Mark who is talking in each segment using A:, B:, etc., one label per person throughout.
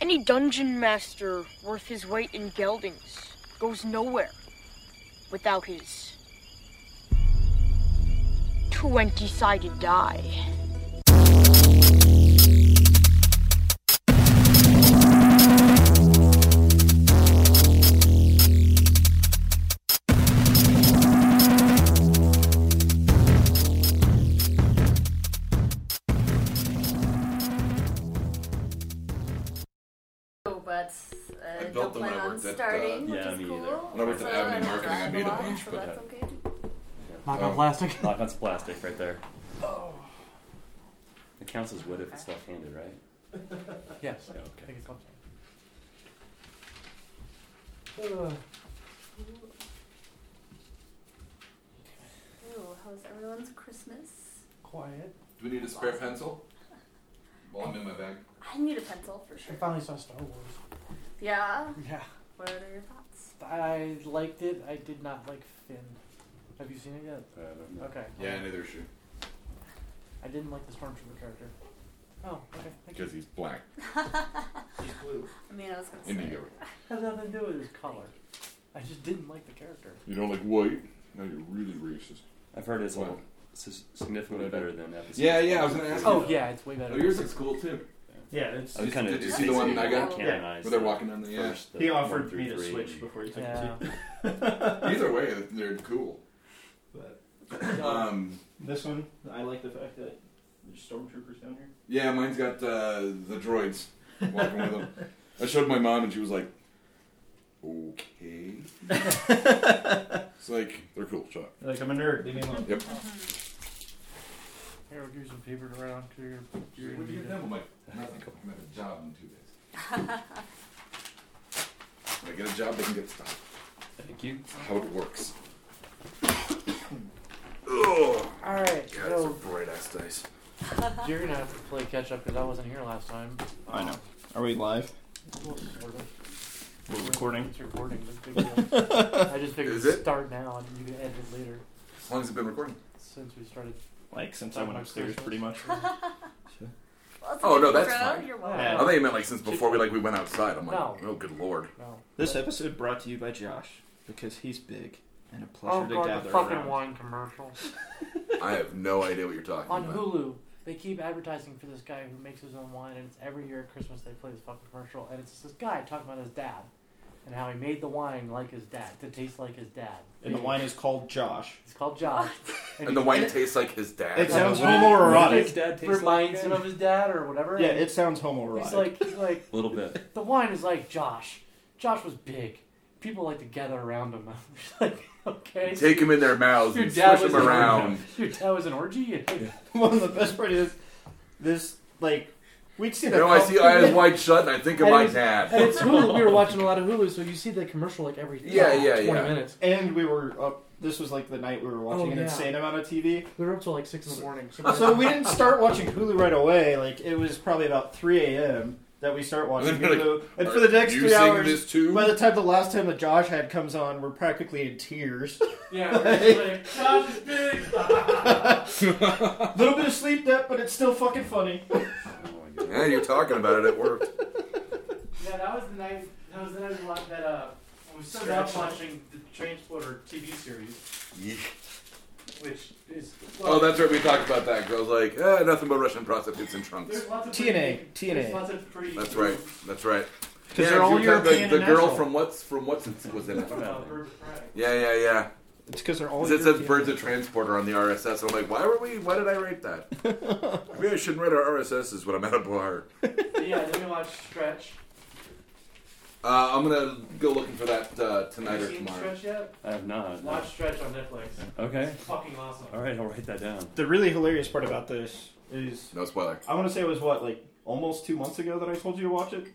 A: Any dungeon master worth his weight in geldings goes nowhere without his 20 sided die.
B: but uh,
C: built
B: don't
C: them
B: plan
C: when I
B: on
C: worked at, uh,
B: starting, which
D: yeah,
B: is
D: me
B: cool.
D: either.
C: When I worked at
B: So
C: Avenue
B: I'm
C: Marketing, I
B: glad
C: made a
B: lot,
C: bunch,
B: so
C: but-
B: that's okay.
E: Knock
C: Oh.
E: on plastic.
D: Lock that's plastic right there. It counts as wood if it's left handed, right?
E: yes.
D: Yeah,
E: I
D: okay.
E: think it's left handed. Uh,
B: Ooh, how's everyone's Christmas?
E: quiet.
C: Do we need a spare pencil? Well, I'm in my bag.
B: I need a pencil for
E: I
B: sure.
E: finally saw Star Wars.
B: Yeah.
E: Yeah.
B: What are your thoughts?
E: I liked it. I did not like Finn. Have you seen it yet?
D: Uh, I don't know.
E: Okay.
C: Yeah, neither should.
E: I didn't like the Stormtrooper character. Oh, okay. Thank you.
C: Because he's black.
F: He's blue.
B: I mean, I was gonna say.
C: Indigo.
E: Has nothing to do with his color. I just didn't like the character.
C: You don't like white? No, you're really racist.
D: I've heard it's
C: Well.
D: s- significantly better than episode.
C: Yeah, yeah, I was gonna ask you.
E: Oh yeah, it's way better.
C: Oh, yours looks cool too.
F: Yeah, it's.
D: I was kind of
C: Did you see the one I got?
D: Canonized
C: Where they're walking down the yeah.
D: first, the
F: He
D: one
F: offered
D: through
F: me to
D: three.
F: switch before he took
E: Yeah.
F: it.
C: Either way, they're cool.
F: But
C: Um,
F: Uh, this one, I like the fact that there's stormtroopers down here.
C: yeah, mine's got uh, the droids walking with them. I showed my mom and she was like, "Okay." it's like they're cool. Shut up.
F: Like I'm a nerd. Leave me alone.
C: Yep.
E: Here, I'll give you some paper to write on to your. your
C: What'd you get them? I'm like, nothing. I'm at a job in two days. when I get a job, they can get stuff.
D: Thank you.
C: That's how it works.
E: All right,
C: God,
E: so
C: it's a bright ass dice.
E: you're gonna have to play catch up because I wasn't here last time.
F: I know. Are we live?
E: Well, sort of.
F: We're recording.
E: It's recording. It's a big deal. I just figured
C: Is
E: we'd
C: it?
E: start now and you can edit it later
C: As long as it's been recording.
E: since we started.
F: Like since
E: I went upstairs, pretty
F: much.
B: Well, it's
C: Oh,
B: an
C: no, that's
B: intro,
C: fine.
B: You're welcome.
F: Yeah.
C: I thought you meant like since before we like we went outside. I'm like,
E: No.
C: oh good lord.
E: No.
G: This episode brought to you by Josh because he's big and a pleasure
E: oh
G: to
E: god,
G: gather
E: the fucking
G: around.
E: wine commercial
C: I have no idea what you're talking
E: on
C: about.
E: Hulu. They keep advertising for this guy who makes his own wine, and it's every year at Christmas they play this fucking commercial, and it's this guy talking about his dad and how he made the wine like his dad to taste like his dad.
G: And the wine is called Josh.
E: It's called Josh.
C: And the wine tastes like his dad.
G: It sounds
E: sounds
G: homoerotic.
E: His dad reminds him of his dad or whatever.
G: Yeah,
E: and
G: it sounds
E: he's
G: homoerotic.
E: like he's like
D: A little bit.
E: the wine is like Josh. Josh was big. People like to gather around him. like okay.
C: Take him in their mouths
E: Your
C: and
E: dad
C: swish
E: was
C: him
E: an
C: around.
E: orgy. Your dad was an orgy.
G: well, the best part is this. Like we'd see
C: You
G: the.
C: know, I see
G: couple-
C: eyes wide shut and I think of
E: And
C: my
E: it's-
C: dad.
E: And it's Hulu. We were watching a lot of Hulu, so you see the commercial like every
C: Yeah,
E: like,
C: yeah,
E: 20
C: yeah.
E: minutes.
G: And we were up. This was like the night we were watching
E: Oh,
G: an
E: yeah.
G: insane amount of TV.
E: We were up till like six in the morning.
G: So we didn't start watching Hulu right away. Like it was probably about 3 a.m. that we start watching
C: And then we're
G: Hulu. and for the next
C: you
G: three
C: sing
G: hours,
C: this too?
G: by the time the last time that Josh had comes on, we're practically in tears.
E: yeah, we were just like, Josh is big.
G: A little bit of sleep debt, but it's still fucking funny.
C: Yeah, you're talking about it at work.
E: Yeah, that was the night. That was the night we watched that. Uh, we started out watching the Transporter TV series, which is. Well,
C: Oh, that's right. We talked about that. Girls like, eh, nothing but Russian prostitutes in trunks.
E: There's lots of
G: TNA,
E: pretty- there's
G: TNA.
E: lots of pretty-
C: That's right. That's right.
G: Because
C: Yeah,
G: they're all
C: you were talking
G: European
C: about the, the girl
G: and
C: from what's from what's it was in it.
E: Uh, Birds of Prey.
C: Yeah, yeah, yeah.
G: It's because they're all.
C: 'Cause it says Birds of Transporter on the RSS. I'm like, why were we? Why did I rate that? Maybe I shouldn't rate our RSSs when I'm at a bar.
E: But yeah, then we watched Stretch.
C: Uh, I'm gonna go looking for that uh, tonight
E: Have you
C: or
E: seen
C: tomorrow.
E: Stretch yet?
D: I have not. no.
E: Watch Stretch on Netflix.
D: Okay.
E: It's fucking awesome.
D: All right. I'll write that down.
G: The really hilarious part about this is
C: No spoiler.
G: I want to say it was what like almost two months ago that I told you to watch it.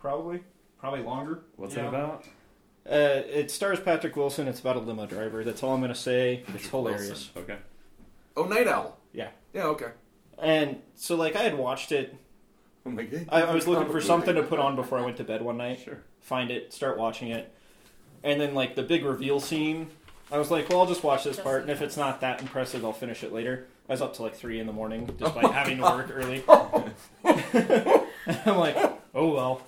G: Probably, probably longer.
D: What's
G: Yeah.
D: it about?
G: Uh, it stars Patrick Wilson. It's about a limo driver. That's all I'm gonna say. It's hilarious.
C: Wilson.
D: Okay.
C: Oh, Night Owl.
G: Yeah.
C: Yeah. Okay.
G: And so like I had watched it.
C: I'm like, eh.
G: I, I was looking for something to put on before I went to bed one night.
D: Sure.
G: Find it, start watching it, and then like the big reveal scene. I was like, well, I'll just watch this
B: Just
G: part, and
B: in
G: if it's not that impressive, I'll finish it later. I was up till like three in the morning, despite having to work early. I'm like, oh well.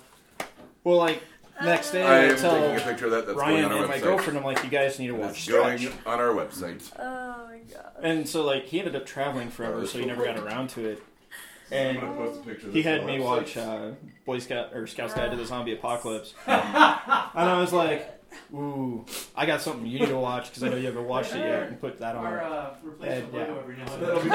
G: Well, like next day,
C: I
G: I,
C: am
G: tell
C: taking a picture of that. That's
G: Ryan
C: going on our
G: and
C: website.
G: my girlfriend, I'm like, you guys need to watch
C: That's
G: Stretch.
C: going on our website.
B: Oh my god.
G: And so, like, he ended up traveling forever, so he never got around to it.
C: I'm
G: And
C: gonna post a picture. of
G: he
C: this on
G: had
C: our
G: me
C: website.
G: watch uh, Boy Scout or Scout's Guide to the Zombie Apocalypse, and I was like, "Ooh, I got something you need to watch because I know you haven't watched it yet." And put that
E: Our
G: on.
E: uh, replacement
G: Yeah.
E: logo every now and
C: That'll
E: then.
C: be-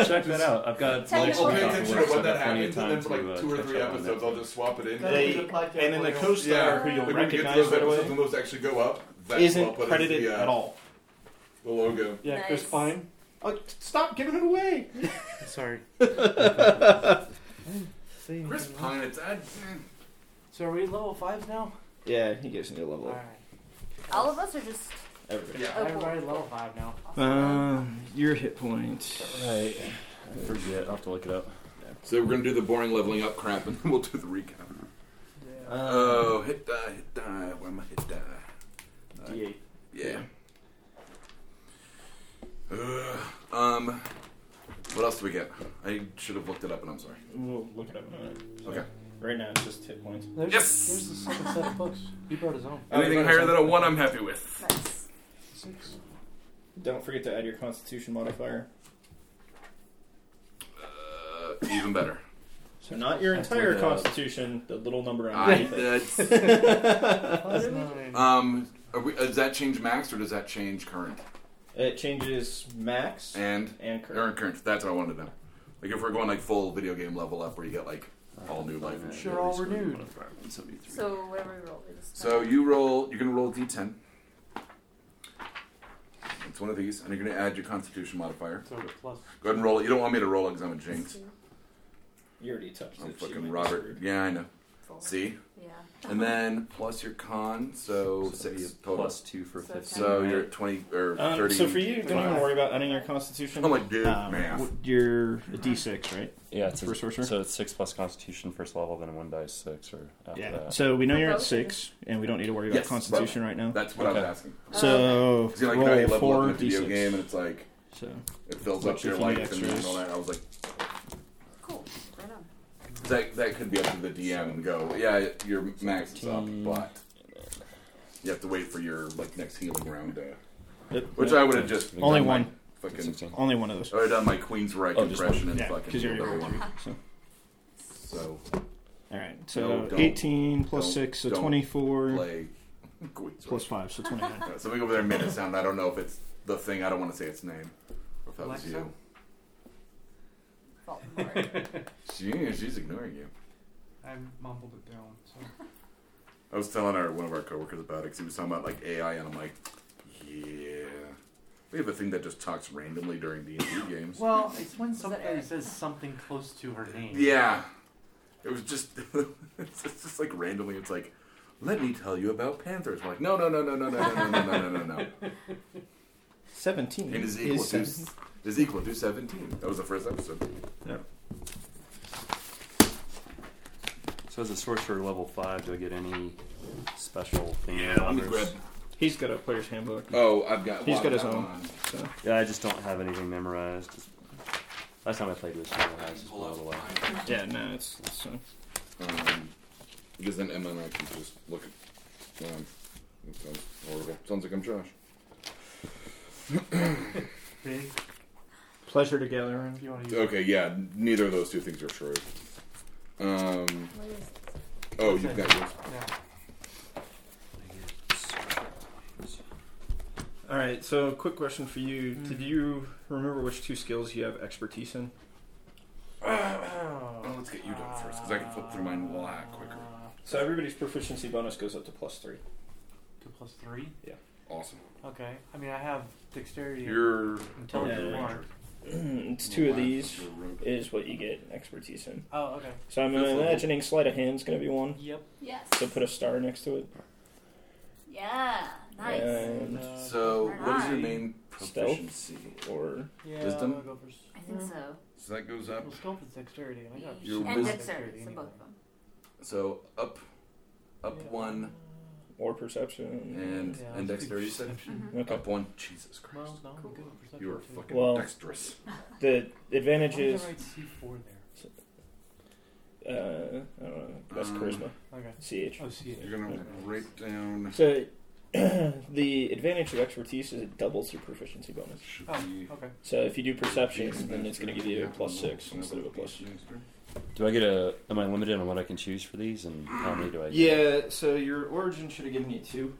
D: I'll check that out. I've got
B: I'll
C: I'll
B: pay
D: multiple
C: pay
D: copies
C: attention
D: of
C: to
D: work, so
C: when
D: I've got
C: that happens,
D: plenty of
C: and then
D: time
C: for like
D: to,
C: two
D: uh,
C: or
D: catch
C: three
D: up on
C: episodes,
D: that.
C: I'll just swap it in.
E: That'll be
G: They-
E: podcast
G: And then the
E: logo.
G: co-star,
C: Yeah.
G: who you'll
C: Like, when we get to
G: recognize
C: those
G: right
C: episodes
G: away,
C: when those actually go up, that's
G: isn't
C: what I'll put as
G: credited
C: the, uh,
G: at all.
C: The logo.
E: Yeah, Chris
B: Nice.
E: Pine.
G: Like, stop giving it away.
E: Sorry.
C: Chris Pine, it's eh. I,
E: So are we level fives now?
G: Yeah, he gives me a
C: Oh.
G: level
E: All
G: up.
E: right.
B: All of us are just.
G: Everybody.
C: yeah.
B: Oh, cool.
E: Everybody level five now.
G: Um, your hit points.
D: Right. I forget. I'll have to look it up.
C: So we're gonna do the boring leveling up crap, and then we'll do the recap.
E: Yeah.
G: Uh,
C: Oh, hit die, hit die. Where am I hit die?
G: D8.
C: Yeah. Uh, um, what else do we get? I should have looked it up, and I'm sorry.
G: We'll look it up in a minute.
C: Okay.
G: Right now, it's just hit points.
E: There's,
C: Yes!
E: There's the second set of books. He brought his own.
C: Anything higher than a one, I'm happy with.
B: Nice.
E: Six.
G: Don't forget to add your Constitution modifier.
C: Uh, even better.
G: So not your
D: That's
G: entire
D: like a-
G: Constitution, the little number on
C: I,
G: it.
C: that's,
B: Oh,
E: That's not an-
C: um, are we, does that change max or does that change current
G: It changes max
C: and
G: and current.
C: current current? That's what I wanted to know. Like if we're going like full video game level up, where you get like all new life and shit.
E: Sure, all renewed.
B: So whatever we roll, we just.
C: So you roll. You're gonna roll a d10. It's one of these, and you're gonna add your Constitution modifier.
E: So plus.
C: Go ahead and roll it. You don't want me to roll it because I'm a jinx.
G: You already touched
C: I'm
G: it.
C: fucking
G: achievement.
C: Robert. Yeah, I know.
B: Four.
C: See,
B: Yeah.
C: and then plus your con, so six
D: it's
C: total.
D: plus two for
B: So
D: fifteen.
C: So
D: right?
C: you're at twenty or
G: Um,
C: thirty. Oh
G: so for you, don't even worry about adding your Constitution.
C: I'm like, dude,
G: Um,
C: math.
G: w- You're a D6, right?
D: yeah, it's
G: for sorcerer?
D: So it's six plus Constitution first level, then one dice six or after
G: Yeah.
D: that.
G: So we know
B: For
G: you're at
B: both?
G: six, and we don't need to worry about
C: Yes,
G: Constitution right now.
C: That's what I
D: Okay.
C: was asking.
G: So
C: See, like how you
G: roll
C: level up
G: four
C: in a video
G: D6.
C: game, and it's like
G: So
C: it fills
G: Like
C: up your
G: if you need
C: life and
G: extras.
C: all that. I was like,
B: Cool. Right on.
C: that that could be up to the DM and go, yeah, your max is up, but you have to wait for your like next healing round, uh,
G: Yep.
C: which I would have just
D: Only
C: done my
G: one.
C: fucking.
D: Sixteen.
G: only one of those.
C: I would have done my Queen's Reich
D: Oh, just
C: impression and
G: Yeah,
C: fucking
G: because you're
C: level
G: already
C: one.
G: So.
C: So
G: All right, so
C: No, don't.
G: 18 plus
C: Don't.
G: 6, so
C: Don't
G: 24
C: play Queen's
G: plus
C: Reich.
G: 5, so 29.
C: Uh, Something over there made it sound. I don't know if it's the thing. I don't want to say its name. Or if that was
E: Alexa?
C: you.
B: Baltimore.
C: She, she's ignoring you.
E: I mumbled it down. So.
C: I was telling our one of our coworkers about it because he was talking about like AI, and I'm like, yeah, we have a thing that just talks randomly during D and D games.
E: Well, it's when
B: that
E: somebody
B: Eric?
E: says something close to her name.
C: Yeah, it was just it's just, just, like randomly. It's like, let me tell you about panthers. I'm like, no, no, no, no, no, no, no, no, no, no, no, no.
G: 17
C: It is equal to
G: seven.
C: is equal to seventeen. That was the first episode.
D: So as a sorcerer level five, do I get any special thing?
C: let me grab.
D: numbers?
G: He's got a player's handbook.
C: Oh, I've got.
G: He's
C: well,
G: got
C: I've
G: his own.
C: one.
D: Yeah, I just don't have anything memorized. Just- Last time I played was Shadow House.
C: Pull out the
D: Level up.
C: line.
G: Yeah, no, it's, it's uh,
C: Um, because then Emma and I can just look at. Um, that sounds horrible. Sounds like I'm Josh.
E: Big.
G: pleasure to gather in.
E: If you want to use
C: Okay, yeah, neither of those two things are true. Um,
B: What is it?
C: oh, you've got yours.
E: Yeah.
G: All right, so quick question for you.
H: Hmm.
G: Did you remember which two skills you have expertise in?
E: Oh,
C: Well, let's get you done first, 'cause I can flip through mine a lot quicker.
G: So everybody's proficiency bonus goes up to plus three.
E: Two plus three.
C: Awesome.
E: Okay. I mean, I have dexterity,
C: You're.
E: intelligence,
G: Yeah.
E: one.
G: it's is what you get expertise in.
E: Oh, okay.
G: So I'm imagining sleight of hand's going to be one.
E: Yep.
B: Yes.
G: So put a star next to it.
B: Yeah. Nice.
G: And,
E: Uh,
C: So, what is your
E: Alright.
C: main proficiency?
G: or
E: yeah,
C: wisdom?
E: I'll go first.
B: I think so.
C: So that goes up.
E: Well, stealth is dexterity, and I got
C: Your
B: and
C: wisdom.
B: dexterity, so both of them.
C: So up, up one,
G: or perception.
C: and
E: Yeah,
C: and
E: let's do
C: dexterity. you said?
B: Mm-hmm.
E: perception.
G: Okay.
C: Up one. Jesus
E: Well,
C: Christ.
E: no, I'm good at perception
C: You are
E: too.
C: fucking
G: Well,
C: dexterous.
G: The advantage
E: Why did
G: is
E: I write C4 there?
H: Uh, I don't know. That's
C: Um,
H: charisma.
E: Okay.
H: CH.
E: Oh, see it.
C: You're gonna write down.
H: So the advantage of expertise is it doubles your proficiency bonus.
C: Should
E: Oh,
C: be
E: okay.
H: So if you do perception, then it's going to give you a plus six instead of a plus.
D: Do I get a? Am I limited on what I can choose for these, and how many do I? Get?
G: Yeah, Uh, so your origin should have given you two,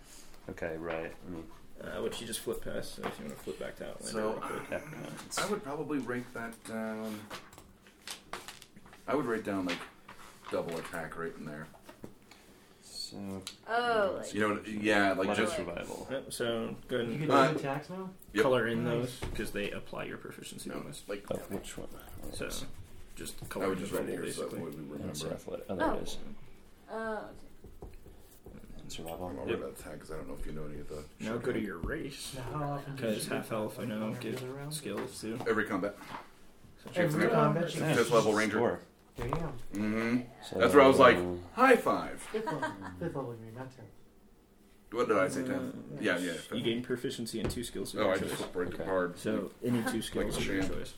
D: Okay, right. I mean,
G: uh, which you just flip past. So if you want to flip back to Outlander.
C: So-
G: real quick.
D: yeah, no, it's-
C: I would probably rank that down. I would write down like double attack right in there.
D: so
B: Oh, like,
C: You know, what- yeah, like
D: like
C: just
D: survival.
G: Yep, Uh, so go ahead
E: You
G: and
E: can
C: Uh,
E: do attacks now?
C: Yep.
G: color in
E: Nice.
G: those because they apply your proficiency
C: no,
G: bonus.
C: like
D: Oh, which one? Oh,
G: So
D: it's-
G: just
C: I
G: color
C: would
G: in
C: just
G: the
C: write
G: roll,
C: here so that way
G: basically.
C: we remember.
D: it's athletic. Oh, there it is.
B: oh,
C: I'm
D: Survival.
C: over that attack because I don't know if you know any of the.
G: Now go to your race
E: Now, how often do you
G: because
E: shoot
G: half elf I know
E: every
G: give
E: other round?
G: skills too.
C: every combat.
G: So
C: Every-
G: check it out.
E: combat, you
D: Yeah,
C: Fifth level ranger.
D: score.
E: Damn.
C: Mm-hmm.
D: So,
C: That's where I was like-
D: um,
C: High five.
E: Fifth level. Fifth level, you mean, not ten.
C: What did I say, Tim? Yeah, yeah.
G: You gain proficiency in two skills of
C: Oh,
G: your
C: I
G: choice.
C: just flipped right to
D: Okay.
C: bard.
G: So any two
C: Like
G: skills
C: a
G: of your
C: champ.
G: choice.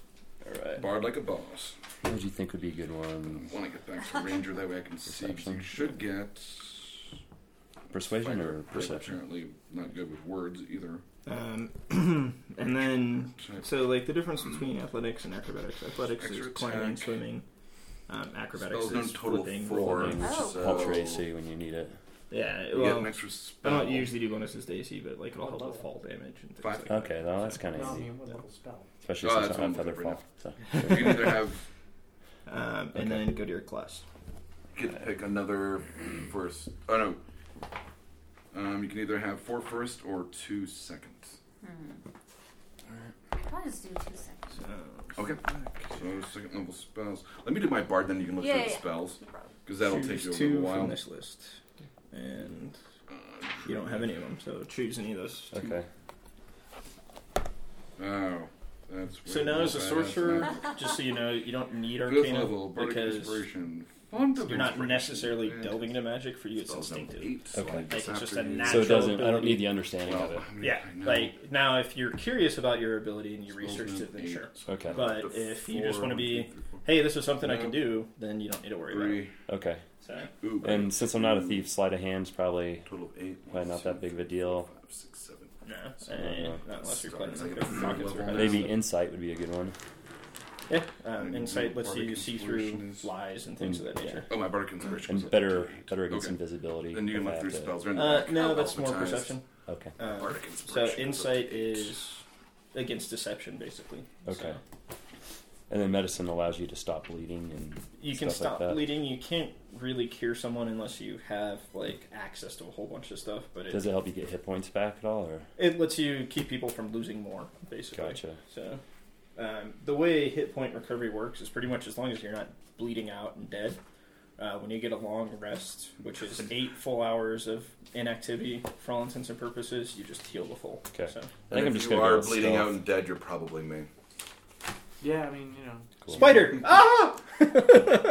D: All right.
C: Bard like a boss.
D: What would you think would be a good
C: I
D: one?
C: want to get back to ranger that way I can see. 'cause You
D: Perception.
C: should get.
D: Persuasion
C: fighter.
D: or perception?
C: Apparently not good with words either.
G: Um, and then,
C: Type-
G: so like the difference between athletics and acrobatics. Athletics is
C: Extra
G: climbing,
C: attack.
G: swimming. Um, acrobatics
C: Spells known
G: is
C: total
G: flipping,
C: four.
G: rolling.
D: Which
B: Oh.
D: is Ultra AC when you need it.
G: Yeah,
C: You get
G: well,
C: an extra
G: I
C: spell.
G: don't usually do bonuses to AC, but like it'll help with
E: Five.
G: fall damage and things
C: Um, Five.
G: like that.
D: Okay, well, that's kind
E: No,
D: of
E: I
D: easy.
E: mean, what level spell?
D: Especially
C: Oh,
D: since
C: that's
D: I don't
C: what
D: have
C: I'm
D: feather fall. So.
C: You can either have
G: Um,
D: Okay.
G: And then go to your class.
C: get to pick another first. Oh no. Um, you can either have four first or two seconds.
G: Hmm.
B: I probably just do two seconds.
G: So,
C: Okay. So second level spells. Let me do my bard, then you can look
B: Yeah,
C: through the
B: yeah.
C: spells because that'll
G: choose
C: take you a
G: two
C: little
G: from
C: while.
G: this list, and
C: Uh,
G: you don't have any of them, so choose any of those. two.
D: Okay.
C: Oh, that's.
G: So
C: way
G: now
C: more
G: as a
C: badass
G: sorcerer,
C: than
G: just so you know, you don't need
C: I- Fifth
G: Arcana
C: level, bardic
G: because
C: inspiration.
G: you're not necessarily delving into magic. For you, it's instinctive.
D: Okay.
G: Like, it's just a
D: So
G: natural
D: it doesn't. I don't
G: ability.
D: need the understanding of it.
G: Yeah, like now, if you're curious about your ability and you researched it, then sure.
D: Okay.
G: But if you just want to be, hey, this is something I can do, then you don't need to worry about it.
C: Three.
D: Okay.
G: So,
C: Ooh,
D: And since I'm not a thief, sleight of hand's probably
C: Total of eight.
D: probably not that big of a deal.
C: Five, six, seven.
G: no,
D: So,
G: eh,
D: uh,
G: not unless you're
C: start
G: playing
C: as like
G: like
C: a third
G: rockets or
C: level
G: high
D: Maybe
G: stuff.
D: insight would be a good one.
G: Yeah, um,
C: And
G: insight lets
C: bardic
G: you see
C: inspiration
G: through
C: is-
G: lies and things of that
D: Yeah.
G: nature.
C: Oh, my bardic inspiration.
D: And
C: was
D: better,
C: eight.
D: better against
C: Okay.
D: invisibility.
C: Then you can
D: if I
C: look through
D: have to-
C: spells. Right
G: Uh, no,
B: Oh,
G: that's more
C: alphatized.
G: perception.
D: Okay.
G: Um,
C: Bardic
G: so
C: inspiration.
G: insight is against deception, basically.
D: Okay.
G: So
D: And then medicine allows you to stop bleeding and
G: you can
D: Stuff like
G: stop
D: that.
G: bleeding. You can't really cure someone unless you have like access to a whole bunch of stuff. But it
D: does it help you get hit points back at all? Or
G: It lets you keep people from losing more, basically.
D: gotcha.
G: So, um, the way hit point recovery works is pretty much as long as you're not bleeding out and dead. Uh, when you get a long rest, which is eight full hours of inactivity for all intents and purposes, you just heal the full.
D: Okay.
G: So,
D: I think I'm
C: if
D: just
C: you
D: gonna go
C: are
D: with
C: bleeding
D: stealth.
C: out and dead, you're probably me.
E: Yeah, I mean, you know,
D: Cool.
G: Spider! ah!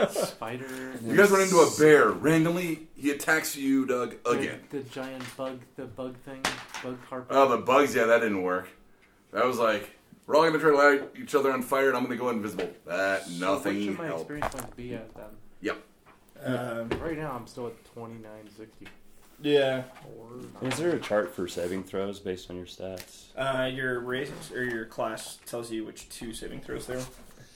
E: spider.
C: You guys run into a bear randomly. He attacks you, Doug, again.
E: The, the giant bug, the bug thing, bug carpet.
C: Oh, the bugs. Yeah, that didn't work. That was like we're all gonna try to light each other on fire, and I'm gonna go invisible. That
E: So What
C: nothing
E: should my
C: helped.
E: experience point be at then?
G: Um,
E: Right now, I'm still at twenty nine sixty
G: yeah.
E: four.
D: Is there a chart for saving throws based on your stats?
G: Uh, your race or your class tells you which two saving throws there,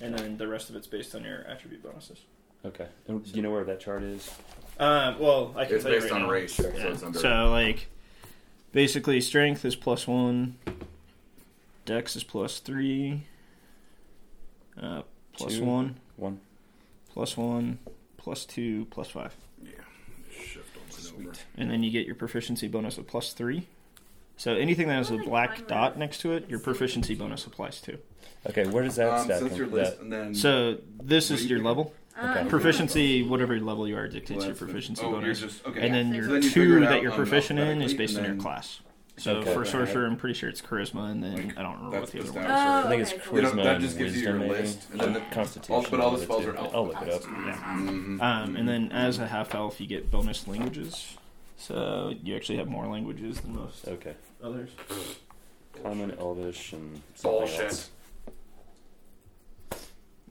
G: and then the rest of it's based on your attribute bonuses.
D: Okay. And do you know where that chart is?
G: Um, well, I can
C: It's
G: tell you
C: based
G: right
C: on
G: now.
C: race, so
G: Yeah.
C: it's under.
G: So like, basically, strength is plus one. Dex is plus three. Uh, plus
D: Two.
G: one,
D: One.
G: plus one, plus two, plus five,
C: yeah, shift on over.
G: and then you get your proficiency bonus of plus three. So anything that has a
B: Really
G: black
B: climber.
G: dot next to it, your proficiency bonus applies to.
D: Okay. Where does that
C: Um,
D: stack?
C: since
D: in-
C: your list, and then
G: So this is your level
B: Um,
D: Okay.
G: proficiency, whatever level you are
C: Well,
G: dictates your
C: that's the-
G: proficiency
C: oh,
G: bonus,
C: You're just, okay.
G: and then
B: So
G: your
B: then
C: you figure
G: two
C: it
G: that
C: out
G: you're
C: on
G: proficient in is
C: alphabetically,
G: based on
C: and
G: your
C: then-
G: class. So
D: Okay.
G: for sorcerer, I'm pretty sure it's charisma, and then
C: Like,
G: I don't remember
C: that's
G: what the other
C: just
G: one.
C: down
G: is.
B: Oh,
D: I think it's
B: okay,
D: charisma
B: cool.
C: You know, that
D: and
C: just gives you
D: wisdom,
C: your
D: maybe.
C: list, and then the-
D: Uh, constitution.
C: but all
D: are
C: the spells
D: two.
C: are alpha.
D: I'll look it up.
C: Mhm.
G: Um, and then as a half elf, you get bonus languages. So you actually have more languages than most
D: Okay.
G: others.
D: Common, Elvish, and something
C: Bullshit.
D: else.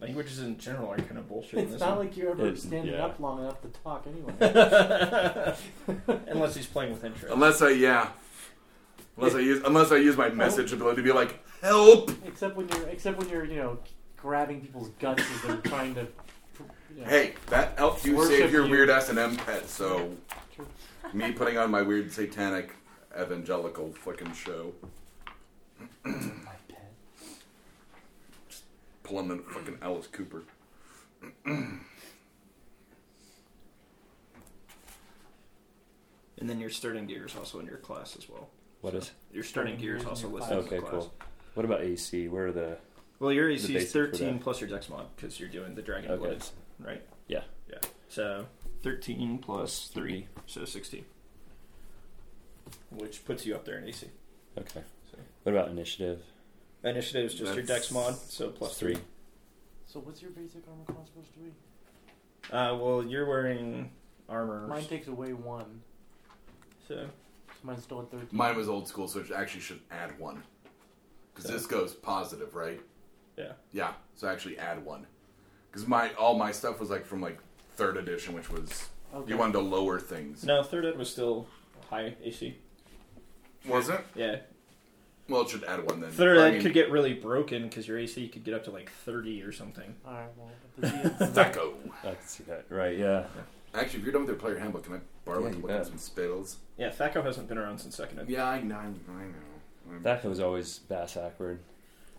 G: Languages in general are kind of bullshit. in
E: It's
G: this
E: not
G: one.
E: like you're ever
D: It's-
E: standing
D: yeah.
E: up long enough to talk anyway.
G: unless he's playing with interest.
C: Unless I yeah. Unless I use unless I use my
G: Oh.
C: message ability to be like help.
E: except when you're, except when you're, you know, grabbing people's guts as they're trying to. You know,
C: Hey, that helped you
E: Worship
C: save your
E: you.
C: weird S and M pet. So
E: True.
C: me putting on my weird satanic evangelical fucking show,
E: My pet.
C: pulling in fucking Alice Cooper.
G: And then your starting gear is also in your class as well.
D: What is?
G: Your starting gear is
E: Starting gear is
G: also
E: in your
G: listed
E: class.
G: in the
D: Okay,
G: class.
D: cool. What about AC? Where are the?
G: Well, your AC
D: basic
G: is
D: for
G: 13
D: that.
G: plus your dex mod because you're doing the dragon
D: Okay.
G: blades, right?
D: Yeah.
G: Yeah. So 13 plus 3, so 16. Which puts you up there in E AC.
D: Okay.
G: So.
D: What about initiative?
G: Initiative is just your
C: That's
G: dex mod, so plus 3.
D: three.
E: So what's your basic armor class supposed to be?
G: Uh, well, you're wearing armor.
E: Mine takes away one,
G: So
E: so mine's still at thirteen.
C: Mine was old school, so it actually should add one. Because this goes positive, right?
G: Yeah.
C: Yeah, so actually add one. Because my all my stuff was like from like third edition, which was
E: Okay.
C: you wanted to lower things.
G: No, third ed was still high AC.
C: Was it?
G: Yeah.
C: Well, it should add one then.
G: Third
C: I
G: ed
C: mean,
G: could get really broken because your AC could get up to like 30 or something.
E: All right. Well, if the DM says-
C: Thacko.
D: I can see that. Right. Yeah.
C: oh, Actually, if you're done with your player handbook, can I borrow
D: Yeah,
C: it to
D: you
C: look at
D: bet.
C: some spells?
G: Yeah, Thaco hasn't been around since second ed.
C: Yeah, I know. I know.
D: That was always bass awkward.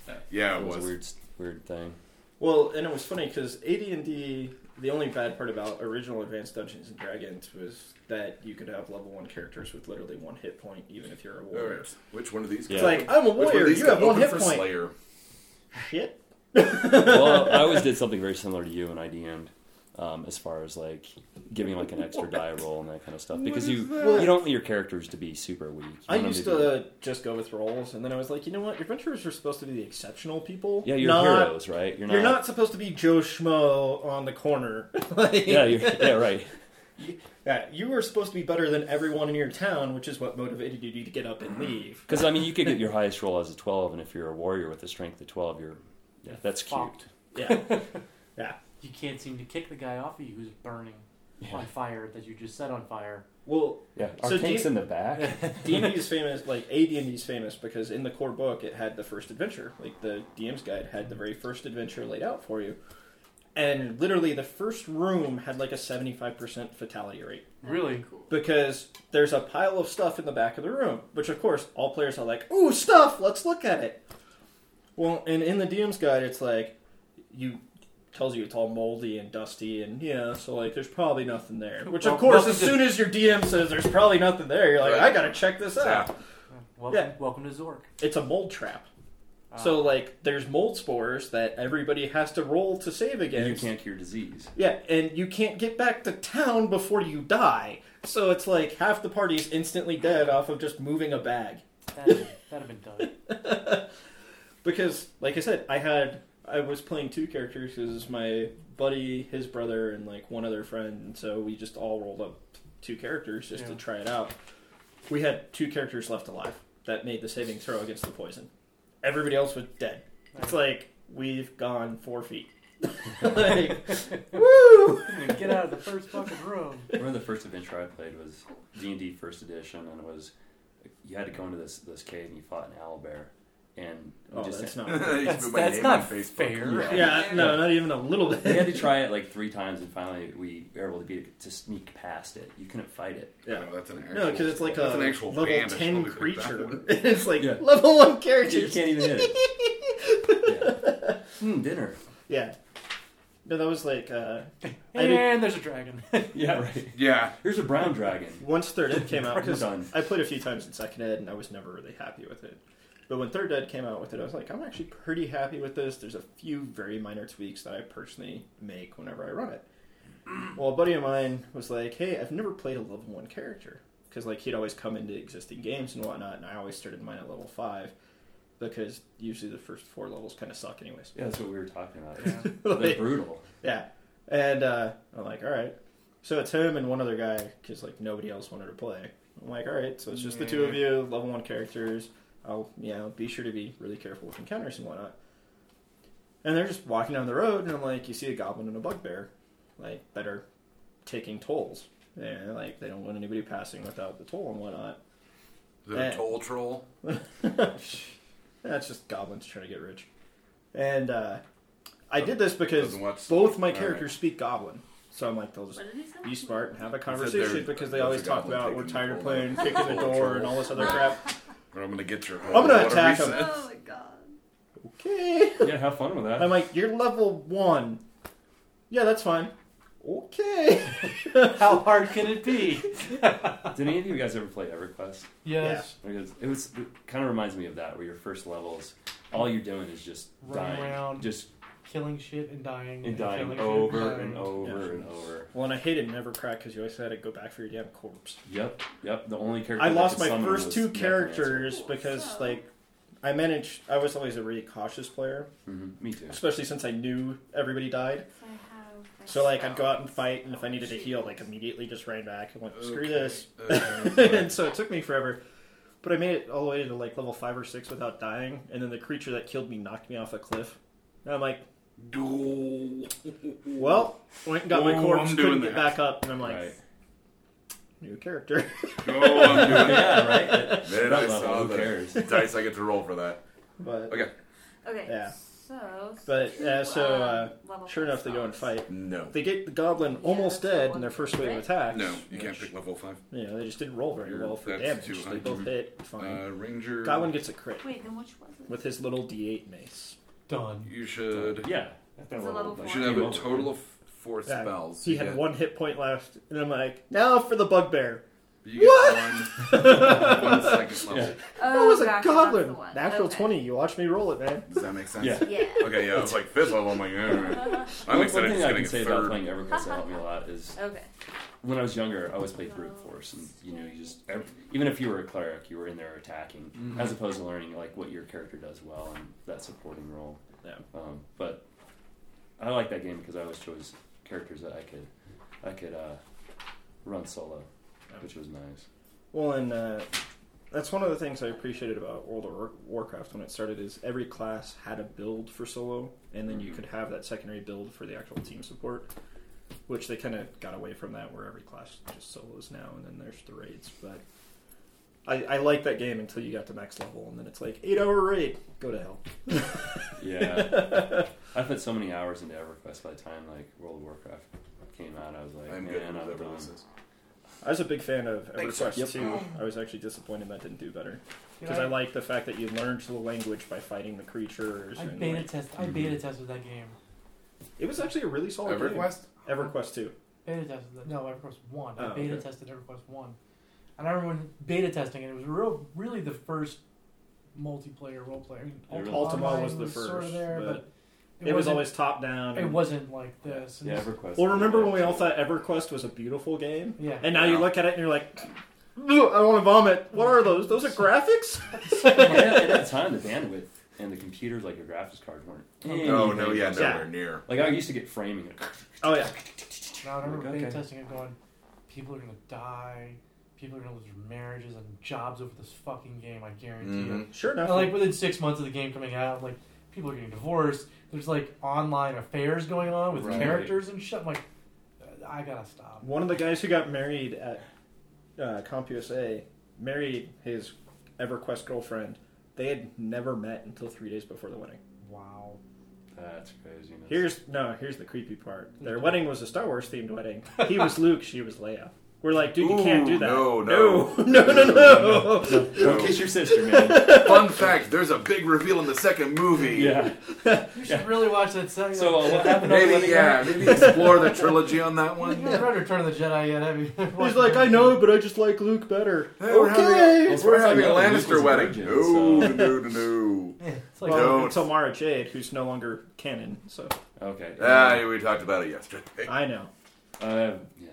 C: yeah,
D: That
C: it
D: was,
C: was.
D: a weird, weird thing.
G: Well, and it was funny because AD&D, the only bad part about original Advanced Dungeons and Dragons was that you could have level one characters with literally one hit point, even if you're a
C: All
G: warrior.
C: right. Which one of these?
D: Yeah.
G: It's like I'm a
C: Which one
G: warrior.
C: of these
G: You
C: could
G: have one
C: open
G: hit
C: for
G: point.
C: Slayer?
G: Shit.
D: well, I always did something very similar to you when I DM'd, um, as far as like giving like an extra die roll and that kind of stuff, because you you don't want your characters to be super weak. You
G: I
D: want 'em
G: used
D: be-
G: to just go with rolls, and then I was like, you know what? Adventurers are supposed to be the exceptional people.
D: yeah, you're
G: not,
D: heroes, right?
G: You're not supposed to be Joe Schmo on the corner. Like-
D: Yeah, you're, yeah, right.
G: Yeah, you were supposed to be better than everyone in your town, which is what motivated you to get up and leave.
D: Because I mean, you could get your highest roll as a twelve, and if you're a warrior with a strength of twelve, you're yeah, that's cute.
E: Fucked.
G: Yeah.
E: You can't seem to kick the guy off of you who's burning on fire that you just set on fire.
G: Well,
D: Yeah,
G: So
D: our
G: do
D: tank's
G: you-
D: in the back.
G: D and D is famous, like a D and D is famous because in the core book it had the first adventure, like the DM's guide had the very first adventure laid out for you, and literally the first room had like a seventy five percent fatality rate
E: Really?
G: because there's a pile of stuff in the back of the room, which of course all players are like, "Ooh, stuff! Let's look at it." Well, and in the DM's guide, it's like you tells you it's all moldy and dusty, and yeah, so like there's probably nothing there. Which
E: Well,
G: of course,
E: nothing
G: as
E: to-
G: soon as your DM says there's probably nothing there, you're like,
C: Right.
G: "I gotta check this out."
C: Yeah.
E: Welcome,
G: Yeah.
E: welcome to Zork.
G: it's a mold trap.
E: Uh,
G: So like, there's mold spores that everybody has to roll to save
D: And you
G: against.
D: can't cure disease.
G: Yeah, and you can't get back to town before you die. So it's like half the party's instantly dead off of just moving a bag.
E: that'd, that'd have been done.
G: Because, like I said, I had I was playing two characters because my buddy, his brother, and like one other friend, and so we just all rolled up two characters just to
E: Yeah.
G: try it out. We had two characters left alive that made the saving throw against the poison. Everybody else was dead. It's like we've gone four feet. like, woo!
E: Get out of the first fucking room.
D: Remember the first adventure I played was D and D first edition, and it was you had to go into this this cave and you fought an owl bear, and we
G: Oh,
D: just
G: that's
C: You
G: not.
C: should put
E: That's-
C: my
E: that's
C: name on
E: not
C: Facebook.
E: fair.
C: Yeah.
G: Yeah, no, not even a little
D: we had to
G: bit.
D: try it like three times, and finally we were able to beat it to sneak past it. You couldn't fight it.
G: Yeah.
C: No, that's an actual,
G: No, because it's like a
C: that's an actual
G: level
C: band. I should
G: ten
C: probably pick that
G: creature.
C: one.
G: it's like
D: Yeah.
G: level one character.
D: You can't even hit it. Yeah. Hmm, dinner.
G: Yeah. No, that was like uh, I did-
E: And there's a dragon.
D: Yeah, right.
C: Yeah.
D: Here's a brown dragon.
G: once third ed came out because
D: Done.
G: I played a few times in second ed and I was never really happy with it. But when third ed came out with it, I was like, I'm actually pretty happy with this. There's a few very minor tweaks that I personally make whenever I run it. Well, a buddy of mine was like, Hey, I've never played a level one character because like he'd always come into existing games and whatnot, and I always started mine at level five because usually the first four levels kind of suck anyways.
D: Yeah, that's what we were talking about. They're
G: Like-
D: brutal.
G: Yeah. And uh, I'm like, all right. So it's him and one other guy because like nobody else wanted to play. I'm like, all right. So it's just the two of you, level one characters. I'll you know be sure to be really careful with encounters and whatnot. And they're just walking down the road, and I'm like, you see a goblin and a bugbear, like that are taking tolls. And like they don't want anybody passing without the toll and whatnot.
I: Is it
G: Eh.
I: a toll troll?
G: That's just goblins trying to get rich. And uh, I did this because
C: Doesn't watch-
G: both my
C: All right.
G: characters speak goblin, so I'm like, they'll just
B: What did he say?
G: be smart and have a
C: said
G: conversation
C: they're-
G: because they
C: those
G: always
C: are
G: talk
C: goblin
G: about we're
C: taking
G: tired of
C: the
G: playing,
C: ball.
G: kicking the door, and all this other crap.
C: Or I'm gonna get your.
G: I'm gonna attack him.
B: Oh my god.
G: Okay.
D: Yeah, have fun with
G: I'm
D: that.
G: like, you're level one. Yeah, that's fine. Okay.
E: How hard can it be?
D: Did any of you guys ever play EverQuest?
E: Yes.
D: Because it was it kind of reminds me of that, where your first levels, all you're doing is just
E: Running
D: dying,
E: around.
D: just
E: Killing shit and dying.
D: and dying
E: killing
D: over
E: shit
D: and over and over.
G: well, and I hated Never Crack because you always had to go back for your damn corpse.
D: Yep, yep. The only character
G: I
D: that
G: lost
D: could
G: my
D: summon
G: first
D: was
G: two
D: Necromancer.
G: characters because,
B: So-
G: like, I managed. I was always a really cautious player,
D: Mhm, Me too.
G: especially since I knew everybody died.
B: So I have. my
G: So, like, I'd go out and
B: spells.
G: fight, and if I needed to heal, like, immediately just ran back and went, screw this.
I: Okay.
C: Uh,
G: and so it took me forever. But I made it all the way to like level five or six without dying, and then the creature that killed me knocked me off a cliff. And I'm like, well, went and got my
C: Oh,
G: corpse,
C: I'm
G: couldn't
C: doing
G: get
C: that.
G: back up, and I'm like,
D: Right.
G: new character.
C: Oh, I'm doing that.
D: yeah, right. At
C: Man, I
D: that
C: saw
D: level, who
C: the
D: cares?
C: dice I get to roll for that.
G: but
C: Okay.
B: Okay.
G: Yeah.
B: So.
G: But,
B: two,
G: uh, so, uh,
B: um, level
G: sure
B: five
G: enough, they go and
B: spells.
G: fight.
C: No.
G: They get the goblin
B: Yeah,
G: almost
B: that's the
G: dead
B: one
G: in their
B: that
G: first wave of
B: hit.
G: attacks.
C: No, you can't
G: which,
C: pick level five.
G: You know, they just didn't roll very
C: You're-
G: well for
C: that's
G: damage.
C: too
G: They
C: high.
G: both hit fine.
C: Uh, Ranger.
G: goblin gets a crit
B: Wait, then which was it?
G: with his little D8 mace.
E: Done.
C: You should.
D: Yeah. at that
B: It's a level
C: You
D: like,
C: should have a
D: game over.
C: total of four
G: Yeah.
C: spells.
G: He
C: You
G: had
C: get-
G: one hit point left, and I'm like, now for the bugbear.
C: You get
G: that
C: One, one second level.
B: Oh,
G: was a
B: gotcha, that's the
G: goblin.
B: one.
G: Natural
B: Okay.
G: 20. You watch me roll it, man.
C: Does that make sense?
D: Yeah.
B: Yeah.
C: Okay, yeah, it's like fifth level. I'm like, all right. I'm
D: One, one
C: excited.
D: thing
C: It's
D: I
C: gonna
D: can
C: get
D: say
C: third.
D: about playing EverQuest that helped me a lot is
B: Okay.
D: when I was younger, I always played brute force, and you know, you just ev even if you were a cleric, you were in there attacking,
G: Mm-hmm.
D: as opposed to learning like what your character does well and that supporting role.
G: Yeah.
D: Um, but I like that game because I always chose characters that I could, I could uh, run solo, which was nice.
G: Well, and uh, that's one of the things I appreciated about World of War- Warcraft when it started is every class had a build for solo, and then you
B: Mm-hmm.
G: could have that secondary build for the actual team support, which they kind of got away from that where every class just solos now, and then there's the raids. But I, I like that game until you got to max level, and then it's like eight hour raid, go to hell.
D: Yeah. I put so many hours into EverQuest by the time like World of Warcraft came out. I was like,
C: I'm good
D: man, I'm
C: with whatever
D: done.
C: this is.
G: I was a big fan of
C: Thanks, sir.
G: EverQuest
C: Yep.
G: 2. I was actually disappointed that didn't do better.
E: You
G: Because
E: know,
G: I like the fact that you learned the language by fighting the creatures.
E: I
G: and
E: beta
G: like-
E: test. I beta tested that game.
G: it was actually a really solid game.
C: EverQuest?
G: EverQuest 2.
E: Beta tested that. No, EverQuest one.
G: Oh,
E: I beta
G: okay.
E: tested EverQuest one, and I remember when beta testing, and it was real, really the first multiplayer role player. I mean,
D: Yeah, really.
G: Ultima
E: Online
G: was the
E: sort of
G: first,
E: there,
G: but
E: but,
G: It, was
E: wasn't-
G: always top down.
E: It wasn't like this. and
D: Yeah,
E: this-
D: EverQuest.
G: Well, remember when we all thought EverQuest was a beautiful game?
E: yeah.
G: And now you look at it and you're like, "Ugh, I want to vomit. What are those? Those are graphics?
D: at, at that time, the bandwidth and the computers, like your graphics card, weren't.
C: Oh, No,
D: anything
C: no, yeah,
D: close.
C: nowhere near.
D: Like I used to get framing.
G: Oh, yeah.
E: Now I remember
D: Okay.
E: beta testing and going, people are gonna die, people are gonna lose their marriages and jobs over this fucking game. I guarantee you.
C: Mhm.
G: Sure enough.
E: And like within six months of the game coming out, like people are getting divorced. There's like online affairs going on with
D: Right.
E: characters and shit. I'm like, "Uh, I gotta stop.
G: One of the guys who got married at uh, CompUSA married his EverQuest girlfriend. They had never met until three days before the wedding.
E: Wow.
D: That's crazy. man.
G: Here's no. Here's the creepy part. Their wedding was a Star Wars themed wedding. He was Luke. She was Leia. We're like, dude, you can't
C: Ooh,
G: do that.
C: no,
G: no,
C: no.
G: no, no, no.
D: Don't kiss your sister, man.
C: Fun fact, there's a big reveal in the second movie.
D: yeah.
E: You should really watch that second.
D: So uh, what happened? over
C: Maybe,
D: the-
C: yeah, maybe explore the trilogy on that
E: You
C: one.
E: haven't read Return of the Jedi yet, have you?
G: um, He's like, I know, but I just like Luke better.
C: Hey, we're having
G: okay.
C: a, we're
D: As far as I
C: having a
D: know, Luke was
C: Lannister
D: a
C: wedding.
D: virgin,
C: No,
D: so-
C: no, no, no.
E: Yeah, it's like,
G: Well,
C: Don't.
G: until Mara Jade, who's no longer canon. So
D: Okay.
C: Ah, we talked about it yesterday.
G: I know
D: Uh, yeah.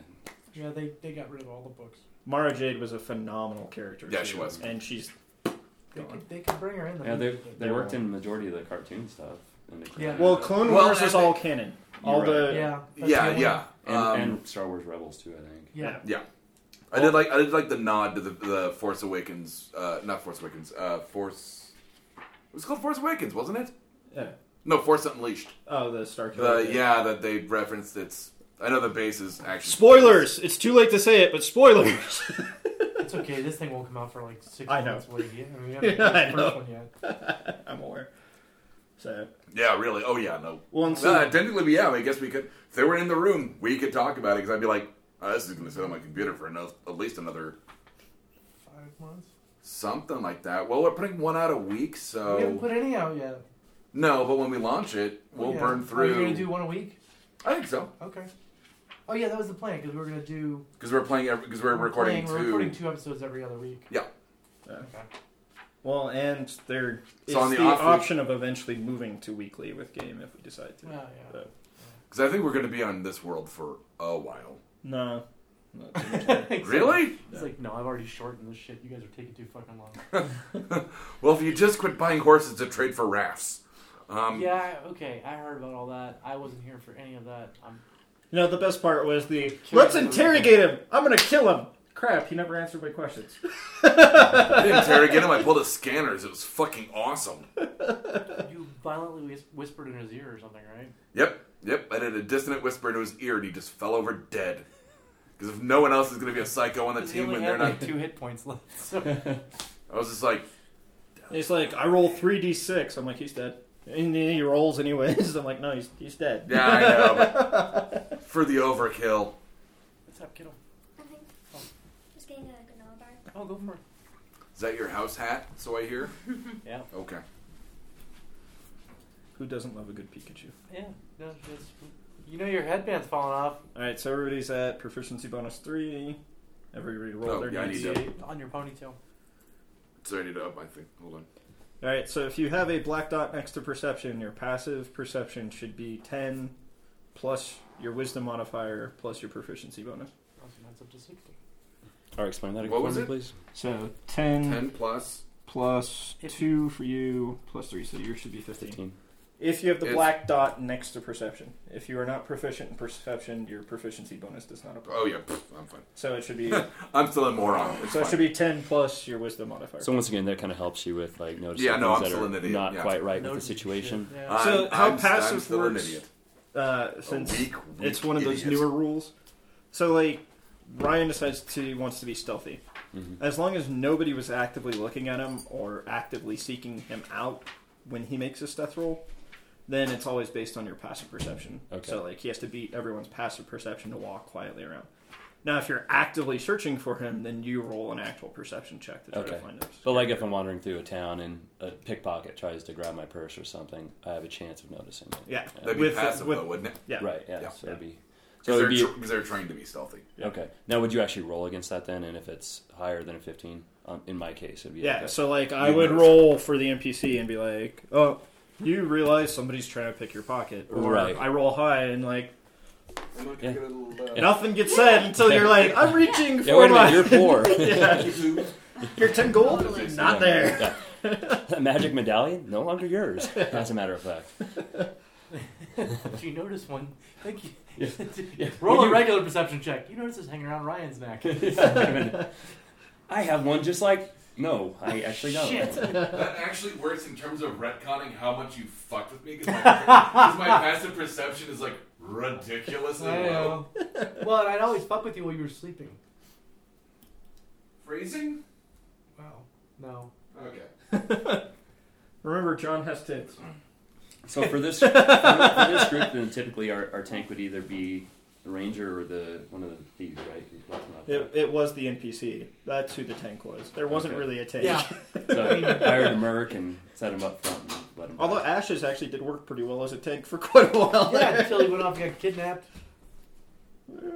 E: yeah, they, they got rid of all the books.
G: Mara Jade was a phenomenal character.
C: Yeah,
G: too,
C: she was.
G: and she's
E: They
G: Gone.
E: could, they could bring her in.
D: Yeah, they,
E: did.
D: they worked in majority of the cartoon stuff. And the
E: Yeah.
G: well, Clone
C: Well,
G: Wars is
C: and-
G: all canon. All
D: You're
G: the
E: Yeah. that's the
C: Yeah,
E: only-
C: yeah.
D: and,
C: um,
D: and Star Wars Rebels too, I think.
E: Yeah.
C: I did like I did like the nod to the, the Force Awakens, uh, not Force Awakens, uh, Force. It was called Force Awakens, wasn't it?
G: yeah.
C: No, Force Unleashed.
G: Oh, the Star Killer.
C: The, yeah, that they referenced. It's I know the base is actually
J: Spoilers! It's too late to say it, but spoilers!
E: It's okay. This thing won't come out for like six
G: I know.
E: months. Wait, yeah, I mean, we
G: Yeah,
E: haven't
G: I
E: yeah, the first
G: know.
E: one yet.
G: I'm aware. So
C: Yeah, really. Oh yeah, no.
G: well, and so
C: Uh, technically, yeah. I guess we could. If they were in the room, we could talk about it because I'd be like, oh, "This is going to sit on my computer for another, at least another
E: Five months.
C: something like that." Well, we're putting one out a week,
E: We haven't
C: so
E: put any out yet. Oh,
C: no. But when we launch it, we'll
E: Yeah.
C: burn
E: Are you
C: through.
E: gonna do one a week?
C: I think so
E: Okay. Oh yeah, that was the plan because we were gonna do.
C: because we're playing because we're
E: we're
C: recording
E: playing- We're recording
C: two.
E: two episodes every other week.
C: Yeah.
E: Okay.
G: well, and there is
C: So on
G: the,
C: the off week-
G: option of eventually moving to weekly with game if we decide to.
E: Yeah, yeah.
G: So,
C: Because I think we're going to be on this world for a while.
G: no. Not too much.
E: It's like-
C: Really?
E: It's like no, I've already shortened this shit. You guys are taking too fucking long.
C: Well, if you just quit buying horses to trade for rafts. Um,
E: yeah. Okay. I heard about all that. I wasn't here for any of that. Um, I'm
G: You know, the best part was the let's interrogate him. I'm gonna kill him. Crap, he never answered my questions.
C: I didn't interrogate him. I pulled his scanners. It was fucking awesome.
E: You violently whis- whispered in his ear or something, right?
C: Yep, yep. I did a dissonant whisper into his ear, and he just fell over dead. Because if no one else is going to be a psycho on the
E: he
C: team
E: only
C: when
E: had
C: they're
E: like
C: not,
E: two hit points left. So.
C: I was just like,
G: He's like, I roll three d six. I'm like, he's dead. And then he rolls anyways. I'm like, no, he's he's dead.
C: yeah, I know. But for the overkill,
E: What's up, kiddo?
K: Nothing. Just getting a granola bar.
E: Oh, go for it.
C: is that your house hat? So I hear.
E: Yeah.
C: Okay.
G: Who doesn't love a good Pikachu?
E: Yeah. No, just you know your headband's falling off
G: All right, so everybody's at proficiency bonus three. Everybody roll
C: Oh,
G: their
C: yeah, I need
G: d8.
C: to-
E: on your ponytail.
C: So I need to up my thing. Hold on.
G: All right, so if you have a black dot next to perception, your passive perception should be ten plus your wisdom modifier plus your proficiency bonus.
E: Oh, so that's up to sixty.
D: All right, explain that
C: What
D: for
C: was
D: me,
C: it?
D: please.
G: So
C: Ten plus.
G: plus
E: If-
G: two for you, plus three, so yours should be 15.
D: 15.
G: If you have the
C: It's-
G: black dot next to perception. If you are not proficient in perception, your proficiency bonus does not apply.
C: Oh yeah, pff, I'm fine.
G: So it should be
C: I'm still a moron. It's
G: so it
C: fine.
G: should be 10 plus your wisdom modifier.
D: So once again, that kind of helps you with like noticing
C: Yeah, no,
D: things
C: I'm
D: that
C: still
D: are
C: an idiot,
D: not
C: yeah.
D: quite right with the
E: Noticing
D: situation. Ah.
E: shit, Yeah.
C: I'm,
G: So how
C: I'm, I'm
G: passive
C: still
G: works-
C: an idiot.
G: uh, since
C: a weak, weak
G: it's one of those
C: idiot.
G: newer rules. So like Ryan decides to wants to be stealthy.
D: Mm-hmm.
G: As long as nobody was actively looking at him or actively seeking him out when he makes his stealth roll, then it's always based on your passive perception.
D: Okay.
G: So like he has to beat everyone's passive perception to walk quietly around. Now, if you're actively searching for him, then you roll an actual perception check to try to
D: Okay.
G: find him.
D: But like if I'm wandering through a town and a pickpocket tries to grab my purse or something, I have a chance of noticing it.
G: yeah,
C: That'd be
G: with,
C: passive
G: with-
C: though, wouldn't it?
G: yeah,
D: Right. Yeah.
C: Yeah.
D: So it'd be. So
C: Because
D: it'd
C: they're,
D: be
C: tr- 'cause they're trying to be stealthy.
D: okay. Now, would you actually roll against that then? And if it's higher than a 15, um, in my case, it'd be
G: Yeah,
D: okay.
G: so like I
C: You
G: would
C: notice.
G: roll for the NPC and be like, "Oh, you realize somebody's trying to pick your pocket," or
D: Right.
G: I roll high and like
L: I'm not
D: Yeah.
L: gonna get a little. Uh,
G: nothing gets said until you're like, "I'm reaching
D: Yeah,
G: for
D: wait a
G: my
D: minute. You're poor.
G: yeah, your ten gold is not there."
D: Yeah. That Magic medallion, no longer yours. As a matter of fact.
E: Did you notice one? Thank you.
D: Yeah.
E: Roll
D: Would
E: a
D: you-
E: regular perception check. You notice it's hanging around Ryan's neck.
D: I have one just like. No, I actually don't.
E: Shit.
C: That actually works in terms of retconning how much you fucked with me because my, 'cause my passive perception is like ridiculously
E: I
C: low.
E: know. well, and I'd always fuck with you while you were sleeping.
C: Phrasing?
E: Wow. No.
C: Okay.
G: Remember, John has tits.
D: So for this for this group, then typically our, our tank would either be the ranger or the one of the thieves, right? Who's blocking out
G: It, it was the NPC. That's who the tank was. There wasn't
D: Okay.
G: really a tank.
E: Yeah.
D: the- So hired a merc and set him up front and let him.
G: Although Ashes actually did work pretty well as a tank for quite a while.
E: Yeah,
G: there.
E: until he went off and got kidnapped.
G: Uh,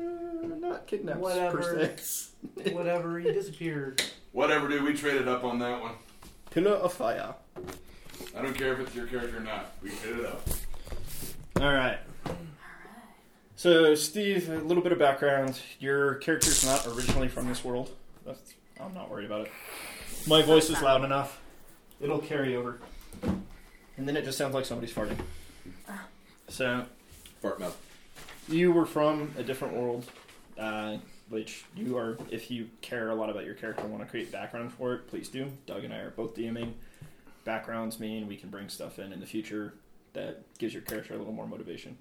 G: not kidnapped
E: Whatever.
G: per se.
E: Whatever. He disappeared.
C: Whatever, dude. We traded up on that one.
G: Pillar of fire.
C: I don't care if it's your character or not. We traded up.
G: All right. So, Steve, a little bit of background. Your character's not originally from this world. That's, I'm not worried about it. My voice is loud enough. It'll carry over. And then it just sounds like somebody's farting. So,
C: Fart mouth.
G: you were from a different world, uh, which you are, if you care a lot about your character and want to create background for it, please do. Doug and I are both DMing. Backgrounds mean we can bring stuff in in the future that gives your character a little more motivation.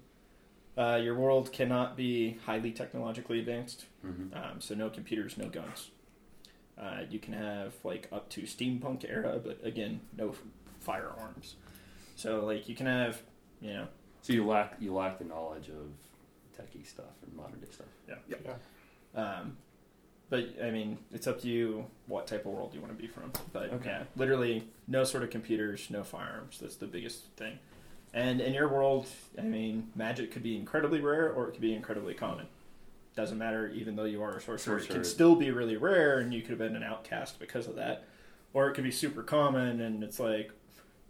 G: Uh, your world cannot be highly technologically advanced,
D: Mhm.
G: um, so no computers, no guns. Uh, you can have like up to steampunk era, but again, no f- firearms. So like you can have, you know,
D: So you lack you lack the knowledge of techie stuff and modern day stuff.
G: Um, but I mean, it's up to you what type of world you want to be from. But
D: Okay.
G: yeah, literally no sort of computers, no firearms. That's the biggest thing. And in your world, I mean, magic could be incredibly rare or it could be incredibly common. Doesn't matter, even though you are a sorcerer, it
D: Sorcerer.
G: can still be really rare, and you could have been an outcast because of that. Or it could be super common, and it's like,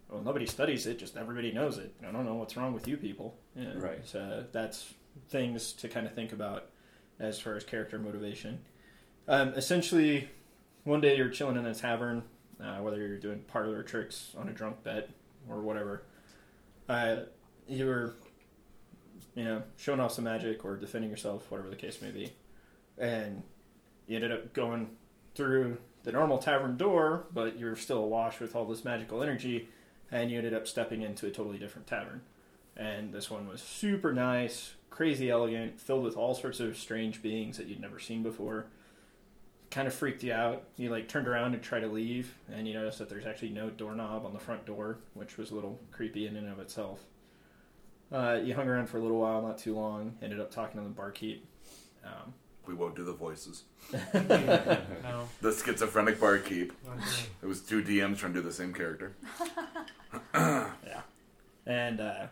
G: well, nobody studies it, just everybody knows it. I don't know what's wrong with you people. Yeah.
D: Right.
G: So that's things to kind of think about as far as character motivation. Um, essentially, one day you're chilling in a tavern, uh, whether you're doing parlor tricks on a drunk bet or whatever. Uh, you were, you know, showing off some magic or defending yourself, whatever the case may be, and you ended up going through the normal tavern door, but you're still awash with all this magical energy, and you ended up stepping into a totally different tavern. And this one was super nice, crazy elegant, filled with all sorts of strange beings that you'd never seen before. Kind of freaked you out. You like turned around and tried to leave, and you noticed that there's actually no doorknob on the front door, which was a little creepy in and of itself. Uh, you hung around for a little while, not too long. Ended up talking to the barkeep. Um,
C: We won't do the voices.
E: No.
C: The schizophrenic barkeep.
E: not doing
C: It was two DMs trying to do the same character.
G: And uh,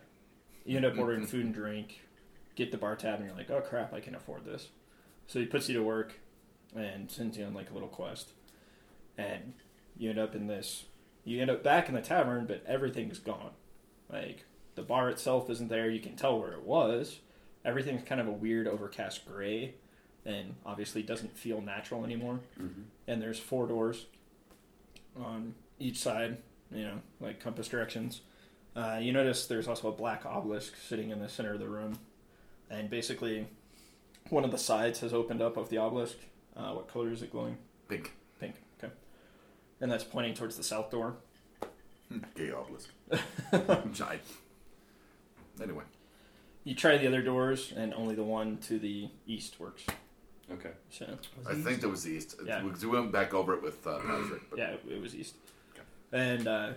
G: you end up ordering food and drink, get the bar tab, and you're like, oh crap, I can afford this. So he puts you to work and sends you on like a little quest. And you end up in this, you end up back in the tavern, but everything's gone. Like, the bar itself isn't there. You can tell where it was. Everything's kind of a weird overcast gray and obviously doesn't feel natural anymore.
D: Mm-hmm.
G: And there's four doors on each side, you know, like compass directions. Uh, you notice there's also a black obelisk sitting in the center of the room, and basically, one of the sides has opened up of the obelisk. Uh, what color is it glowing?
C: Pink.
G: Pink. Okay, and that's pointing towards the south door.
C: Hmm. Gay obelisk. Giant. Anyway.
G: You try the other doors, and only the one to the east works.
D: Okay.
G: So
E: Was
C: I
E: he-
C: think that was the East.
G: Yeah.
C: We went back over it with uh, Patrick. But
G: yeah, it, it was east.
C: Okay.
G: And uh,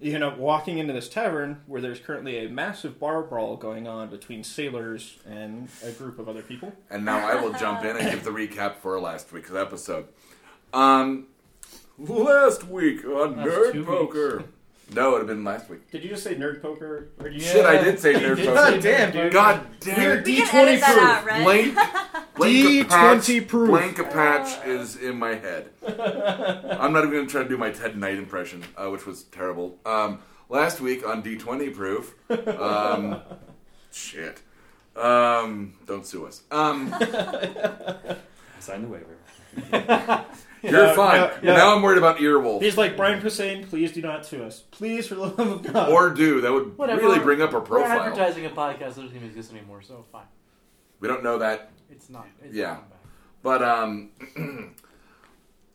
G: you end up walking into this tavern where there's currently a massive bar brawl going on between sailors and a group of other people.
C: And now I will jump in and give the recap for last week's episode. Um, last week on
E: That's two
C: Nerd
E: weeks.
C: Poker. No, it would have been last week.
G: Did you just say nerd poker? Or did you
C: Shit, I did say
G: You
C: Nerd
G: did
C: Poker.
G: say damn, dude.
C: God damn
G: Weird
C: it.
B: We can
G: D20
B: edit that
G: proof.
B: out, right?
C: Blank,
M: D20
C: blank a patch,
M: proof.
C: blank a patch is in my head. I'm not even going to try to do my Ted Knight impression, uh, which was terrible. Um, last week on D20 proof, um, shit. Um, don't sue us. Um,
D: Sign the waiver.
C: you're
G: Yeah,
C: fine.
G: yeah, yeah.
C: Now I'm worried about Earwolf.
G: He's like Brian Posehn. Please do not sue us. Please, for the love of God.
C: Or do that would
E: Whatever.
C: really bring up her
E: We're
C: profile.
E: advertising a podcast that doesn't even exist anymore, so fine.
C: We don't know that,
E: It's not. It's
C: Yeah.
E: Not back.
C: but um,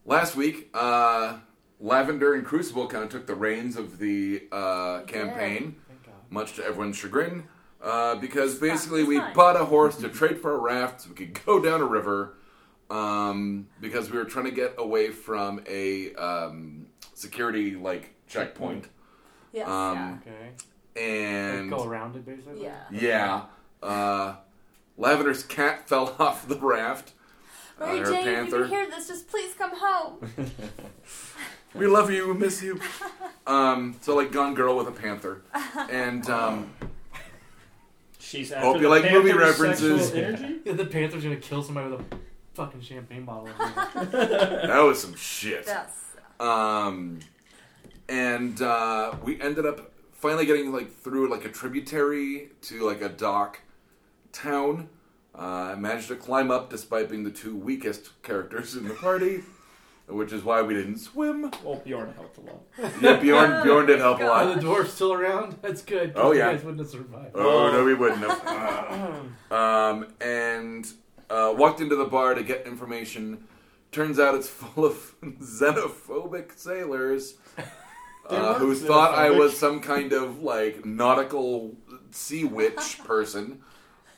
C: last week, uh, Lavender and Crucible kind of took the reins of the uh, campaign,
E: Thank God.
C: much to everyone's chagrin, uh, because basically
B: it's
C: we
B: fine.
C: bought a horse to trade for a raft so we could go down a river, um, because we were trying to get away from a um, security like checkpoint,
B: Yes.
C: Um,
E: Okay.
C: and
E: Go around it basically.
B: yeah. yeah.
C: Yeah. Uh, Lavender's cat fell off the raft. Uh,
B: Mary
C: her
B: Jane, if
C: panther.
B: you hear this, just please come home.
C: We love you. We miss you. Um, so like Gone Girl with a panther, and um,
G: She's
C: Hope
G: after
C: you
G: the
C: like movie
G: Panther's
C: references.
G: sexual energy.
E: Yeah, The Panther's gonna kill somebody with a fucking champagne bottle. in their hand.
C: that was some shit.
B: yes.
C: Um, and uh, we ended up finally getting like through like a tributary to like a dock town. Uh, I managed to climb up despite being the two weakest characters in the party, which is why we didn't swim.
G: Well, Bjorn helped a lot.
C: Yeah, Bjorn Bjorn did help a lot.
E: Are the dwarf's still around? That's good. 'cause
C: Oh,
E: you
C: yeah.
E: guys wouldn't have survived.
C: Oh, no, we wouldn't have. um, and uh, walked into the bar to get information. Turns out it's full of xenophobic sailors
G: They
C: uh,
G: weren't
C: who thought I
G: xenophobic.
C: was some kind of like nautical sea witch person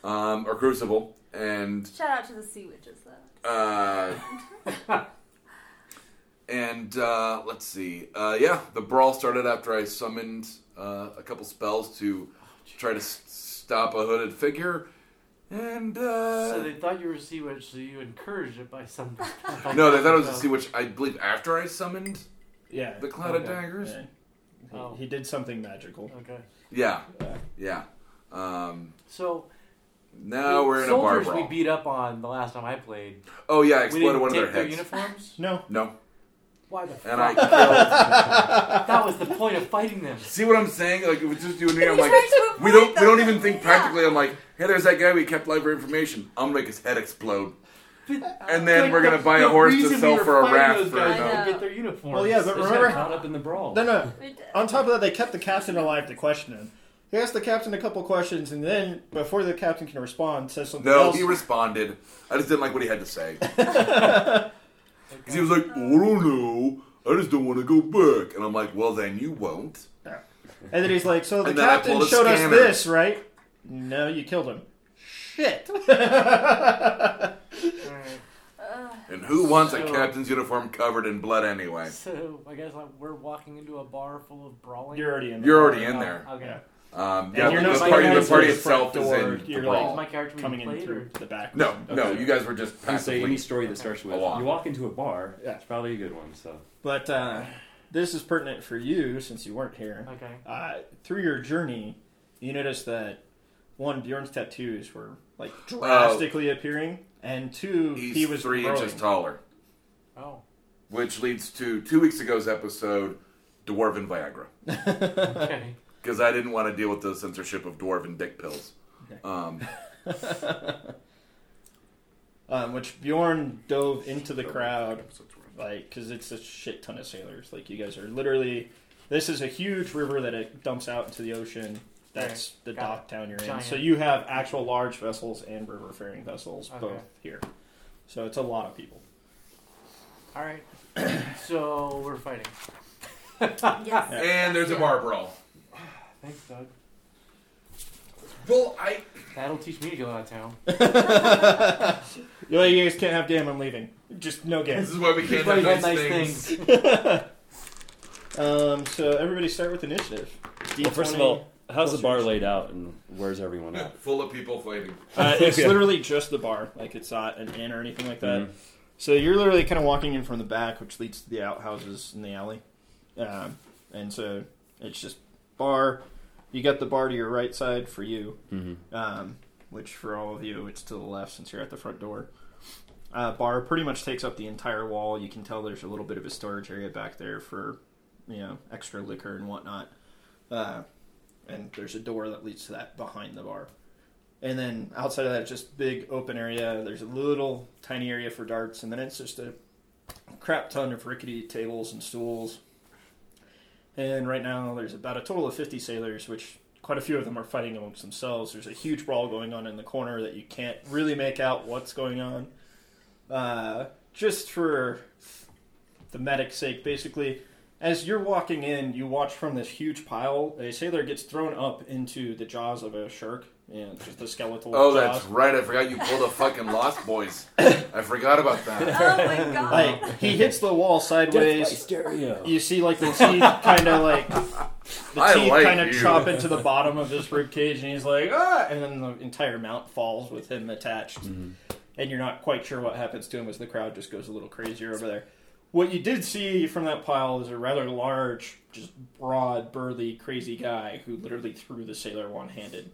C: um, or crucible, and
B: Shout out to the sea witches, though.
C: uh, and uh, let's see. Uh, yeah, the brawl started after I summoned uh, a couple spells to try to s- stop a hooded figure, and uh,
E: So they thought you were a sea witch, so you encouraged it by some.
C: no, they thought it was a sea witch. I believe after I summoned
N: Yeah.
C: the cloud of
E: Okay.
C: daggers.
N: yeah. He-
E: Oh.
N: He, did something magical.
G: Oh.
E: Okay.
C: Yeah,
N: Uh,
C: yeah. Um,
E: So
C: now
E: the
C: Uh, we're in a bar
E: soldiers we
C: brawl.
E: beat up on the last time I played.
C: Oh yeah, I
E: We
C: exploded
E: didn't
C: one of
E: take
C: their heads.
E: uniforms.
N: no.
C: No,
E: Why the fuck?
C: and I killed.
E: that was the point of fighting them.
C: See what I'm saying? Like it was just doing me. I'm like,
B: trying to
C: we don't
B: avoid
C: we don't
B: them.
C: even think practically. I'm like, hey, there's that guy we kept live for information. I'm gonna make his head explode, and then
E: Like,
C: we're gonna
E: the-
C: buy a
E: the
C: horse to
E: reason
C: sell
E: we were
C: for a
E: fighting
C: raft.
E: those
C: For,
E: guys
B: I
E: to
B: know.
E: get their uniforms.
G: Well, yeah, but
E: They just
G: remember-
E: got caught up in the brawl.
G: No, no.
B: We did.
C: Oh,
G: On top of that, they kept the captain alive to question him. He asked the captain a couple questions, and then before the captain can respond, says something
C: no,
G: else.
C: he responded. I just didn't like what he had to say. 'Cause he was like, "Oh, I don't know. I just don't want to go back. And I'm like, well, then you won't.
G: and then he's like, "So the
C: And then I
G: captain
C: pulled a
G: showed us
C: scanner.
G: this, right? No, you killed him. Shit."
E: Alright.
C: And who wants a
E: So-
C: captain's uniform covered in blood anyway?
E: So I guess like, we're walking into a bar full of brawling.
G: You're already in. The
C: You're already
E: Oh,
C: in there.
E: Okay.
G: Yeah.
C: Um,
G: And
C: yeah,
G: you're
C: the,
G: not
C: party, the
G: recognized
C: party
G: by the front
C: itself is in
G: door.
C: the
G: You're
E: Like, is
C: brawl.
E: my character
G: coming
E: being
G: in
E: played,
G: through
E: or
G: the back.
C: No, no,
G: Okay.
C: you guys were just
D: I say any
C: passively.
D: story that starts with
C: A walk.
D: you walk into a bar.
G: Yeah.
D: It's probably a good one. So
G: But uh, this is pertinent for you since you weren't here.
E: Okay.
G: Uh, through your journey, you noticed that one Bjorn's tattoos were like drastically appearing, and two
C: Oh. He's
G: he was
C: three
G: growing.
C: inches taller,
E: Oh.
C: which leads to two weeks ago's episode, Dwarven Viagra.
E: Okay.
C: Because I didn't want to deal with the censorship of Dwarven dick pills. Um,
G: um, which Bjorn dove into the crowd
C: episodes were-
G: like because it's a shit ton of sailors. Like you guys are literally this is a huge river that it dumps out into the ocean. That's the
E: Got
G: dock town you're in.
E: Giant.
G: So you have actual large vessels and river faring vessels
E: Okay.
G: both here. So it's a lot of people.
E: All right. so we're fighting.
B: Yes.
C: And there's a bar brawl.
E: Thanks, Doug.
C: Well, I
E: That'll teach me to go out of town.
G: You know, you guys can't have damn. I'm leaving. Just no
C: this
G: games.
C: is why we can't have
E: Everybody
C: nice,
E: had nice
C: things.
E: things.
G: Um, so everybody start with initiative.
D: well, first of
G: D20.
D: all, how's the bar
G: Closer.
D: laid out and where's everyone at?
C: Full of people fighting.
G: Uh, it's
D: Okay.
G: literally just the bar, like it's not an inn or anything like that.
D: Mhm.
G: So you're literally kind of walking in from the back, which leads to the outhouses in the alley, um, and so it's just bar. You got the bar to your right side for you,
D: Mhm.
G: um, which for all of you it's to the left since you're at the front door. Uh, bar pretty much takes up the entire wall. You can tell there's a little bit of a storage area back there for you know extra liquor and whatnot. Uh, and there's a door that leads to that behind the bar. And then outside of that, just big open area. There's a little tiny area for darts, and then it's just a crap ton of rickety tables and stools. And right now, there's about a total of 50 sailors, which quite a few of them are fighting amongst themselves. There's a huge brawl going on in the corner that you can't really make out what's going on. Uh, just for the medic's sake, basically, as you're walking in, you watch from this huge pile. A sailor gets thrown up into the jaws of a shark, and just the skeletal.
C: Oh,
G: jaws.
C: that's right. I forgot you pulled a fucking Lost Boys. I forgot about that.
B: Oh my god.
G: Like he hits the wall sideways. You see, like the teeth kind of like the
C: I
G: teeth
C: like
G: kind of
C: you.
G: chop into the bottom of his rib cage, and he's like, ah, and then the entire mount falls with him attached,
C: Mm-hmm.
G: and you're not quite sure what happens to him as the crowd just goes a little crazier over there. What you did see from that pile is a rather large, just broad, burly, crazy guy who literally threw the sailor one-handed.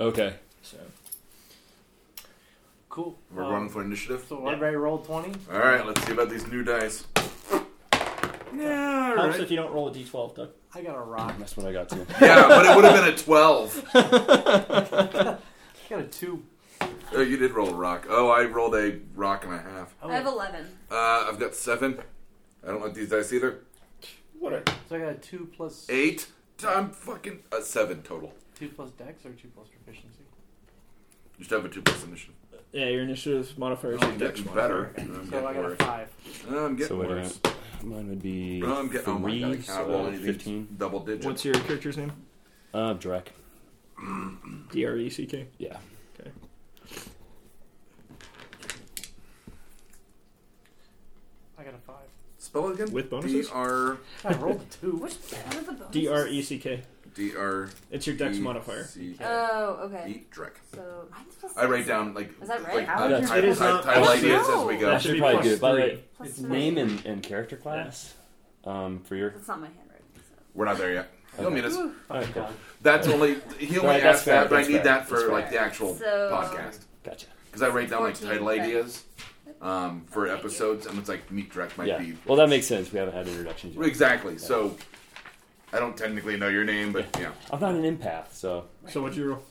D: Okay.
G: So
E: Cool.
C: We're
E: Um,
C: running for initiative.
E: So everybody rolled 20?
C: All right, let's see about these new dice. Yeah, all
G: helps
C: right.
G: if you don't roll a d12, Doug.
E: I got a rock.
D: That's what I got to.
C: Yeah, but it would have been a 12.
E: I got a 2.
C: Oh, you did roll a rock. Oh, I rolled a rock and a half.
E: Oh,
B: I have 11.
C: Uh, I've got seven. I don't like these dice either.
G: Whatever.
E: so I got a 2 plus
C: Eight. I'm fucking uh, seven total.
E: 2 plus dex or 2 plus proficiency?
C: You should have a two plus initiative.
G: Yeah, your initiative modifier
C: I'm
G: is your
C: getting
G: dex
C: better. I'm
E: So I
C: getting
E: got a
C: worse.
E: 5.
C: I'm getting
D: So wait a
C: worse.
D: Mine would be
C: No, I'm getting. Oh my
D: three,
C: god, I cannot roll
D: so
C: anything.
D: fifteen.
C: Double digit.
G: What's your character's name?
D: Uh, Drek.
G: D R E C K.
D: Yeah.
G: Okay.
E: I got a five.
C: Spell it again.
G: With bonuses?
C: D R
E: I rolled a two.
B: Which what are the bonuses?
G: D R E C K.
C: D R E
G: It's your dex modifier.
C: C K.
B: Oh, okay.
C: D Drek.
B: So mine's plus
C: I write
B: six.
C: down like
B: Is that
C: like
B: right?
C: I,
D: That's-
C: I,
G: It is
C: I,
G: not-
C: I, like
B: No.
C: this as we go.
D: That should
G: be
D: probably
G: plus
D: do it. By the way,
B: Plus
E: It's
B: three.
D: name and, and character class um, for your.
B: That's not my handwriting. So.
C: We're not there yet. He'll
D: Okay.
C: meet us.
D: All right, cool.
C: That's only he only
D: Right, that's
C: asked
D: fair,
C: that, but I
D: that's
C: need
D: fair,
C: that for
D: that's
C: like the actual
B: So-
C: podcast
D: Gotcha.
C: because I write down like
B: 14,
C: title
B: but-
C: ideas um, for episodes, and it's like meet Drek might
D: yeah.
C: be
D: Well, that makes sense. We haven't had introductions yet.
C: exactly. So I don't technically know your name, but yeah.
D: I'm not an empath, so
G: So what'd you roll?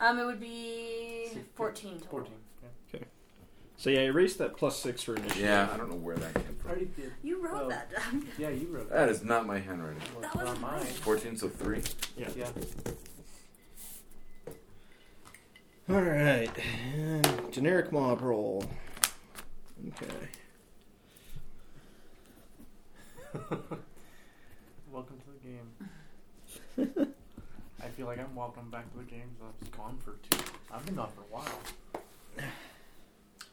B: Um, it would be fourteen total.
E: Fourteen. Yeah.
G: So yeah, erase that plus six for initiative.
C: Yeah, I don't know where that came
E: I
C: from.
E: already did.
B: You wrote
E: Oh.
B: that down.
E: Yeah, you wrote it.
C: That is not my handwriting.
E: Well,
B: That
E: it's not
B: was
E: mine.
B: mine.
C: 14, so 3.
E: Yeah.
G: All right. And generic mob roll. Okay.
E: Welcome to the game. I feel like I'm welcome back to the game. 'cause I was gone for two. I've been gone for a while.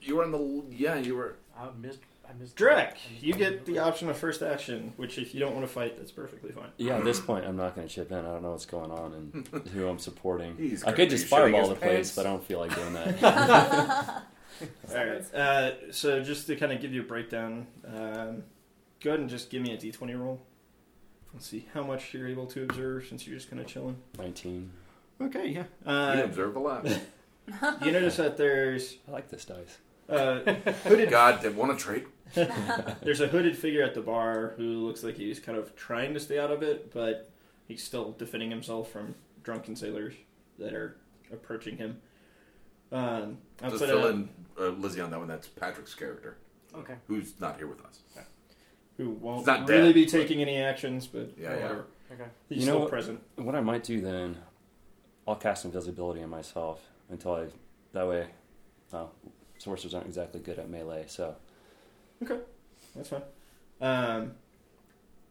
C: You were on the. Yeah, you were.
E: I missed. I missed.
G: Drek,
E: I missed
G: you
E: the-
G: get the option of first action, which if you don't want to fight, that's perfectly fine.
D: yeah. At this point, I'm not going to chip in. I don't know what's going on and who I'm supporting.
C: He's
D: I could just
C: currently
D: fireball the
C: shitting his pants.
D: place, but I don't feel like doing that.
G: All right. Uh, so just to kind of give you a breakdown, um, go ahead and just give me a d20 roll. Let's see how much you're able to observe since you're just kind of chilling.
D: Nineteen.
G: Okay, yeah.
C: you
G: Uh,
C: observe a lot.
G: you notice that there's
D: I like this dice.
G: uh, hooded,
C: God, did want to trade?
G: there's a hooded figure at the bar who looks like he's kind of trying to stay out of it, but he's still defending himself from drunken sailors that are approaching him. Um,
C: Just
G: outside
C: fill
G: of-
C: in uh, Lizzie on that one. That's Patrick's character,
E: Okay.
C: who's not here with us.
G: who won't
C: He's not
G: really
C: dead,
G: be
C: but-
G: taking any actions, but
C: Yeah, yeah.
G: whatever.
E: Okay.
G: He's
D: You know
G: still
D: what-
G: present.
D: What I might do then, I'll cast invisibility on myself until I. That way, well, sorcerers aren't exactly good at melee, so
G: That's fine. Um,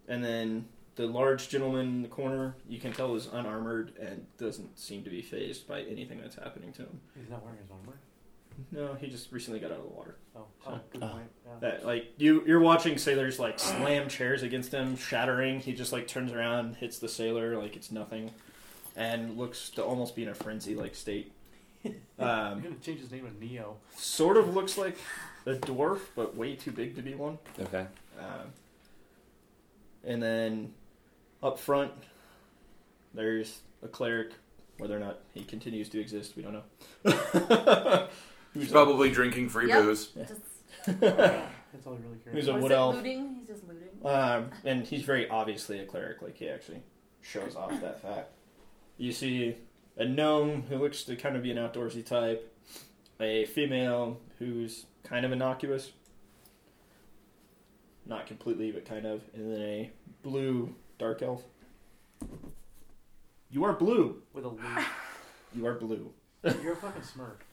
G: and then the large gentleman in the corner, you can tell is unarmored and doesn't seem to be phased by anything that's happening to him.
E: He's not wearing his armor.
G: No, he just recently got out of the water.
E: Oh. Oh. Good
D: Oh.
E: point. Yeah.
G: That like you, you're watching sailors like slam chairs against him, shattering. He just like turns around, hits the sailor like it's nothing, and looks to almost be in a frenzy like state.
E: I'm
G: Um,
E: gonna change his name to Neo.
G: sort of looks like a dwarf, but way too big to be one.
D: okay.
G: Um, and then up front, there's a cleric. Whether or not he continues to exist, we don't know.
C: He's
G: who's, a,
C: probably drinking free
B: Yep.
C: booze.
B: Just
E: That's all I really care.
G: who's a
B: was
E: about.
G: wood
B: it
G: elf.
B: looting? He's just looting.
G: Um, and he's very obviously a cleric. Like, he actually shows off that fact. You see a gnome who looks to kind of be an outdoorsy type, a female who's kind of innocuous. Not completely, but kind of. And then a blue dark elf. You are blue.
E: with a leaf.
G: You are blue.
E: You're a fucking smirk.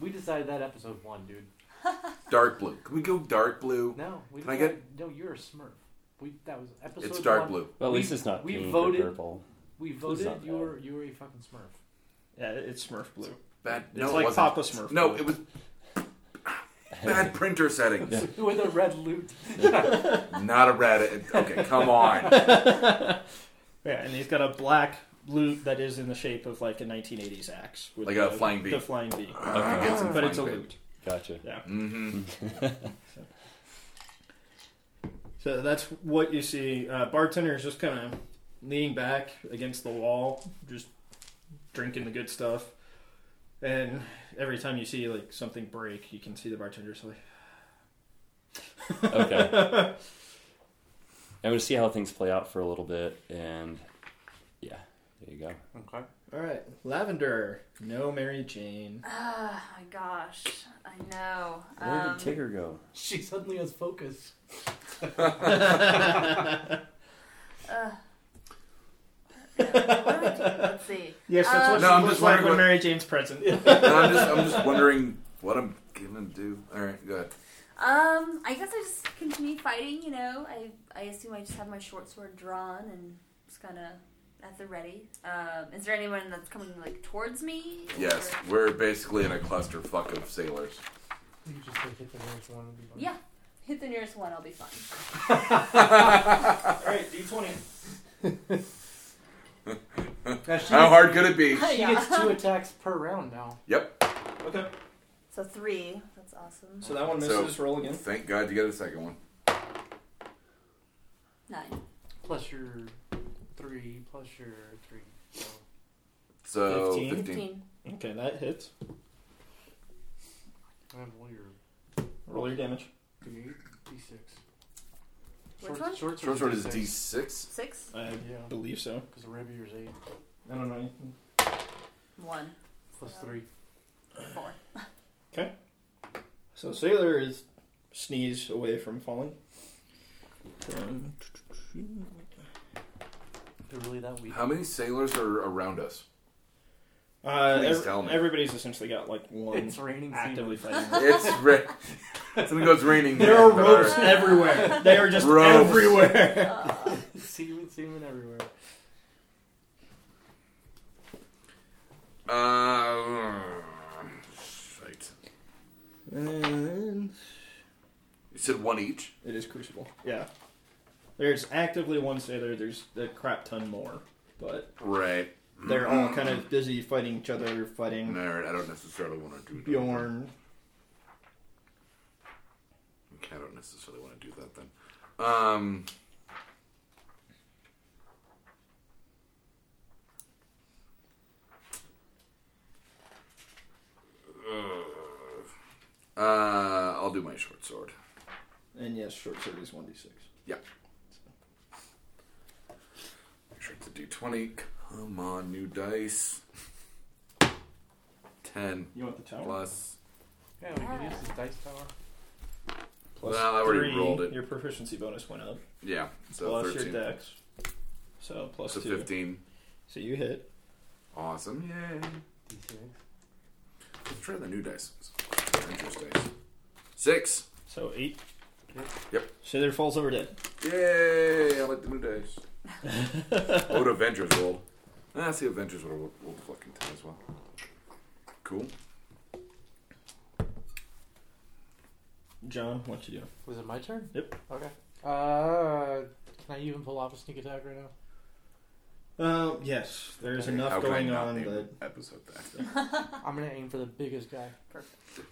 E: We decided that episode one, dude.
C: Dark blue. Can we go dark blue?
E: No, we
C: Can I
E: decided- No, you're a smurf. We that was episode.
C: It's dark
E: one.
C: blue.
D: Well, at
E: We-
D: least it's not
E: we
D: pink
E: voted-
D: or purple.
E: We
D: not
E: voted
D: bad.
E: you were you were a fucking smurf.
G: Yeah, it's Smurf blue.
C: Bad.
G: It's
C: No, it
G: like
C: wasn't.
G: Papa Smurf.
C: No,
G: blue.
C: it was bad printer settings.
E: with a red loot.
C: Not a red. it- Okay, come on.
G: Yeah, and he's got a black loot that is in the shape of like a 1980s axe, with
C: Like a
G: the-
C: flying bee.
G: The flying bee,
D: Okay.
G: but it's a loot.
D: Gotcha.
G: Yeah.
C: Mm-hmm.
G: So that's what you see. Uh, bartender is just kind of leaning back against the wall, just drinking the good stuff. And every time you see like something break, you can see the bartender's like,
D: Okay. I'm going to see how things play out for a little bit, and yeah, there you go.
E: Okay.
G: "All right, lavender, no Mary Jane."
B: Oh my gosh, I know.
D: Where
B: Um,
D: did Tigger go?
E: She suddenly has focus.
B: what do I do? Let's see.
G: Yes, that's what
C: No,
G: she
C: I'm
G: looks
C: just wondering
G: like when
C: what-
G: Mary Jane's present.
C: And I'm just, I'm just wondering what I'm Give and do. All right, go ahead.
B: Um, I guess I just continue fighting, you know. I I assume I just have my short sword drawn and just kind of at the ready. Um, is there anyone that's coming like towards me?
C: Yes,
B: Or-
C: we're basically in a clusterfuck of sailors.
E: You just like hit the nearest one. and be like,
B: Yeah. Hit the nearest one, I'll be fine.
G: All right, d20.
E: Now, she,
C: How hard could it be?
E: She gets two attacks per round now.
C: Yep.
G: Okay.
B: So three. That's awesome.
G: So that one
C: So-
G: misses. roll again.
C: Thank God you got a second one.
B: Nine.
E: Plus your three, plus your three. So
C: So
G: 15?
C: 15.
B: Fifteen.
G: Okay, that hits.
E: and roll your
G: Roll your damage.
E: grenade d6.
B: Which one?
E: Short
C: Short sword is
E: D6.
C: D6.
B: Six.
G: I
E: Yeah,
G: believe so.
E: because the rapier is eight
G: I don't know.
B: One.
E: plus
B: Yeah.
E: three.
B: Four.
G: So Sailor is sneeze away from falling. Um,
E: They're really that weak.
C: How many sailors are around us?
G: Uh,
C: Please
G: ev-
C: tell me.
G: Everybody's essentially got like one
E: It's raining.
G: actively
E: semen.
G: fighting.
C: It's ra- something goes raining.
G: There are
C: but all
G: ropes
C: right.
G: everywhere. They are just
C: Ropes.
G: everywhere.
E: semen, semen everywhere.
C: Uh, shite.
G: And
C: You said one each.
G: it is crucible. Yeah. There's actively one sailor. There's a crap ton more, but
C: Right.
G: they're all kind of busy fighting each other, fighting
C: Nerd, I don't necessarily want to do that.
G: Bjorn.
C: Okay, I don't necessarily want to do that then. Um, uh, I'll do my short sword.
G: And yes, short sword is one d six.
C: Yeah. Make sure it's a d20. Come on, new dice. 10
G: You want the tower?
C: plus.
E: Yeah, we can
B: Ah.
E: use this dice tower.
G: Plus
C: Well, I already rolled it.
G: Your proficiency bonus went up.
C: Yeah, so
G: plus
C: 13.
G: your dex. So plus
C: so
G: two.
C: 15.
G: So you hit.
C: Awesome, yay.
E: D6.
C: Let's try the new dice. Avengers dice. Six.
G: So eight.
C: Yep.
G: Sailor falls over dead.
C: Yay! I like the new dice. what would Avengers roll? Ah, see, Avengers would have rolled fucking ten as well. Cool.
G: John, what you do?
E: Was it my turn?
G: Yep.
E: Okay. Uh, can I even pull off a sneak attack right now?
G: Um, yes, there's
C: Okay,
G: enough
C: how can I
G: going
C: not
G: on
C: name
G: that.
C: an episode that.
E: I'm gonna aim for the biggest guy.
B: Perfect.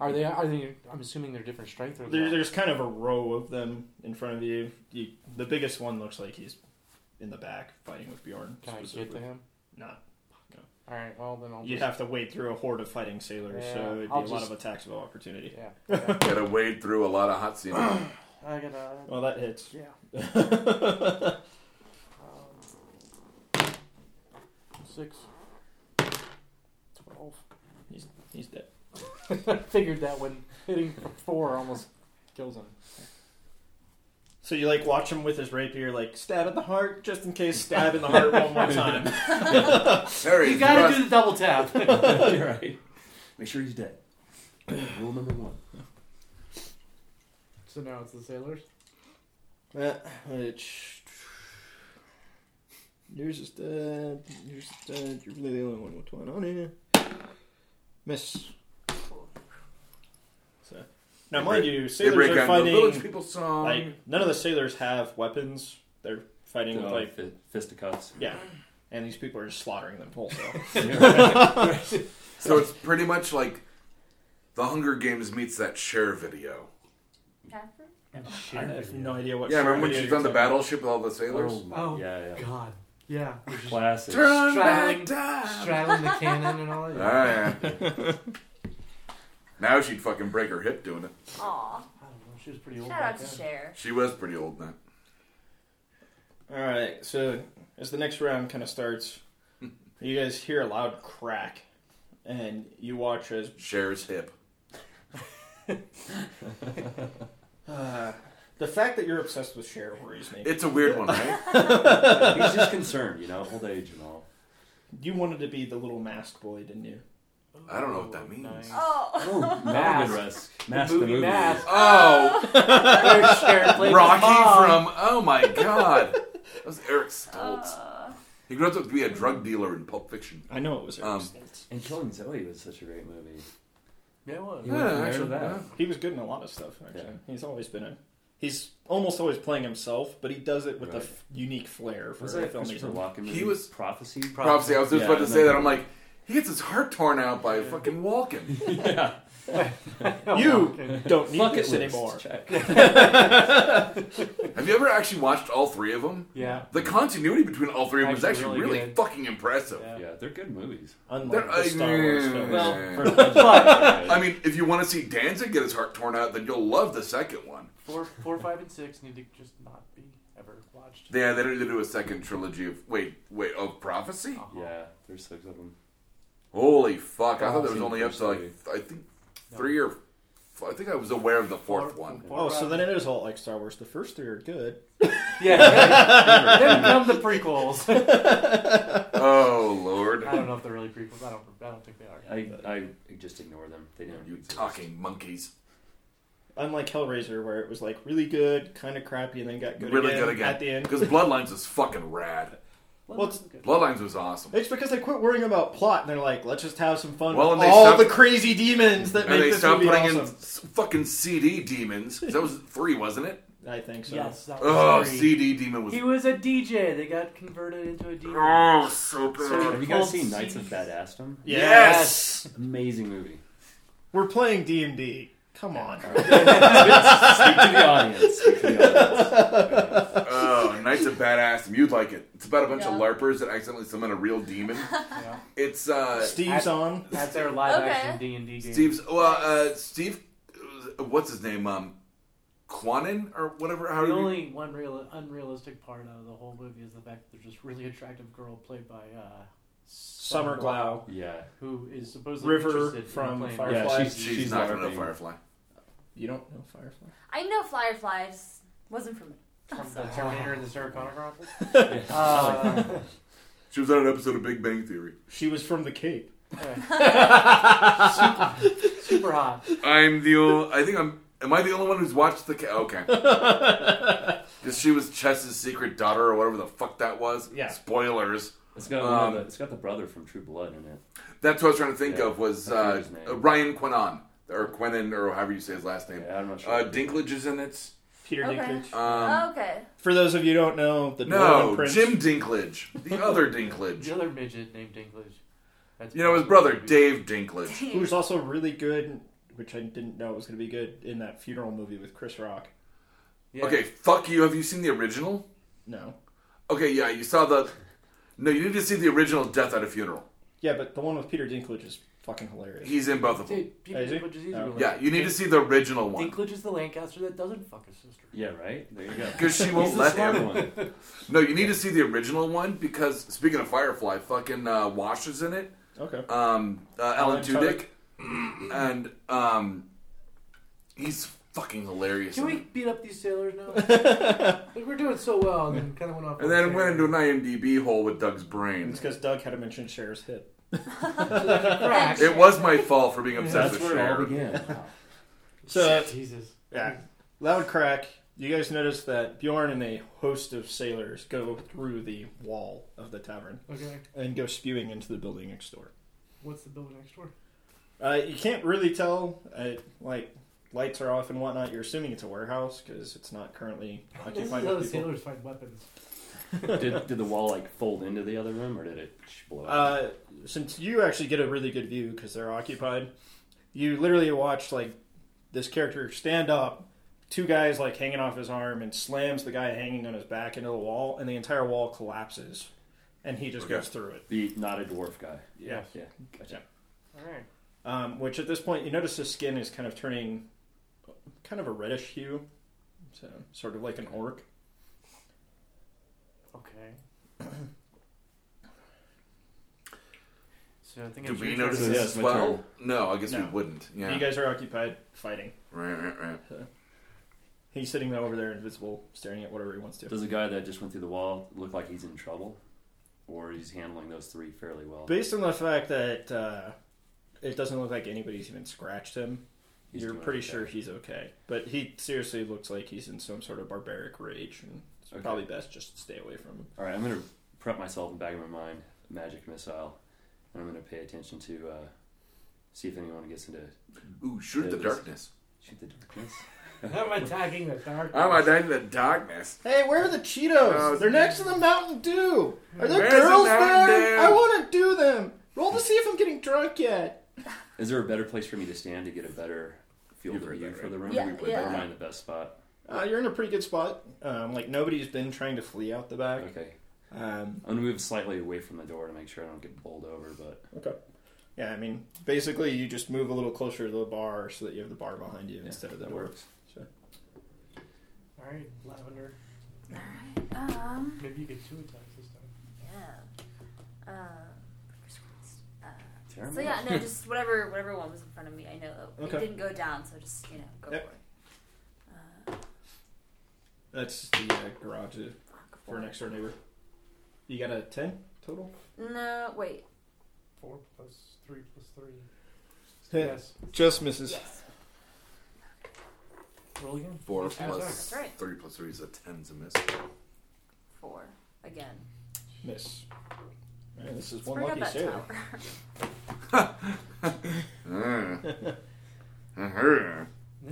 E: Are they? Are they? I'm assuming they're different strength. or
G: There,
E: not.
G: there's kind of a row of them in front of you. you. The biggest one looks like he's in the back fighting with Bjorn.
E: Can I get to
G: specifically.
E: him?
G: Not.
E: All right. Well, then I'll.
G: You'd
E: just,
G: have to wade through a horde of fighting sailors,
E: Yeah,
G: so it'd be
E: I'll
G: a lot
E: just-
G: of attacks of opportunity.
E: Yeah. yeah.
C: Gotta wade through a lot of hot scenes.
E: I gotta.
G: Well, that hits.
E: Yeah. Um, Six. Twelve.
G: He's dead.
E: Figured that when hitting four almost kills him.
G: So you like watch him with his rapier, like stab in the heart, just in case. Stab in the heart one more time.
C: Harry,
E: You gotta
C: thrust-
E: do the double tap.
D: You're right. Make sure he's dead. Rule number one.
E: so now it's the sailors.
G: Uh, which yours is dead. Yours is dead. You're really the only one with one on it. Miss. So now,
C: They
G: mind
C: break-
G: you,
C: They
G: sailors
C: break
G: are
C: out the village
G: fighting.
C: people song.
G: Like none of the sailors have weapons. They're fighting with like
D: fi- fisticuffs.
G: yeah, and these people are just slaughtering them wholesale.
C: so it's pretty much like the Hunger Games meets that share video.
B: Catherine?
E: Oh,
G: I have no idea what.
C: Yeah, remember when
G: video
C: she's
G: you're
C: on the
G: talking about.
C: battleship with all the sailors?
D: Oh,
E: Oh.
D: yeah, yeah.
E: God. Yeah.
D: Classic.
C: Turn
E: Straddling-
C: back time.
E: Straddling the cannon and all that.
C: Ah, yeah. now she'd fucking break her hip doing it.
B: Aw.
E: I don't know. She was pretty old.
B: Shout
E: back
B: out to
E: then.
B: Cher.
C: She was pretty old then.
G: All right, so as the next round kind of starts, you guys hear a loud crack, and you watch as
C: Cher's hip.
G: uh, the fact that you're obsessed with Cher worries me.
C: It's a weird one, right?
D: He's just concerned, you know, old age and all.
G: you wanted to be the little masked boy, didn't you?
C: I don't know what that means.
E: Nice.
B: Oh.
D: Oh,
E: Mask.
D: Mask. Risk. Mask the
E: movie
D: movie.
E: Mask.
C: Oh,
E: There's Sharon Blake's
C: Rocky
E: mom.
C: from Oh my God. That was Eric Stoltz.
B: Uh,
C: He grew up to be a drug dealer in Pulp Fiction.
G: I know it was Eric
C: Um,
G: Stoltz.
D: And Killing Zoe was such a great movie.
E: Yeah, it was.
D: You would've
C: Yeah,
D: married
C: actually,
D: that.
C: yeah.
G: He was good in a lot of stuff. Actually,
D: Yeah.
G: he's always been a. He's almost always playing himself, but he does it with a
D: Right.
G: f- unique flair for
D: Was
G: a
D: that
G: film.
D: Christopher Walken movie?
C: He was-
D: Prophecy.
C: Prophecy. I was just
D: Yeah,
C: about to
D: I
C: say that. I'm
D: remember.
C: like, he gets his heart torn out by fucking Walken.
D: yeah.
G: You don't need
D: Bucket
G: this
D: list.
G: anymore.
D: Check.
C: Have you ever actually watched all three of them?
E: Yeah.
C: The continuity between all three of them is
E: Actually
C: actually
E: really
C: really,
E: good.
C: fucking impressive.
E: Yeah.
D: Yeah, they're good movies.
G: Unlike
C: They're-
G: the Star Wars films.
C: Well, I mean, if you want to see Danzig get his heart torn out, then you'll love the second one.
E: Four, four, five, and six need to just not be ever watched.
C: Yeah, they did do a second trilogy of wait, wait, of prophecy.
D: yeah, there's six of them.
C: Holy fuck! I thought there
D: I've
C: was
D: seen
C: only
D: the
C: up to like I think three or f- I think I was aware of the fourth one.
E: Four,
G: oh, so
E: five-
G: then it is all like Star Wars. The first three are good.
E: Yeah. then- then come the prequels.
C: Oh lord,
E: I don't know if they're really prequels. I don't. I don't think they are.
D: I, I just ignore them. They don't.
C: you
D: exist.
C: talking monkeys!
G: Unlike Hellraiser, where it was like really good, kind of crappy, and then got good,
C: really
G: again
C: good again
G: at the end.
C: because Bloodlines is fucking rad.
G: Well, it's,
C: Bloodlines was awesome.
G: it's because they quit worrying about plot and they're like, let's just have some fun
C: Well,
G: with
C: and they
G: all
C: stopped-
G: the crazy demons that
C: And
G: make
C: they
G: this
C: stopped
G: movie
C: putting in
G: awesome.
C: s- fucking CD demons. 'Cause That was three, wasn't it?
G: I think so.
E: Yes. That was
C: Oh,
E: three.
C: CD demon was.
E: He was a DJ. They got converted into a DJ.
C: Oh, so good.
D: Have you guys seen Knights of Badassdom?
G: Yes.
C: Yes!
D: Amazing movie.
G: We're playing D and D. Come on.
D: Speak to the audience. Speak to the audience.
C: Oh, Knights of Badass. You'd like it. It's about a bunch
B: Yeah.
C: of LARPers that accidentally summon a real demon.
E: Yeah.
C: It's uh,
G: Steve's on.
E: That's their live
B: Okay.
E: action D and D game.
C: Steve's. Well, uh, Steve. What's his name? Um, Quanin or whatever. How
E: The
C: do you?
E: only one real unrealistic part of the whole movie is the fact that there's this really attractive girl played by uh,
G: Summer Glau.
D: Yeah.
E: who is supposedly
G: River
E: interested
G: from
E: in playing.
G: Firefly.
D: Yeah, she's,
C: She's, not gonna know
D: LARPing.
C: Firefly.
G: You don't know Firefly.
B: I know Fireflies wasn't for me.
E: from the Terminator and the Sarah Connor Chronicles.
D: Yeah.
E: Uh,
C: She was on an episode of Big Bang Theory.
G: She was from the Cape.
E: super hot.
C: I'm the. o- I think I'm. Am I the only one who's watched the? Ca- okay. Because she was Chess's secret daughter or whatever the fuck that was.
G: Yeah.
C: Spoilers.
D: It's got one
C: Um,
D: of the, it's got the brother from True Blood in it.
C: That's what I was trying to think
D: Yeah,
C: of. Was
D: I forget
C: uh,
D: his name.
C: Ryan Quinan or Quinnen or however you say his last name.
D: Yeah, I'm not sure.
C: Uh, Dinklage is in it.
G: Peter
B: Okay.
G: Dinklage.
C: Um,
B: okay.
G: For those of you who don't know, the Northern
C: no,
G: Prince.
C: Jim Dinklage, the other
E: The
C: Dinklage.
E: other midget named Dinklage. That's
C: You know his brother, Dave Dinklage.
G: who was also really good, which I didn't know was going to be good in that funeral movie with Chris Rock.
E: Yeah.
C: Okay, fuck you. Have you seen the original?
G: No.
C: Okay, yeah, you saw the. No, you need to see the original Death at a Funeral.
G: Yeah, but the one with Peter Dinklage is fucking hilarious.
C: He's in both of them.
E: Dude, people
G: Is he?
E: Dinklage is easy.
G: Oh.
E: to
C: Yeah, you need to see the original one
E: Dinklage is the Lancaster that doesn't fuck his sister.
D: Yeah, right? There you go.
C: because she
D: He's
C: won't
D: the
C: let
D: smart
C: him.
D: one.
C: No, you need to see the original one because speaking of Firefly, fucking uh, Wash is in it.
G: okay.
C: um, uh, Alan
G: Alan
C: Tudyk, and um, he's fucking hilarious.
E: Can we beat up these sailors now? like we're doing so well, and then kind of went off.
C: And
E: on a
C: then went into
E: tangent.
C: an IMDb hole with Doug's brain.
G: It's because Doug had to mention Cher's hip.
E: Crack.
C: It was my fault for being obsessed
D: That's
C: with
D: where it all
C: Cher.
D: began.
G: So,
E: Jesus.
G: yeah. Loud crack. You guys notice that Bjorn and a host of sailors go through the wall of the tavern
E: Okay.
G: and go spewing into the building next door.
E: What's the building next door?
G: Uh, you can't really tell. Uh, like lights are off and whatnot. You're assuming it's a warehouse because it's not currently
E: This is
G: occupied
E: how the
G: with people.
E: sailors find weapons.
D: Did, did the wall like fold into the other room or did it blow up?
G: Uh, since you actually get a really good view because they're occupied, you literally watch like this character stand up, two guys like hanging off his arm, and slams the guy hanging on his back into the wall, and the entire wall collapses, and he just
C: Okay.
G: goes through it.
D: the not a dwarf guy.
G: Yeah.
D: Yeah. Gotcha.
E: All right.
G: Um, which at this point you notice his skin is kind of turning, kind of a reddish hue, so sort of like an orc.
E: Okay. So I think
C: Did
E: it's
C: we
E: your
C: notice
D: So,
E: turn.
D: yeah,
C: this
D: it's
C: as
D: my
C: well?
D: turn.
C: No, I guess we
G: No.
C: wouldn't. Yeah.
G: You guys are occupied fighting.
C: right, right, right.
G: He's sitting there over there, invisible, staring at whatever he wants to.
D: Does a guy that just went through the wall look like he's in trouble? Or he's handling those three fairly well?
G: Based on the fact that uh, it doesn't look like anybody's even scratched him.
D: He's
G: You're
D: doing
G: pretty
D: okay.
G: sure he's okay, but he seriously looks like he's in some sort of barbaric rage, and it's
D: Okay.
G: probably best just to stay away from him.
D: All right, I'm gonna prep myself in the back of my mind a magic missile, and I'm gonna pay attention to uh, see if anyone gets into
C: Ooh, shoot the
D: Yeah, this-
C: darkness.
D: shoot the darkness.
E: I'm attacking the dark.
C: I'm attacking the darkness.
G: Hey, where are the Cheetos?
C: Oh,
G: They're next to the Mountain Dew. Are there
C: Where's the
G: girls there?
C: Mountain Dew?
G: I want to do them. Roll to see if I'm getting drunk yet.
D: Is there a better place for me to stand to get a better field
C: You've
D: of
C: heard
D: view
C: that,
D: for
C: right?
D: the room?
B: Yeah,
D: Never
B: yeah.
D: mind the best spot.
G: Uh, you're in a pretty good spot. Um, like nobody's been trying to flee out the back.
D: Okay,
G: Um,
D: I'm gonna move slightly away from the door to make sure I don't get bowled over. But
G: okay. Yeah, I mean, basically, you just move a little closer to the bar so that you have the bar behind you instead of the door. So,
E: All right, lavender.
B: Alright. Um.
E: Maybe you get two attacks this time.
B: Yeah. Uh. fingers crossed. Uh,
D: Terrible.
B: so yeah, no, just whatever, whatever one was in front of me. I know it
G: Okay.
B: didn't go down, so just you know, go
G: Yep.
B: for it. Uh,
G: that's the uh, garage
B: fuck,
G: for
B: four.
G: next door neighbor. You got a 10 total?
B: No, wait.
E: Four plus three plus three.
G: Yeah.
E: Yes.
G: Just misses.
B: Yes.
E: Roll again.
C: Four
E: That's
C: plus
B: right. That's right.
C: three plus three is a ten's a miss.
B: Four again.
G: Miss. Man, this is
B: Let's bring
G: one
B: out
G: lucky
B: that
G: sailor.
B: tower.
C: Mm. Uh-huh.
E: Yeah,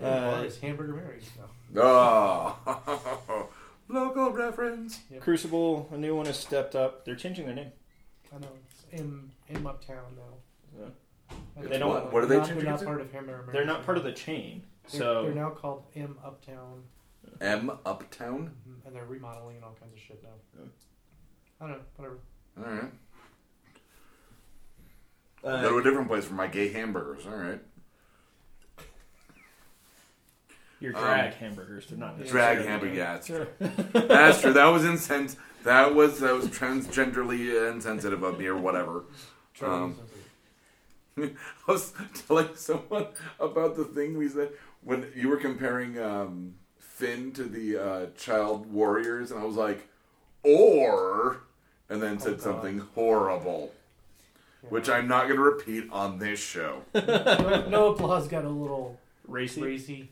G: Uh,
E: or it's hamburger Mary's. No.
C: oh, local reference.
G: Crucible, a new one has stepped up. They're changing their name.
E: I know it's in in uptown now. I
G: They
E: know,
G: don't-
E: uh,
C: what are they
E: not- They're
C: changing it
E: not
C: to?
E: part of hamburger Mary's.
G: They're not part of the chain,
E: They're,
G: so
E: they're now called M Uptown, mm-hmm,
C: M Uptown.
E: and they're remodeling and all kinds of shit now.
G: Yeah.
E: I don't know. Whatever.
C: All right.
G: uh,
C: Go to a different place for my gay hamburgers. All right.
G: your
C: um,
G: drag hamburgers. They're not
C: Drag
G: necessarily-
C: hamburger. Yeah, that's true. That's true. That was insens. That was that was transgenderly insensitive of me or whatever. Um, I was telling someone about the thing we said when you were comparing um, Finn to the uh, child warriors, and I was like, or, and then said
E: God.
C: something horrible, which I'm not going to repeat on this show.
E: no applause got a little
G: Racy.
E: racy.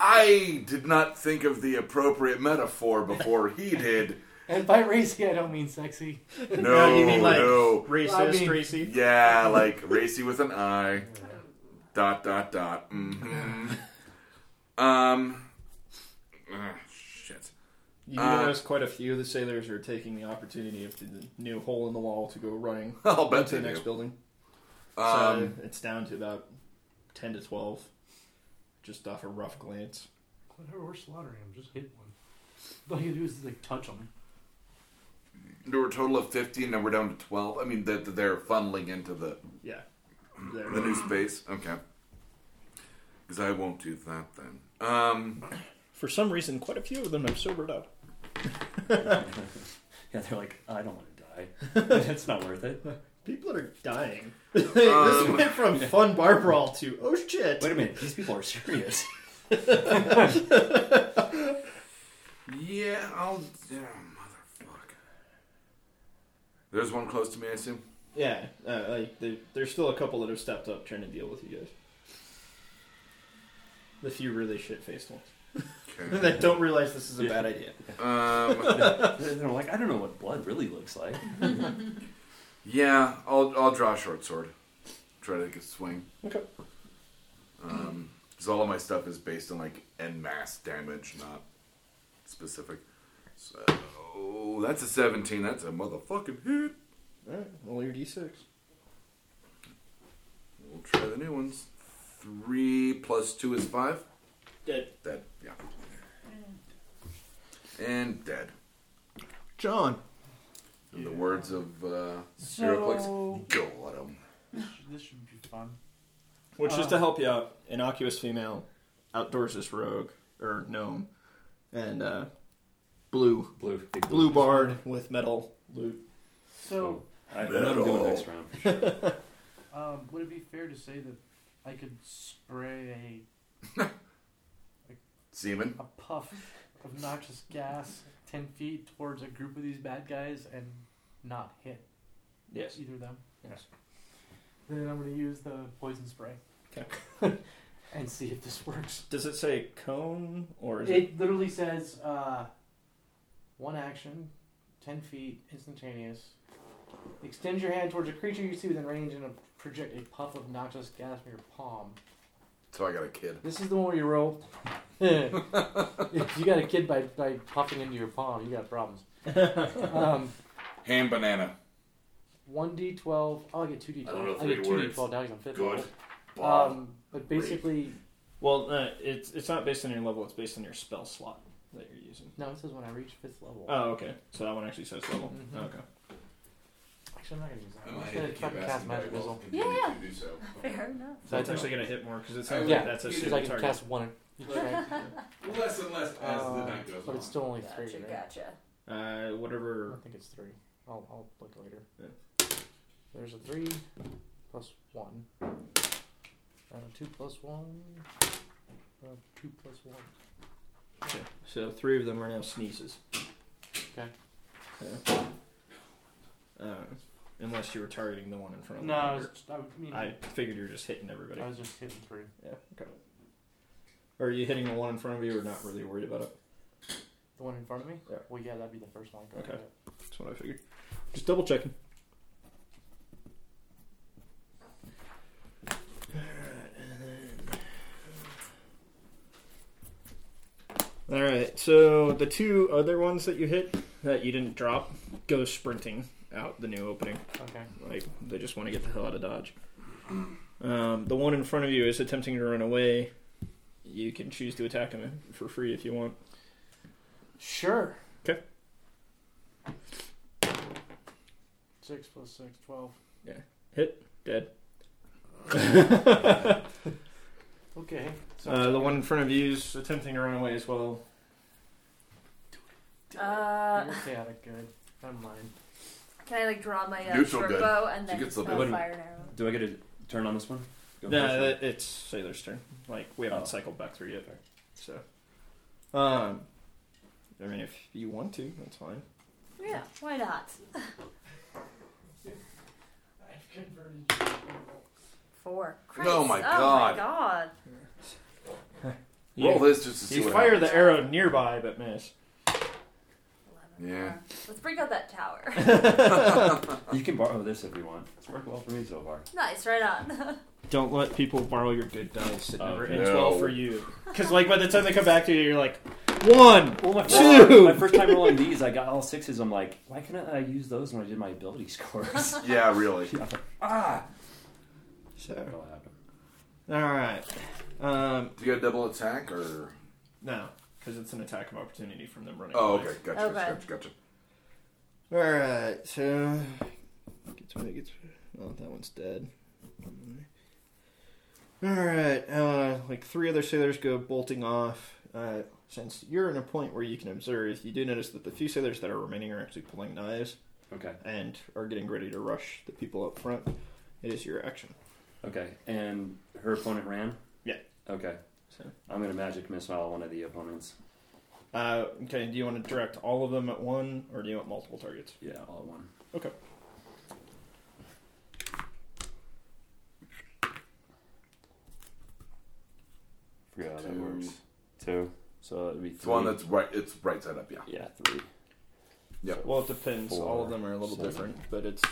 C: I did not think of the appropriate metaphor before he did.
E: And by racy, I don't mean sexy.
C: No,
G: No,
C: no,
G: you mean like racist,
E: Well, I mean-
G: racy?
C: yeah, like racy with an I. Dot dot dot. hmm um. ah, shit.
G: You
C: Uh,
G: notice quite a few of the sailors are taking the opportunity of the new hole in the wall to go running
C: I'll bet
G: into the
C: they
G: next
C: do.
G: building. so
C: Um,
G: it's down to about ten to twelve, just off a rough glance.
E: Whatever, we're slaughtering them. Just hit one. All you do is like touch them.
C: there were a total of 15, now we're down to 12. I mean, that that they're funneling into the,
G: Yeah, There.
C: the new space. Okay. Because I won't do that then. Um,
G: For some reason, quite a few of them have sobered up.
D: yeah, they're like, I don't want to die. That's not worth it.
G: People are dying. this
C: Um,
G: went from fun bar brawl to oh shit.
D: Wait a minute, these people are serious.
C: yeah, I'll. Yeah, motherfucker. There's one close to me, I assume.
G: Yeah, uh, like there- there's still a couple that have stepped up trying to deal with you guys. The few really shit faced ones
C: Okay.
G: that don't realize this is a bad idea.
C: um,
D: They're they're like, I don't know what blood really looks like.
C: yeah, I'll, I'll draw a short sword. Try to take a swing.
G: Okay.
C: Um, because all of my stuff is based on like en masse damage, not specific. So that's a 17. That's a motherfucking hit.
G: Alright, roll your d6.
C: We'll try the new ones. Three plus two is five.
G: Dead.
C: Dead. Yeah. And dead.
G: John.
C: In the words of uh, Seraplex, go at him.
E: This should be fun.
G: Which is to help you out, innocuous female, outdoorsist rogue, or gnome, and uh, blue.
D: Blue, big
G: Blue bard with metal loot.
E: So,
D: I, I know what I'm doing next round for sure.
E: um, would it be fair to say that I could spray
C: Seaman.
E: a, a puff of noxious gas ten feet towards a group of these bad guys and not hit
G: Yes.
E: either of them? Yes. Then I'm going to use the poison spray.
G: Okay.
E: and see if this works.
G: Does it say cone or is
E: It,
G: it?
E: literally says uh, one action, 10 feet, instantaneous. Extend your hand towards a creature you see within range and a- project a puff of noxious gas from your palm.
C: So I got a kid.
E: This is the one where you roll. if you got a kid by, by puffing into your palm, you got problems. Um,
C: Hand banana.
E: 1d12. Oh, I get 2d12.
O: I don't know
E: I get
O: three words.
E: 2d12 now because I'm 50.
O: Good. Bob.
E: Um, but basically,
G: Well, uh, it's it's not based on your level. It's based on your spell slot that you're using.
E: no, it says when I reach fifth level.
O: Uh,
G: Oh, okay. So that one actually says level.
E: Mhm.
G: Okay.
E: Actually, I'm not going to use that.
O: I
E: I'm
O: might
E: just going to
O: keep
E: fucking cast
O: asking
E: magic
O: Barry
E: missile.
O: Wells to continue
B: Yeah,
O: to do so.
B: Fair enough.
E: So it's-
G: That's actually gonna hit more because it sounds
E: Yeah.
G: like that's a
O: Because
E: Because
G: single
E: I can
G: target.
E: cast one. Each
O: Like,
E: right?
O: Less and less as the
E: Uh,
O: night goes
E: but
O: on.
E: it's still only three.
B: Gotcha,
E: right?
B: gotcha.
G: Uh,
E: I
G: whatever.
E: think it's three. I'll, I'll look later.
G: Yeah.
E: There's a three plus one. And a two plus one. Uh, two plus one.
G: Okay. So three of them are now sneezes.
E: Okay.
G: Yeah. Uh, unless you were targeting the one in front of
E: No,
G: the
E: I, was,
G: locker.
E: I mean,
G: I figured you're just hitting everybody.
E: I was just hitting three.
G: Yeah. Okay. Are you hitting the one in front of you or not really worried about it?
E: The one in front of me?
G: Yeah.
E: Well, yeah, that'd be the first one.
G: Okay. That's what I figured. Just double checking. All right, so the two other ones that you hit that you didn't drop go sprinting out the new opening.
E: Okay.
G: Like they just want to get the hell out of Dodge. Um, the one in front of you is attempting to run away. You can choose to attack him for free if you want.
E: Sure.
G: 'Kay.
E: Six plus six, twelve.
G: Dead.
E: Okay. So
G: Uh, the one in front of you is attempting to run away as well.
B: Uh,
C: Uh,
E: You're chaotic good. Never mind.
B: can I like draw my uh,
C: Neutral
B: short
C: good.
B: bow and
C: She
B: then
C: gets a
B: spell
C: bit-
B: fire and arrow?
D: Do I get a turn on this one? Go first,
G: No,
D: or-
G: that, it's Sailor's turn. Like we haven't
D: Oh.
G: cycled back through yet. So, um, I mean, if you want to, that's fine.
B: Yeah, why not?
E: I've converted.
B: Four. Christ.
C: Oh my
B: Oh
C: God.
B: my god.
C: Roll this just to see
G: you
C: what
G: fire
C: happens.
G: the arrow nearby but miss.
B: Eleven.
C: Yeah.
B: Let's break out that tower.
D: You can borrow this if you want. It's worked well for me so far.
B: nice, right on.
G: Don't let people borrow your good dice. It never
D: Okay.
G: ends well
C: No.
G: for you. Because like by the time they come back to you, you're like one.
D: Well, my first,
G: Two!
D: my first time rolling these, I got all sixes. I'm like, why couldn't I use those when I did my ability scores?
C: Yeah, really.
D: ah,
G: So
D: that'll happen.
G: all right, um,
C: Do you get a double attack or?
G: no, because it's an attack of opportunity from them running.
C: Oh,
G: away.
C: okay, gotcha,
B: Okay.
C: gotcha, gotcha.
G: All right, so gets me, gets oh that one's dead. All right, uh, like three other sailors go bolting off. Uh, since you're in a point where you can observe, you do notice that the few sailors that are remaining are actually pulling knives
D: Okay,
G: and are getting ready to rush the people up front. It is your action.
D: okay. And her opponent ran.
G: Yeah.
D: Okay.
G: So.
D: I'm gonna magic missile one of the opponents.
G: Uh, okay, do you want to direct all of them at one, or do you want multiple targets?
D: Yeah, all at one.
G: Okay.
D: Forgot how that
C: Two.
D: works. Two. So it'd be
C: It's
D: three.
C: the one that's right. It's right side up. Yeah,
D: yeah, three.
G: Well, it depends. all of
D: Four,
G: them are a little
D: seven.
G: different, but it's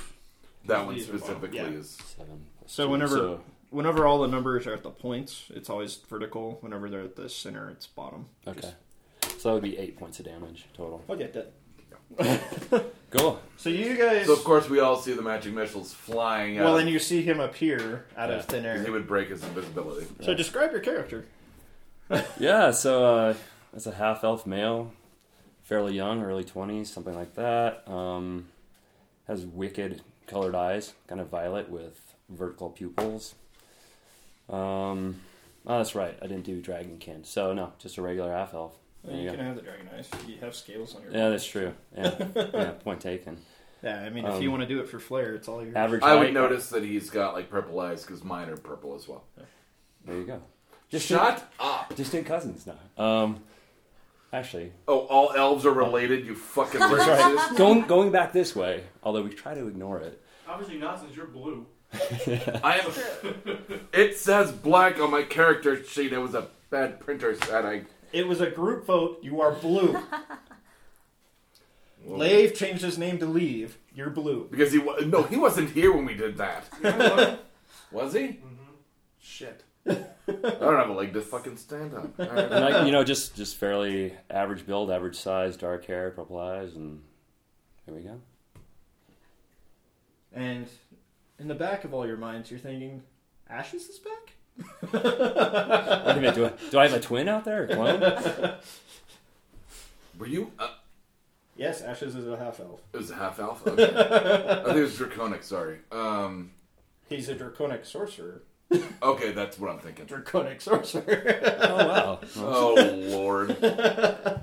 C: that one
G: These are both-
C: specifically
G: yeah.
C: is.
D: Seven. plus
G: So
D: two.
G: whenever- whenever all the numbers are at the points, it's always vertical. Whenever they're at the center, it's bottom.
D: okay, so that would be eight points of damage total.
G: I'll get that.
D: Go.
G: So you guys.
C: So of course we all see the magic missiles flying out.
G: Well, then you see him appear out
D: Yeah.
G: of thin
C: because he
G: air.
C: would break his invisibility.
G: So describe your character.
D: Yeah, so uh, as a half elf male, fairly young, early 20s, something like that. Um, has wicked colored eyes, kind of violet with vertical pupils. Um, oh, that's right, I didn't do dragonkin. So, no, just a regular half elf. There you
G: you
D: go.
G: can have the dragon eyes. You have scales on your.
D: Yeah, that's true. Yeah, yeah point taken.
G: Yeah, I mean, if
D: Um,
G: you want to do it for flair, it's all yours.
D: Average
C: I
D: height-
C: would notice that he's got like purple eyes because mine are purple as well.
D: There you go. Just
C: Shut up!
D: Distant cousins now. Um, actually,
C: Oh, all elves are related. You fucking racist.
D: going going back this way, although we try to ignore it.
E: Obviously not since you're blue.
C: I am. It says black on my character sheet. It was a bad printer setting.
G: It was a group vote. You are blue. Lave changed his name to Leave. You're blue.
C: Because he wa- no, he wasn't here when we did that. was he? Shit. I don't have a leg to fucking stand on. All right.
D: And I, you know, just just fairly average build, average size, dark hair, purple eyes, and here we go.
G: And in the back of all your minds, you're thinking, Ashes is back?
D: Wait a minute, do I, do I have a twin out there? A clone?
C: Were you? Uh,
G: Yes, Ashes is a half elf.
C: it was a half alpha. Okay. I think it was draconic. Sorry. Um.
G: He's a draconic sorcerer.
C: Okay, that's what I'm thinking.
G: Draconic sorcerer.
D: Oh wow!
C: Oh lord!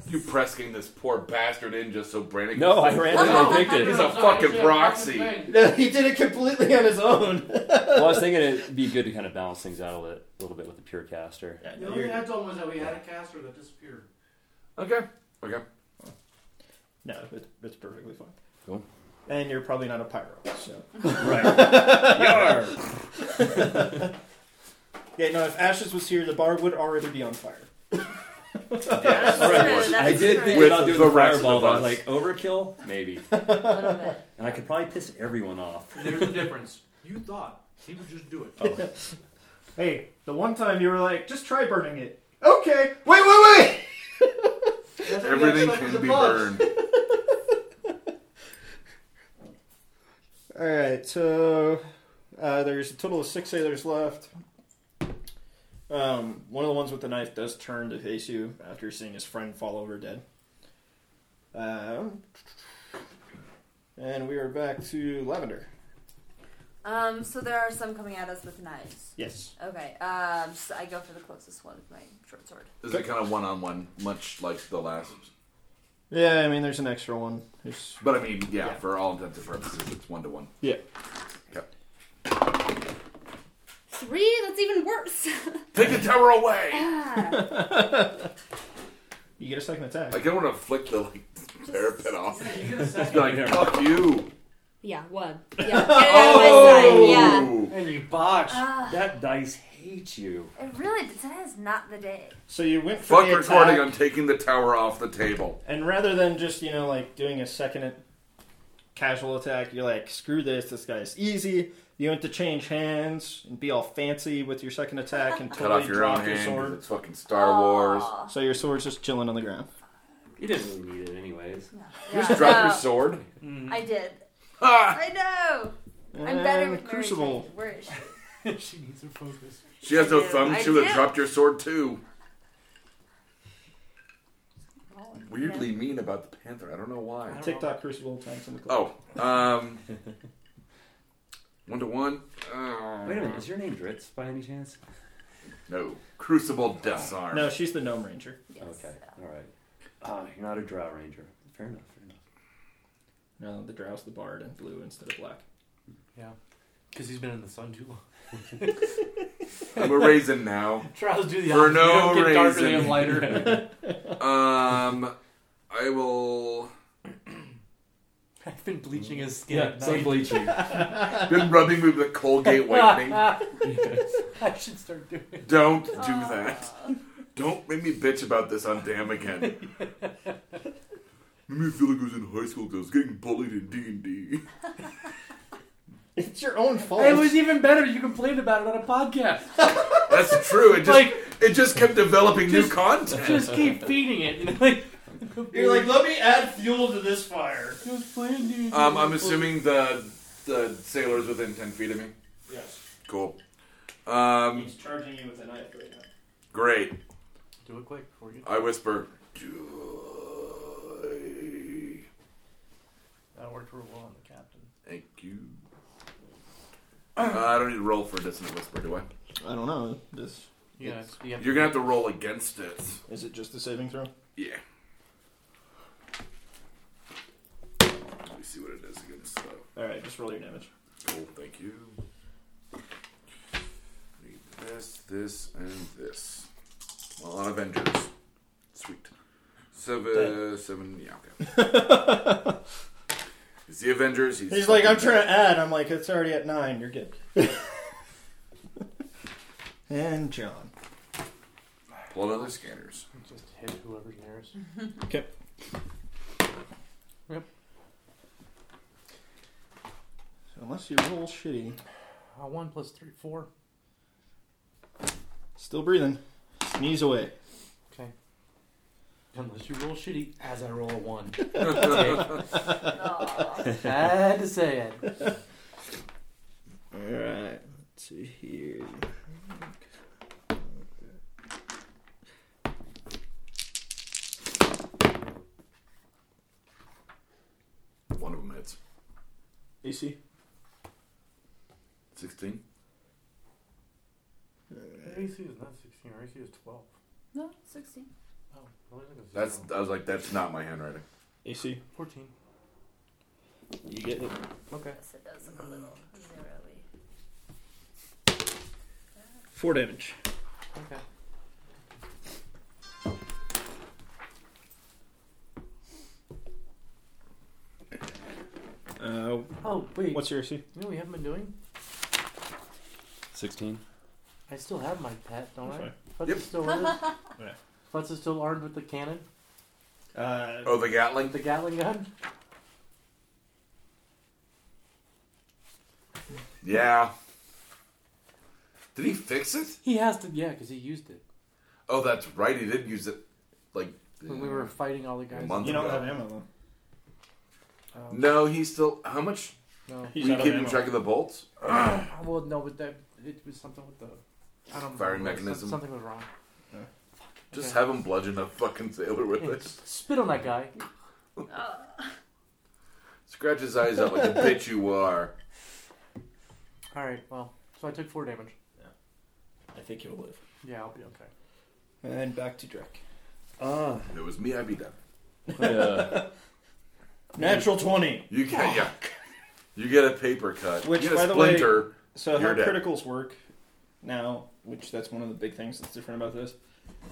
C: You presking this poor bastard in just so Brandon?
D: No, I
C: say-
D: randomly picked it.
C: He's
D: Well,
C: a
E: Oh,
C: fucking proxy.
G: he did it completely on his own.
D: I was thinking it'd be good to kind of balance things out a little, little bit with the pure caster.
E: The only thing I told him was that we had a caster that disappeared.
C: Okay. Okay.
G: no, it, it's perfectly fine.
D: Cool.
G: And you're probably not a pyro, so. Yeah, no, if Ashes was here, the bar would already be on fire.
B: That's
D: All right,
B: true,
D: boys.
B: that's
D: I did
B: true.
D: think
C: With
D: about doing
C: the
D: the
C: rest of
D: fireball, but I was
C: us.
D: like, overkill, maybe,
B: A little bit.
D: and I could probably piss everyone off.
P: There's a difference. You thought he would just do it.
E: Oh.
G: Hey, the one time you were like, just try burning it. Okay. Wait, wait, wait!
C: Everything can be burned.
G: All right, so uh, there's a total of six sailors left. Um, one of the ones with the knife does turn to face you after seeing his friend fall over dead. Um, and we are back to Lavender.
B: Um, so there are some coming at us with knives.
G: Yes.
B: Okay. Um, so I go for the closest one with my short sword.
C: Is it kind of one on one, much like the last?
G: Yeah, I mean, there's an extra one. There's
C: But I mean, yeah,
G: Yeah.
C: for all intents and purposes, it's one to one.
G: yeah.
B: Three. That's even worse.
C: Take the tower away!
G: You get a second attack.
C: I kind of want to flick the like parapet off.
E: You get a
C: Just be
E: second.
C: like, fuck you!
B: yeah, one. Yeah. Get it out of
G: Oh!
B: my sight. Yeah.
C: Oh!
E: and you botched.
D: That dice hates you.
B: It really today is not the day.
G: so you went for
C: Fuck
G: the
C: recording,
G: attack,
C: I'm taking the tower off the table.
G: and rather than just you know like doing a second casual attack, you're like, screw this. This guy's easy. You went to change hands and be all fancy with your second attack and
C: Cut
G: totally
C: off your own
G: drop your
C: hand, 'cause
G: sword.
C: it's fucking Star Wars.
B: Aw.
G: So your sword's just chilling on the ground.
D: You didn't really need it, anyways.
B: Yeah.
C: Just drop your
B: No,
C: sword.
B: I did.
C: Ah!
B: I know. I'm better with
G: Crucible.
B: Mary Jane. Where is she?
E: she needs to focus.
C: She has no
B: I do,
C: thumb,
B: I
C: she would have
B: do.
C: dropped your sword too. Weirdly mean about the panther, I don't know why.
G: TikTok Crucible times on the clock.
C: Oh, um. One to one? Uh,
D: Wait a minute, is your name Dritz by any chance?
C: No. Crucible disarm.
G: No, she's the Gnome Ranger.
B: Yes.
D: Okay, all right. Ah, you're not a Drow Ranger. Fair enough. Fair enough.
G: No, the Drow's the Bard and blue instead of black.
E: Because he's been in the sun too long.
C: I'm a raisin now.
E: Trials do the
C: For
E: opposite.
C: no
E: they don't get darker, they
C: reason.
E: get lighter.
C: Um, I will.
E: I've been bleaching his skin.
D: Yeah,
E: Now
D: same
E: he-
D: bleaching.
C: Been rubbing me with the Colgate whitening.
E: I should start doing it.
C: Don't do that. Don't make me bitch about this on Damn again. Made me feel like I was in high school 'cause I was getting bullied in D and D.
G: It's your own fault.
E: It was even better. You complained about it on a podcast.
C: That's true. It just
E: Like-
C: it just kept developing
E: Just-
C: new content.
E: Just keep feeding it. You know, like,
G: You're like, let me add fuel to this fire.
E: I was playing D&D.
C: um, I'm assuming the the sailor's within ten feet of me.
G: Yes.
C: Cool. Um,
G: He's charging you with a knife right now.
C: great.
E: Do it quick before you.
C: I whisper. "Joy."
E: That worked real well on the captain.
C: Thank you. Uh, I don't need to roll for dissonant whisper, do I?
G: I don't know. This
E: Yeah, it's, you have
C: You're gonna have to roll against it.
G: is it just a saving throw?
C: Yeah. Let me see what it is against. Uh,
G: Alright, just roll your damage.
C: cool. Thank you. Need this, this, and this. Well, on Avengers. Sweet. Seven, seven. Yeah, okay. it's the Avengers. He's,
G: He's like, I'm trying to add. I'm like, it's already at nine. You're good. and John.
C: Pull out other scanners.
E: Just hit whoever's nearest.
G: Okay.
E: Yep.
G: So unless you roll shitty,
E: Uh, one plus three, four.
G: still breathing. Sneeze away.
E: Okay. Unless you roll shitty, as I roll a one.
B: Aw.
E: had to say it.
G: All right. Let's see here.
C: One of them hits.
G: AC.
C: 16.
E: AC is not 16, AC is 12.
B: no, 16.
E: Oh, well, there's a
C: That's.
E: zero.
C: I was like, that's not my handwriting.
G: AC.
E: 14.
G: You get hit.
E: Okay.
B: Yes, it does look a little zero-y.
G: Four damage.
E: Okay.
G: Uh,
E: Oh, wait.
G: what's your AC?
E: you know what we haven't been doing?
D: 16.
E: I still have my pet, don't I?
G: Okay.
E: Futz
C: Yep.
E: is still with us.
G: Yeah.
E: Futz is still armed with the cannon,
G: Uh,
C: Oh, the Gatling?
E: the Gatling gun.
C: Yeah. Did he fix it?
E: He has to, yeah, because he used it
C: Oh, that's right. He did use it. Like.
E: when we were fighting all the guys.
C: A month
G: you don't
C: ago.
G: have ammo though.
E: Um,
C: No, he's still. How much?
E: no.
G: He's
C: we
G: out of
C: keeping
G: ammo.
C: track of the bolts?
E: Ah, Well, no, but that it was something with the I don't
C: Firing
E: know, some-
C: mechanism.
E: Something was wrong.
C: Just
E: Okay.
C: have him bludgeon a fucking sailor with
E: Yeah,
C: it.
E: just spit on that guy.
C: Scratch his eyes out like a bitch you are.
E: All right. Well, so I took four damage.
G: I think you'll live.
E: Yeah, I'll be okay.
G: And back to Drek.
F: Ah,
C: If it was me, I'd be dead.
D: Yeah.
G: Natural twenty.
C: You get yeah. You get a paper cut.
G: Which,
C: you get a
G: by the way-
C: splinter.
G: So
C: You're
G: how
C: dead.
G: criticals work now, which that's one of the big things that's different about this.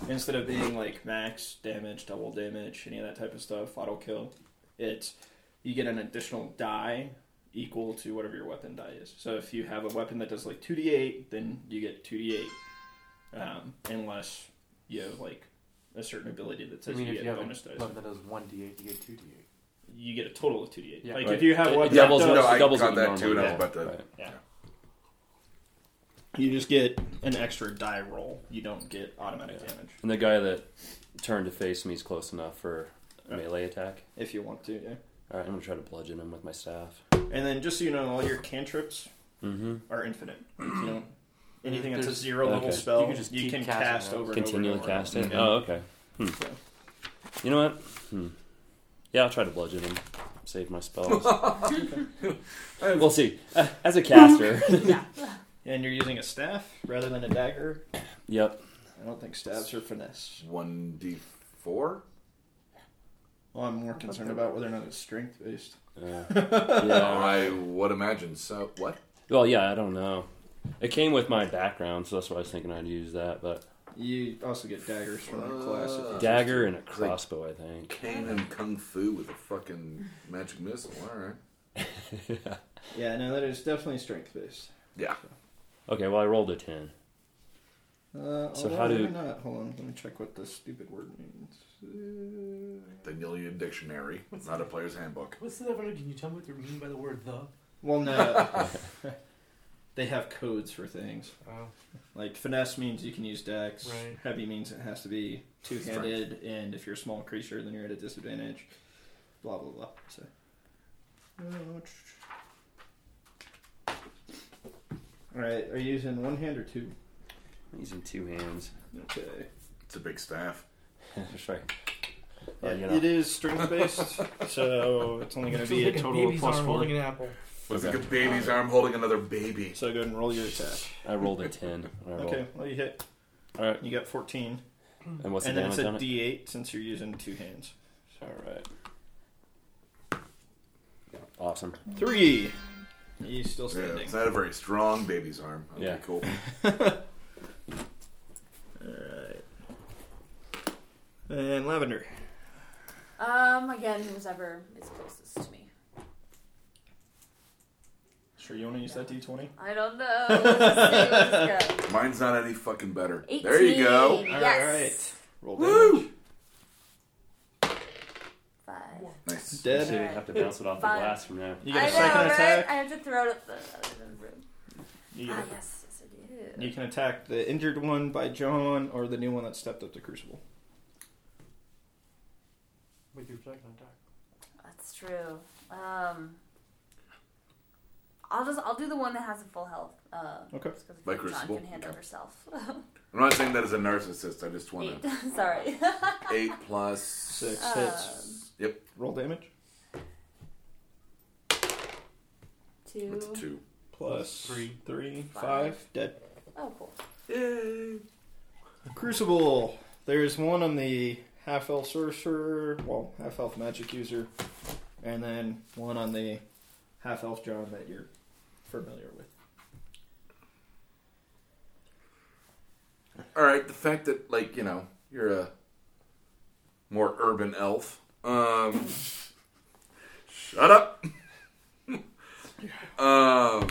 G: Instead of being like max damage, double damage, any of that type of stuff, auto kill, it's you get an additional die equal to whatever your weapon die is. So if you have a weapon that does like two d eight, then you get two d eight, um, unless you have like a certain ability that
E: I
G: says
E: mean,
G: you
E: if
G: get
E: you have a
G: bonus dice.
E: weapon that does one d8, you get two d8.
G: You get a total of two d eight.
E: Yeah.
G: Like
D: Right.
G: if you have
D: It-
G: a
D: it
G: weapon,
D: doubles
G: that
D: what-
C: No,
G: does-
D: it
C: I
D: doubles
C: got
D: what you
C: that too,
D: normally
C: and I
D: get.
C: was about to-
D: Right.
G: you just get an extra die roll. You don't get automatic
D: Yeah.
G: damage.
D: And the guy that turned to face me is close enough for a melee attack.
G: if you want to. Yeah.
D: All right, I'm gonna try to bludgeon him with my staff.
G: And then just so you know, all your cantrips
D: Mm-hmm.
G: are infinite. You don't, anything that's a
E: There's-
G: zero level
D: Okay.
G: spell,
E: You
G: you
E: can
G: can,
E: just keep casting
G: cast
E: it.
G: over and over and
D: Continually
G: over.
D: cast it.
G: Yeah.
D: Oh, okay. Hmm. You know what? Hmm. Yeah, I'll try to bludgeon him. Save my spells. we'll see. Uh, as a caster,
G: And you're using a staff rather than a dagger.
D: yep.
G: I don't think staves are finesse.
C: One D four.
G: Well, I'm more concerned about whether or not it's strength based.
D: Uh, yeah.
C: Oh, I would imagine. So what?
D: Well, yeah. I don't know. It came with my background, so that's why I was thinking I'd use that. But
G: You also get daggers from your class. if you choose
D: dagger and a
C: Like-
D: crossbow, I think.
C: Kane and Kung Fu with a fucking magic missile. All right.
G: to. Yeah, no, that is definitely strength based.
C: Yeah.
D: Okay. Well, I rolled a ten.
G: Uh,
D: So
G: although
D: how do-
G: maybe Not. Hold on, let me check what the stupid word means. Uh,
C: Then you'll need a dictionary. It's not a player's handbook.
E: What's the difference? Can you tell me what you mean by the word the?
G: Well, no. they have codes for things.
E: Oh,
G: Like finesse means you can use dex.
E: Right.
G: Heavy means it has to be two-handed, and if you're a small creature, then you're at a disadvantage. Blah blah blah. So. Uh, All right. Are you using one hand or two?
D: I'm using two hands.
G: Okay.
C: It's a big staff.
D: That's right.
G: Yeah,
D: Well, you know.
G: It is strength based, so it's only going to be a total of plus four.
E: holding an apple.
C: It's
D: Okay.
C: like a baby's arm holding another baby.
G: So go ahead and roll your attack.
D: I rolled a ten. I rolled.
G: Okay. Well, you hit.
D: All right.
G: You got fourteen.
D: And what's
G: and
D: the
G: then
D: damage
G: it's a
D: on it?
G: D8 since you're using two hands.
D: All right. Awesome.
B: Mm-hmm.
G: Three. He's still
C: Yeah,
G: standing.
C: it's not a very strong baby's arm. Okay,
D: Yeah.
C: cool.
G: Alright. And Lavender.
B: Um, again, whoever is closest to me.
G: Sure, you want to use that d20?
B: I don't know. Let's see. Let's go.
C: Mine's not any fucking better. There you go.
B: 18, Yes.
G: Roll
C: Woo!
G: damage.
B: Five.
C: Nice.
D: So you
G: Dead.
D: have to bounce it off the
B: Fine.
D: glass from there.
G: You get a
B: I know,
G: second
B: right?
G: attack.
B: I have to throw it at the other end of the room.
G: You, get
B: Ah,
G: a-
B: yes, yes, I do.
G: you can attack the injured one by John or the new one that stepped up to Crucible.
E: with your second attack.
B: That's true. Um, I'll just I'll do the one that has a full health. Uh,
G: Okay.
B: just 'cause
C: By
B: John
C: Crucible?
B: can handle
C: Okay.
B: herself.
C: I'm not saying that as a narcissist. I just want
B: Eight.
C: to.
B: Sorry.
C: Eight plus
G: Six hits.
B: Um,
C: Yep,
G: Roll damage.
C: that's
B: two.
C: two.
G: Plus
E: Three.
G: three,
B: Five.
G: five. Dead.
B: Oh, cool.
C: Yay!
G: Crucible. There's one on the half elf sorcerer, well, half elf magic user, and then one on the half elf John that you're familiar with.
C: All right, the fact that like you know you're a more urban elf. Um, shut up. um,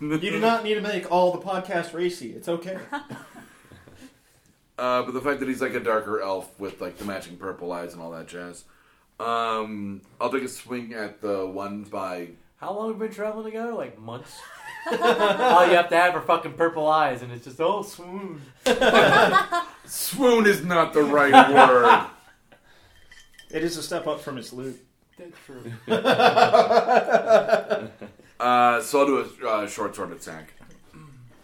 G: You do not need to make all the podcast racy. It's okay.
C: Uh, but the fact that he's like a darker elf with like the matching purple eyes and all that jazz. Um, I'll take a swing at the one by.
E: How long have we been traveling together? Like months. All you have to have are fucking purple eyes, and it's just oh swoon.
C: Swoon is not the right word.
G: It is a step up from its loot.
E: That's true.
C: Uh, so I'll do a uh, short sword attack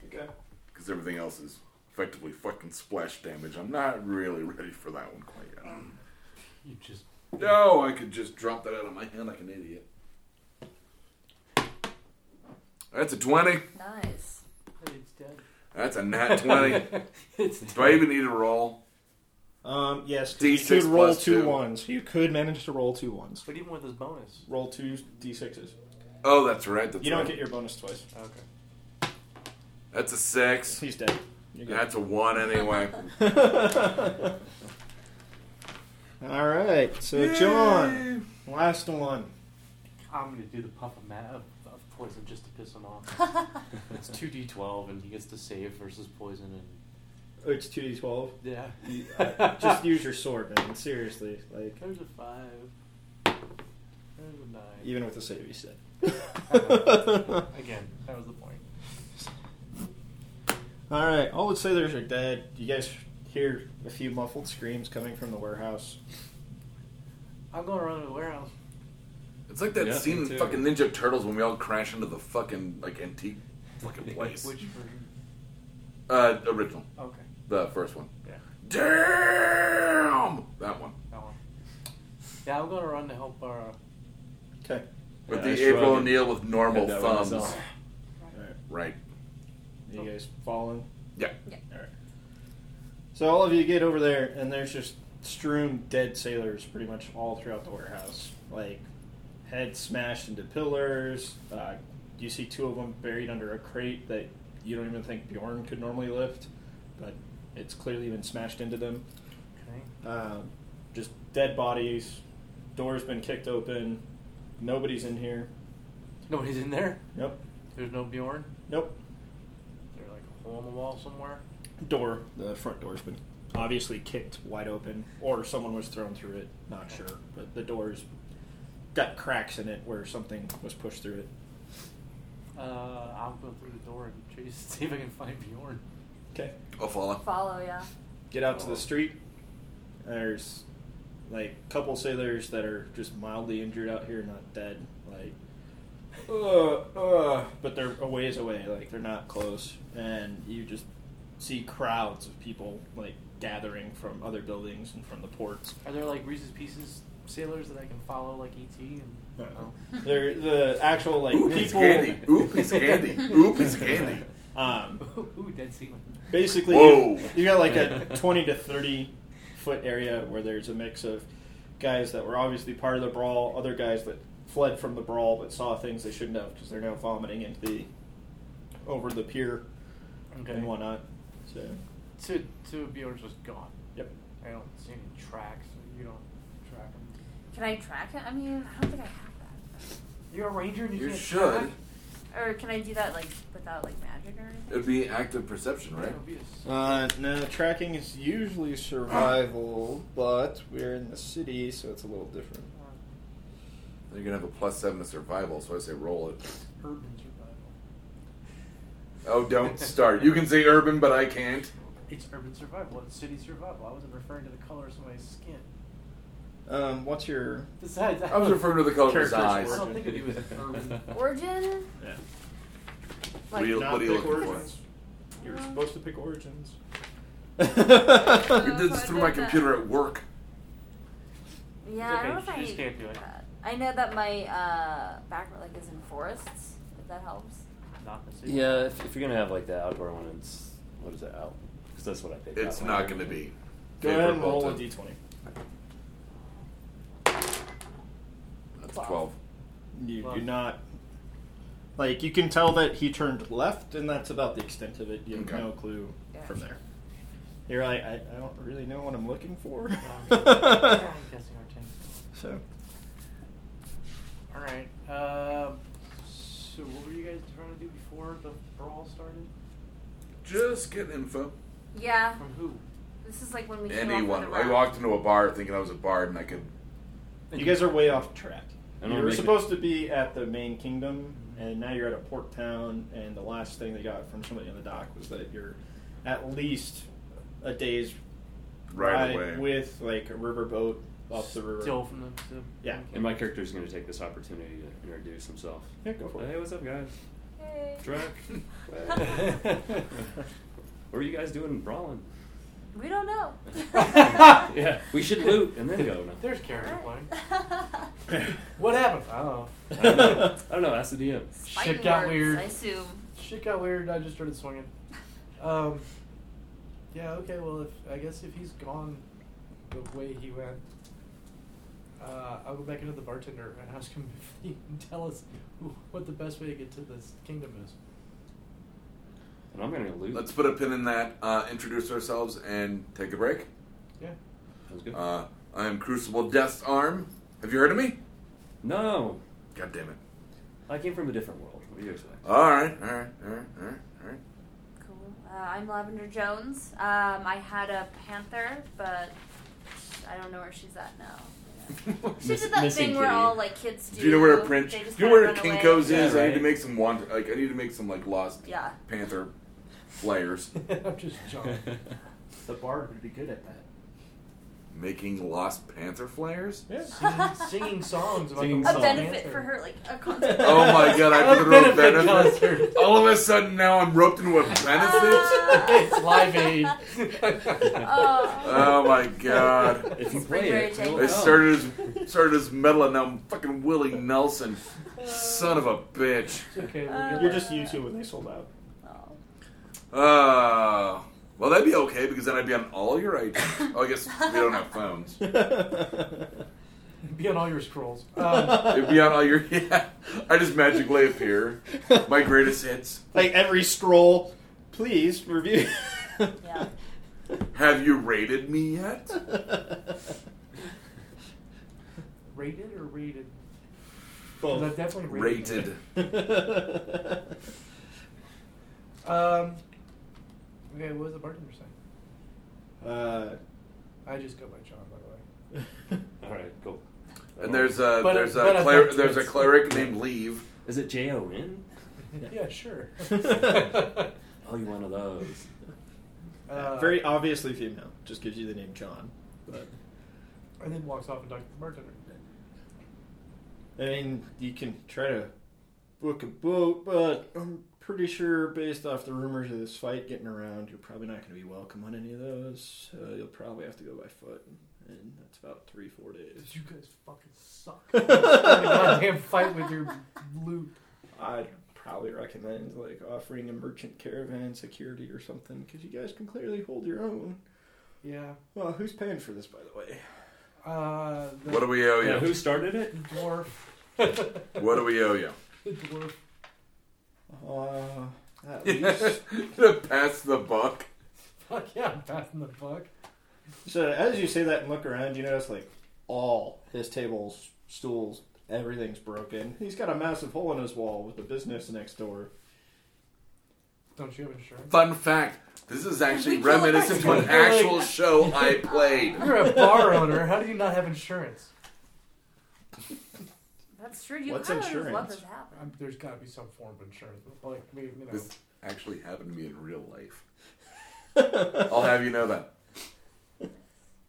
G: Okay.
C: because everything else is effectively fucking splash damage. I'm not really ready for that one quite yet.
E: You just
C: No, I could just drop that out of my hand like an idiot. That's a 20.
B: Nice.
E: it's dead.
C: That's a nat 20.
E: It's
C: Do I even need to roll?
G: Um, yes, 'cause
C: D6
G: you could roll
C: plus
G: two
C: two.
G: ones. You could manage to roll two ones.
E: But even with his bonus,
G: Roll two d6s.
C: Oh, that's right. That's
G: You don't
C: right.
G: get your bonus twice.
E: okay.
C: That's a 6.
G: He's dead. You're good.
C: That's a 1 anyway.
G: All right, so John, last one.
E: I'm gonna do the puff of, ma- of, of poison just to piss him off. it's two d12, and he gets to save versus poison, and
G: Oh, it's two d twelve.
E: yeah,
G: Just use your sword, man. Seriously, like
E: there's a five, there's a nine.
G: even with the save you said.
E: Again, that was the point.
G: All right, all would say there's are dead. You guys hear a few muffled screams coming from the warehouse.
E: I'm going around to the warehouse.
C: It's like that
D: Yeah,
C: scene
D: me
C: in
D: too.
C: fucking Ninja Turtles when we all crash into the fucking like antique fucking place.
E: Which version?
C: uh, original,
E: Okay,
C: the first one.
E: Yeah.
C: Damn that one
E: that one. Yeah, I'm going around to help uh, our.
G: Okay.
C: with
D: Yeah, I
C: the
D: shrug
C: April
D: and-
C: O'Neil with normal
D: Had that one
C: thumbs.
D: myself.
G: All right.
C: Right.
G: You guys falling?
C: Yeah.
B: Yeah.
G: All right. So all of you get over there, and there's just strewn dead sailors pretty much all throughout the warehouse. Like heads smashed into pillars. Uh, you see two of them buried under a crate that you don't even think Bjorn could normally lift, but it's clearly been smashed into them.
E: Okay.
G: Um, just dead bodies. Door's been kicked open. Nobody's in here.
E: Nobody's in there.
G: Nope.
E: There's no Bjorn.
G: Nope.
E: There's like a hole in the wall somewhere.
G: door. The front door's been obviously kicked wide open, or someone was thrown through it. Not sure, but the door's got cracks in it where something was pushed through it.
E: Uh, I'll go through the door and chase, see if I can find Bjorn.
G: Okay,
C: I'll follow.
B: Follow, yeah.
G: get out to the street. There's like a couple sailors that are just mildly injured out here, not dead. Like, uh, uh, but they're a ways away. Like they're not close, and you just see crowds of people like gathering from other buildings and from the ports.
E: Are there like Reese's Pieces sailors that I can follow, like E ET? And
G: No.
E: Oh.
G: They're the actual like
C: Oop, he's candy.
G: people.
C: Oop, he's candy. Oop, he's candy.
G: Um,
E: Ooh, dead sea.
G: basically,
C: Whoa.
G: you, you got like a twenty to thirty foot area where there's a mix of guys that were obviously part of the brawl, other guys that fled from the brawl but saw things they shouldn't have because they're now vomiting into the over the pier
E: Okay.
G: and whatnot. So,
E: So, so Bjorn's just gone.
G: yep.
E: I don't see any tracks. You don't track him.
B: Can I track it? I mean, I don't think I have that.
E: You're a ranger and you,
C: You
E: can't
C: should.
E: track?
B: Or can I do that like without like magic or anything?
C: It'd be active perception, right?
G: Uh, no, tracking is usually survival, but we're in the city, so it's a little different.
E: Uh,
C: You're gonna have a plus seven to survival, so I say roll it.
E: Urban survival.
C: Oh, don't start. You can say urban, but I can't.
E: It's urban survival. It's city survival. I wasn't referring to the color of somebody's skin.
G: Um, what's your
E: Besides,
C: I was referring to the color of his
G: Character's
C: eyes.
E: I don't think it was urban.
B: Origin?
G: Yeah.
C: What are you,
G: Not
C: what are you
G: pick
C: looking for?
G: origins. You're supposed to pick origins.
C: You did this through my computer at work.
B: Yeah, I don't know
E: It's
B: if
E: okay,
B: I
E: you just can't do it.
B: that. I know that my uh, background like is in forests. If that helps.
E: Not the city.
D: Yeah, if, if you're gonna have like the outdoor one, it's what is it out? Because that's what I picked.
C: It's not gonna be.
G: Go ahead and
C: favorable
G: roll a
C: to-
G: d20.
C: That's twelve.
G: You
E: Well-
G: do not. Like, you can tell that he turned left, and that's about the extent of it. You have
C: Okay.
G: no clue
B: Yeah.
G: from there. You're like, I, I don't really know what I'm looking for.
E: I'm guessing our ten.
G: so,
E: All right. Um, so what were you guys trying to do before the brawl started?
C: Just get info.
B: Yeah,
E: From who?
B: this is like when we came off
C: Hmm. Anyone.
B: of the
C: I
B: rock.
C: walked into a bar thinking I was a bard and I could.
G: you guys are way off track.
D: I don't
G: You were
D: make it-
G: supposed to be at the main kingdom, and now you're at a port town, and the last thing they got from somebody on the dock was that you're at least a day's
C: Right
G: ride
C: away.
G: with, like, a riverboat up the river.
E: Still from the. the
G: Yeah.
D: And my character's gonna take this opportunity to introduce himself.
G: Yeah, go for it.
D: Hey, what's up, guys?
B: Hey.
D: Drac. what are you guys doing brawling?
B: We don't know.
D: Yeah, we should loot and then go. No.
E: There's character Uh, play.
B: Fighting
E: What happened? I don't know.
D: I don't know. I don't know. Ask the DM.
E: Shit got
B: words,
E: weird.
B: I assume.
E: Shit got weird. I just started swinging. Um. Yeah. Okay. Well, if I guess if he's gone the way he went, uh, I'll go back into the bartender and ask him if he can tell us who, what the best way to get to this kingdom is.
D: And I'm gonna loot.
C: Let's put a pin in that. Uh, introduce ourselves and take a break.
E: Yeah.
D: Sounds good.
C: Uh, I am Crucible Death's Arm. Have you heard of me?
D: no,
C: God damn it.
D: I came from a different world. What do you expect?
C: All right, all right, all right, all right, all right.
B: Cool. Uh, I'm Lavender Jones. Um, I had a panther, but I don't know where she's at now. She
D: Miss-
B: did that
D: missing
B: thing where
D: kitty.
B: all like kids do.
C: Do you know where a print? Do
B: they just
C: you know
B: kinda
C: where
B: run away.
C: Kinko's
D: Yeah,
C: is? I need to
D: right.
C: make some want. Like I need to make some like lost
B: Yeah.
C: panther flyers.
E: I'm just joking.
P: The bard would be good at that.
C: Making lost panther flares.
G: Yeah.
E: singing, singing songs about
D: Singing
E: the
D: songs.
B: A
E: Black
B: benefit
E: Panther.
B: for her, like a concert.
C: Oh my god! I
E: A
C: put the wrong
E: benefit
C: benefit.
E: concert.
C: All of a sudden now I'm roped into a
B: Uh,
C: benefit.
E: it's Live Aid.
B: Oh.
C: Oh my god!
D: If you
B: Spring eh?
D: play it, Oh.
B: raging.
D: you'll
C: I
D: know.
C: started as started as metal and now I'm fucking Willie Nelson. Son of a bitch.
E: It's okay. We'll
B: Uh,
E: get
G: You're just YouTube when they sold out.
B: Oh.
C: Uh, well, that'd be okay because then I'd be on all your iTunes. Oh, I guess we don't have phones.
E: Be on all your scrolls. Um,
C: It'd be on all your. Yeah, I just magically appear. My greatest hits.
G: like every scroll, please review.
B: Yeah.
C: Have you rated me yet?
E: rated or rated? 'Cause I've
G: Both.
E: definitely rated.
C: Rated.
E: Um. Okay, what was the bartender saying?
G: uh,
E: I just go by John, by the way.
D: All right, cool. um,
C: And there's a
E: But-
C: there's
E: but
C: a
E: I've
C: cler-
E: got
C: there's a
E: kids.
C: cleric named Leave.
D: Is it J O N?
E: Yeah, sure.
D: Oh, you one of those.
E: Uh,
G: very obviously female. Just gives you the name John. But
E: And then walks off and talks to the bartender.
G: I mean, you can try to book a boat, but I'm pretty sure, based off the rumors of this fight getting around, you're probably not going to be welcome on any of those. Uh, you'll probably have to go by foot, and that's about three, four days.
E: You guys fucking suck. Start a goddamn fight with your loot.
G: I'd probably recommend like offering a merchant caravan security or something, because you guys can clearly hold your own.
E: Yeah.
G: Well, who's paying for this, by the way?
E: Uh, the
C: What do we owe
D: Yeah,
C: you?
D: who started it?
E: dwarf.
C: What do we owe you?
E: The dwarf.
G: Uh, at least.
C: Pass the buck.
E: Fuck yeah, I'm passing the buck.
G: so as you say that and look around, you notice like all his tables, stools, Everything's broken. He's got a massive hole in his wall with the business next door.
E: Don't you have insurance?
C: Fun fact: This is actually
B: We killed
C: reminiscent to an
E: Mexican.
C: actual show I played.
E: You're a bar owner. How do you not have insurance?
B: That's true. You
G: What's
B: kind of
G: insurance?
B: love this happen.
E: Um, there's got to be some form of insurance. Like, I mean, you know.
C: This actually happened to me in real life. I'll have you know that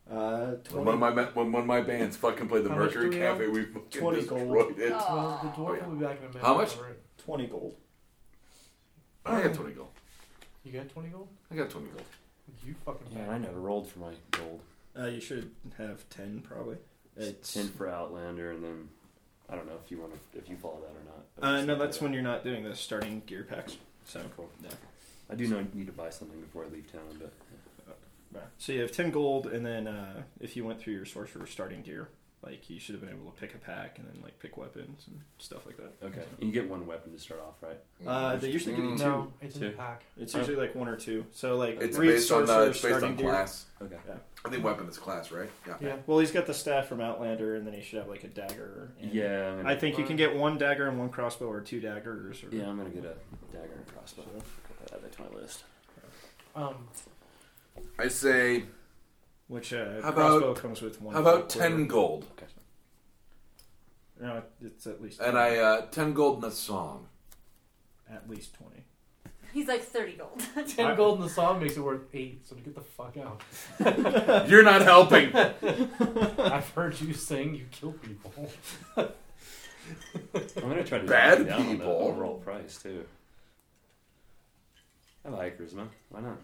G: Uh,
C: when one
G: 20,
C: of my when one of my bands fucking played the
E: How much do
C: Mercury
E: we owe?
C: Cafe, we fucking
G: 20 gold.
C: destroyed it.
B: Oh.
E: Well, the
C: Oh,
E: dwarf
C: yeah.
E: will be back in a minute.
C: How much?
E: All right.
G: 20 gold.
C: I had twenty gold.
E: You got 20 gold?
C: I got twenty gold.
E: You fucking
D: Yeah, I never rolled for my gold.
G: Uh, you should have 10 probably. It's,
D: Ten for Outlander, and then I don't know if you want to if you follow that or not. but
G: uh,
D: it's
G: no,
D: like
G: that's
D: that.
G: when you're not doing the starting gear packs. So,
D: Cool.
G: no.
D: I do know need to buy something before I leave town, but
G: So you have 10 gold, and then uh, if you went through your sorcerer starting gear, like you should have been able to pick a pack and then like pick weapons and stuff like that.
D: okay, you get one weapon to start off, right?
G: Uh, they usually give you
C: Mm.
G: two.
E: No, it's in the
D: Two.
E: pack.
G: It's usually like one or two. So like
C: It's
G: three
C: based on uh,
G: sorcerer
C: it's based
G: starting
C: on
G: gear.
C: class.
D: Okay,
C: I think weapon is class, right? Yeah.
E: Yeah.
G: Well, he's got the staff from Outlander, and then he should have like a dagger. And
D: yeah, I'm gonna,
G: I think you can get one dagger and one crossbow, or two daggers. Or,
D: yeah, I'm gonna get a dagger and crossbow. I'll add that to my list.
E: Um,
C: I say,
G: Which uh,
C: How about-
G: crossbow comes with one.
C: how about
G: quarter.
C: ten gold?
G: No, it's at least.
C: And I uh, ten gold in a song.
G: at least twenty.
B: He's like 30 gold.
E: 10 gold in the song makes it worth 8, so get the fuck out.
C: You're not helping.
E: I've heard you saying you kill people.
D: I'm gonna try to
C: Bad
D: knock down on the
C: people.
D: overall price too. I like charisma. Why not?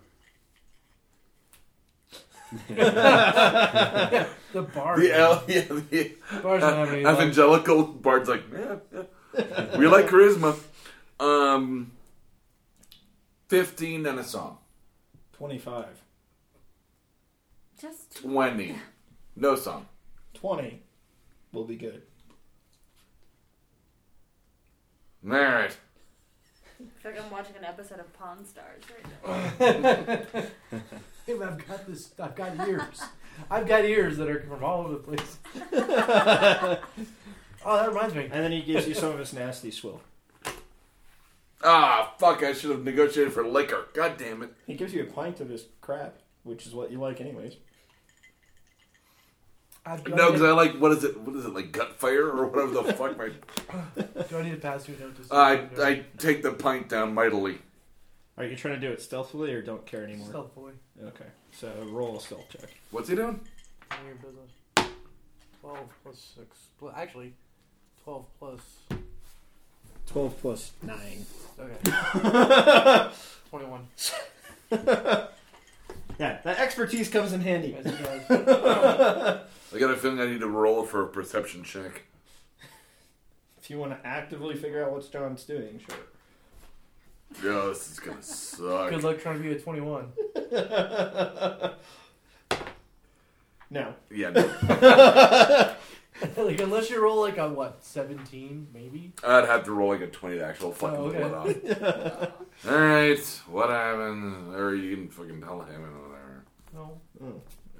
E: The bar.
C: The L, yeah, the
E: Bars
P: Uh,
E: don't have any. like-
C: evangelical bard's like, yeah, yeah. we like charisma. Um, fifteen and a song.
G: Twenty-five.
B: Just
C: Twenty, no song.
G: Twenty will be good.
C: All right.
B: I feel like I'm watching an episode of Pawn Stars right now.
E: Hey, I've got this. I've got ears. I've got ears that are from all over the place. oh, that reminds me.
G: And then he gives you some of his nasty swill.
C: Ah, fuck! I should have negotiated for liquor. God damn it.
G: He gives you a pint of his crap, which is what you like anyways.
E: I've got
C: No, because I like what is it? What is it like? Gut fire or whatever the fuck. My,
E: Do I need to pass you a note to
C: Uh, I I take the pint down mightily.
G: Are you trying to do it stealthily or don't care anymore?
E: Stealthily.
G: Okay, so roll a stealth check.
C: What's he doing?
E: None of your business. 12 plus 6. Pl- actually, 12 plus.
G: Twelve plus nine.
E: Okay. 21.
G: Yeah, that expertise comes in handy.
E: As you guys.
C: I got a feeling I need to roll for a perception check.
G: If you want to actively figure out what John's doing, sure.
C: Yo, this is gonna
E: Good
C: suck.
E: luck trying to be a 21.
G: No.
C: Yeah. No.
E: like, unless you roll like a what, 17 maybe?
C: I'd have to roll like a twenty to actual fucking
E: Oh,
C: pull
E: okay.
C: it off. All right, what happened? Or you can fucking tell him and whatever.
E: No.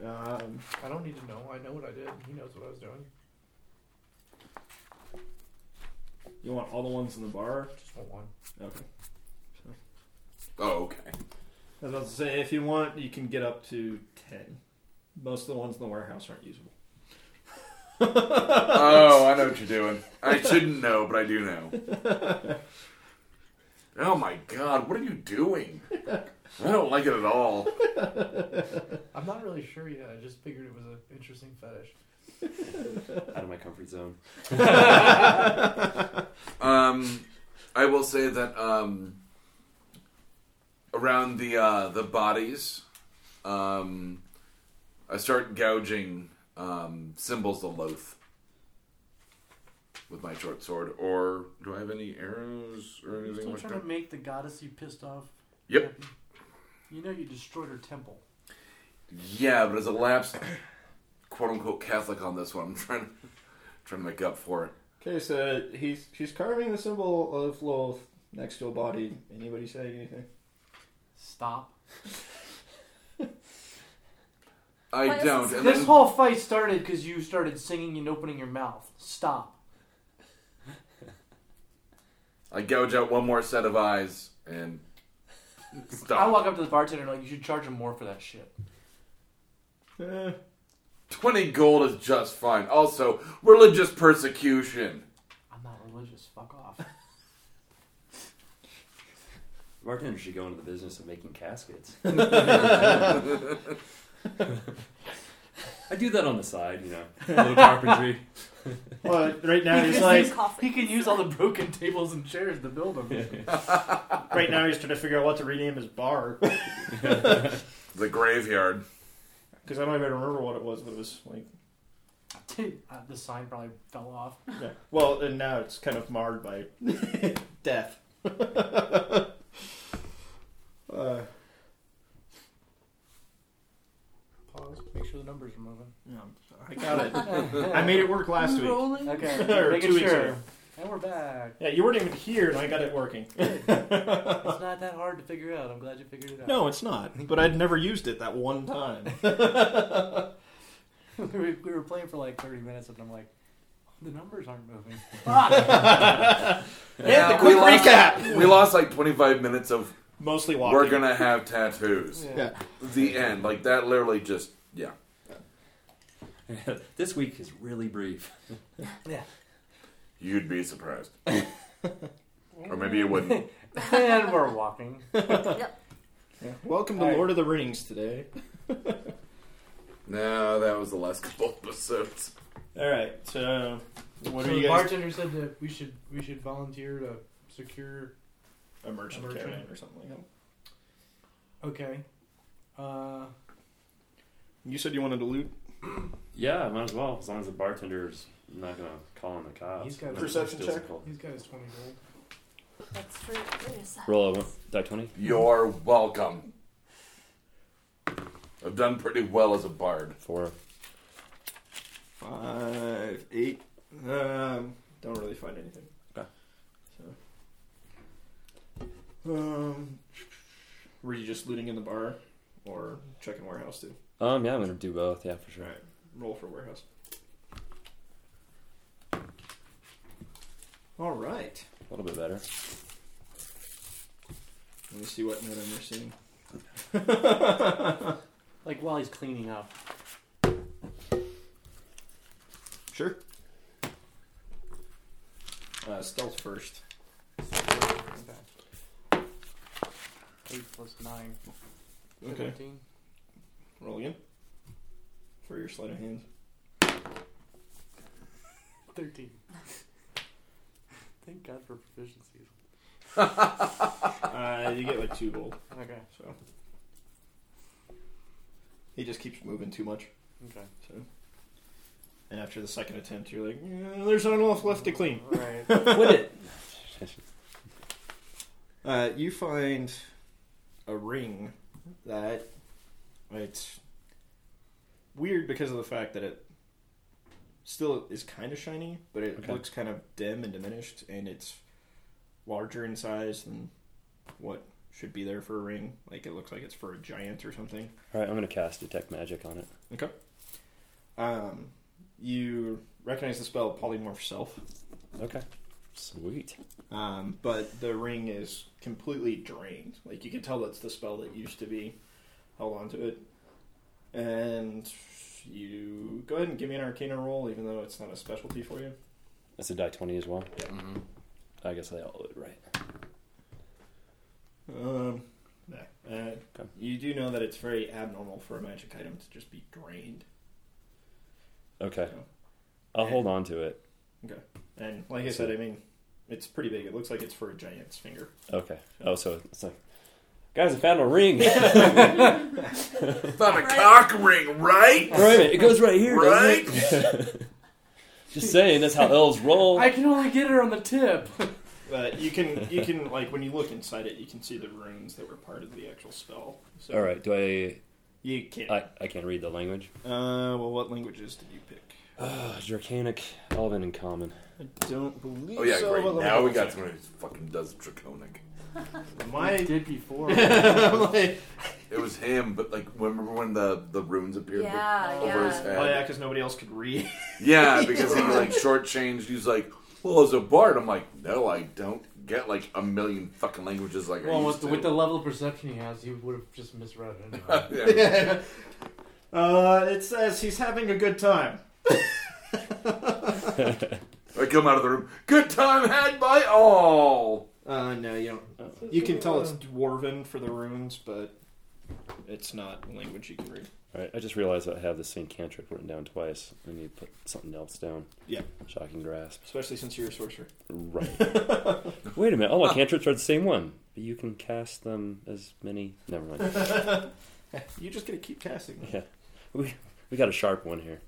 G: Um,
E: I don't need to know. I know what I did. He knows what I was doing.
G: you want all the ones in the bar?
E: Just want one.
G: Okay.
C: Oh, okay.
G: I was about to say, if you want, you can get up to ten. Most of the ones in the warehouse aren't usable.
C: Oh, I know what you're doing. I shouldn't know, but I do know. Oh my god, what are you doing? I don't like it at all.
E: I'm not really sure yet. I just figured it was an interesting fetish.
D: Out of my comfort zone.
C: Um, I will say that um, around the uh, the bodies, um, I start gouging um, symbols of loath with my short sword. Or do I have any arrows or
P: You're
C: anything
P: still
C: like
P: trying
C: that?
P: to make the goddess you pissed off.
C: Yep.
P: happy? You know you destroyed her temple.
C: Yeah, but as a lapsed quote unquote Catholic on this one, I'm trying to trying to make up for it.
G: Okay, so he's she's carving the symbol of Loth next to a body. Anybody say anything?
P: Stop.
C: I
B: Why is
C: don't.
B: this-
C: And
P: This
C: then,
P: whole fight started because you started singing and opening your mouth. Stop.
C: I gouge out one more set of eyes and
P: I
C: stop.
P: walk up to the bartender and like, you should charge him more for that shit.
G: Eh,
C: Twenty gold is just fine. Also, religious persecution.
P: I'm not religious. Fuck off.
D: Bartender should go into the business of making caskets. I do that on the side, you know, a little carpentry.
G: but right now he's
P: He's
G: like,
P: he can use all the broken tables and chairs to build them.
G: right now he's trying to figure out what to rename his bar
C: The graveyard.
G: because I don't even remember what it was, but it was like,
P: Dude, uh, the sign probably fell off.
G: yeah. well, and now it's kind of marred by death. uh,
E: Pause. Make sure the numbers are moving.
G: no, Oh, I got it. I made it work last week.
P: Rolling. Okay,
G: Or
P: making
G: two weeks
P: sure.
G: ago.
P: And we're back.
G: Yeah, you weren't even here, and I got it working.
P: It's not that hard to figure out. I'm glad you figured it out.
G: No, it's not. But I'd never used it that one time.
P: we, were, we were playing for like 30 minutes, and I'm like, the numbers aren't moving.
C: Yeah,
G: the
C: we
G: quick
C: lost,
G: recap.
C: We lost like 25 minutes of
G: Mostly walking.
C: we're gonna have tattoos.
G: Yeah.
C: The end. Like that literally just yeah.
D: this week is really brief.
C: You'd be surprised. or maybe you wouldn't.
P: and we're walking.
G: Welcome to
P: All right.
G: Lord of the Rings today.
C: No, that was the last couple episodes.
G: All right, so what
E: so
G: are you
E: the
G: guys?
E: bartender said that we should we should volunteer to secure.
G: a merchant,
E: A merchant.
G: caravan or something like that.
E: Okay. Uh,
G: You said you wanted to loot.
D: Yeah, might as well, as long as the bartender's not going to call in the cops.
E: He's got a
D: No,
G: perception
D: still
G: check.
D: cool.
E: he's got his twenty gold.
B: That's true. Wait a sec.
D: Roll a one- die 20.
C: You're welcome. I've done pretty well as a bard.
D: Four.
G: Five, eight. Um, don't really find anything.
D: Okay.
G: So, um, were you just looting in the bar, or checking warehouse too?
D: Um, yeah, I'm going to do both, yeah, for sure.
G: All right, roll for warehouse. All right.
D: A little bit better.
G: Let me see what note I'm missing.
P: Like while he's cleaning up.
G: Sure. Uh, stealth first.
P: Eight plus nine.
G: Okay.
P: Fifteen.
G: Roll again. For your sleight of hand.
P: Thirteen. Thank God for proficiencies.
G: Uh, you get like two gold.
P: Okay.
G: So he just keeps moving too much.
P: Okay.
G: So. And after the second attempt, you're like, "Yeah, "There's not enough left to clean."
P: All right.
D: Quit it!
G: Uh, you find a ring that it's weird because of the fact that it still is kind of shiny, but it
D: Okay.
G: looks kind of dim and diminished, and it's larger in size than what should be there for a ring. Like it looks like it's for a giant or something.
D: All right, I'm going to cast Detect Magic on it.
G: Okay. Um, you recognize the spell polymorph self,
D: Okay. Sweet.
G: um, but the ring is completely drained. Like you can tell that's the spell that used to be held onto it. And you go ahead and give me an Arcana roll, even though it's not a specialty for you.
D: That's a die 20 as well.
G: Yeah.
D: I guess I all would, right?
G: Um, no. Uh,
D: Okay.
G: You do know that it's very abnormal for a magic item to just be drained.
D: Okay.
G: Yeah.
D: I'll hold on to it.
G: And like I said, I mean, it's pretty big. It looks like it's for a giant's finger.
D: Okay. Oh, so it's like, guys, I found a ring. Wait a
C: Found a cock ring, right?
D: minute, it goes right here, doesn't
C: Right?
D: it? Just saying, that's how elves roll.
P: I can only get her on the tip.
G: But you can you can like when you look inside it, you can see the runes that were part of the actual spell. So
D: All right, do I,
G: you can't.
D: I? I can't read the language.
G: Uh, well, what languages did you pick?
D: Uh, Dracanic, Elven, and Common.
G: I don't believe.
C: Oh yeah,
G: so,
C: great.
G: but let me
C: Now we
G: double
C: got somebody who fucking does draconic.
G: check.
P: I
G: my.
P: did before.
G: I'm like-
C: It was him, but like remember when the the runes appeared
B: Yeah,
C: over his
B: yeah.
G: oh yeah,
C: head?
G: because nobody else could read.
C: yeah. because he like shortchanged. He's like, Well, as a bard, I'm like, no, I don't get like a million fucking languages like I
P: Well,
C: used
P: with the, with the
C: to.
P: level of perception he has, he would have just misread it anyway.
C: yeah.
G: Uh, it says he's having a good time.
C: I come out of the room. Good time had by all.
G: Uh, no, you don't. You can tell it's dwarven for the runes, but it's not a language you can read.
D: All right, I just realized I have the same cantrip written down twice. I need to put something else down.
G: Yeah.
D: Shocking grasp.
G: Especially since you're a sorcerer.
D: Right. Wait a minute. All my cantrips are the same one. But you can cast them as many. Never mind.
G: You just gotta keep casting.
D: Yeah. We, we got a sharp one here.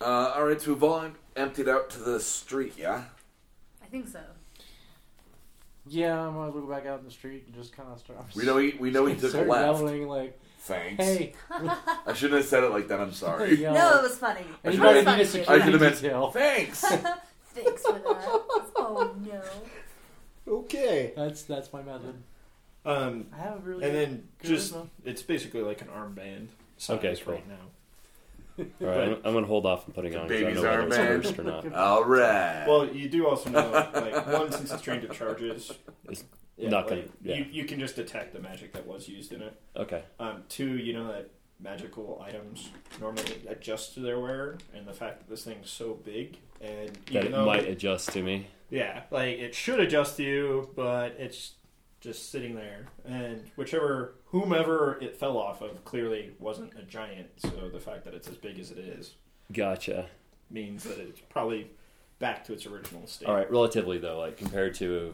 C: Uh, all right, so we've all emptied out to the street, yeah.
B: I think so.
P: yeah, I might as well go back out in the street and just kind of start.
C: We know he. We know he took a
P: start
C: left.
P: yelling like,
C: Thanks.
P: "Hey,
C: I shouldn't have said it like that. I'm
P: hey,
C: sorry.
P: yo.
B: No, it was funny.
P: And
C: I
P: you
C: should
P: gotta
C: have-
P: need a
C: I should
P: security
C: have been-
P: detail.
C: Thanks.
B: Thanks for that. Oh no.
G: Okay.
P: That's that's my method.
G: Um,
P: I have a really
G: and then
P: good
G: just
P: rhythm.
G: it's basically like an armband. size
D: Okay, cool.
G: Right now.
D: All right, I'm, I'm gonna hold off on putting it
C: The
D: on because I
C: baby's
D: don't know whether it's
C: armband.
D: cursed or not.
C: all right.
G: Well, you do also know, like, one since it's trained to charges,
D: It's not gonna- yeah.
G: you, you can just detect the magic that was used in it.
D: Okay.
G: Um, two, you know that magical items normally adjust to their wearer, and the fact that this thing's so big, and
D: That
G: even
D: it
G: though,
D: might adjust to me.
G: yeah, like it should adjust to you, but it's just sitting there, and whichever whomever it fell off of clearly wasn't a giant. So the fact that it's as big as it is
D: Gotcha.
G: means that it's probably back to its original state.
D: All right, relatively though, like compared to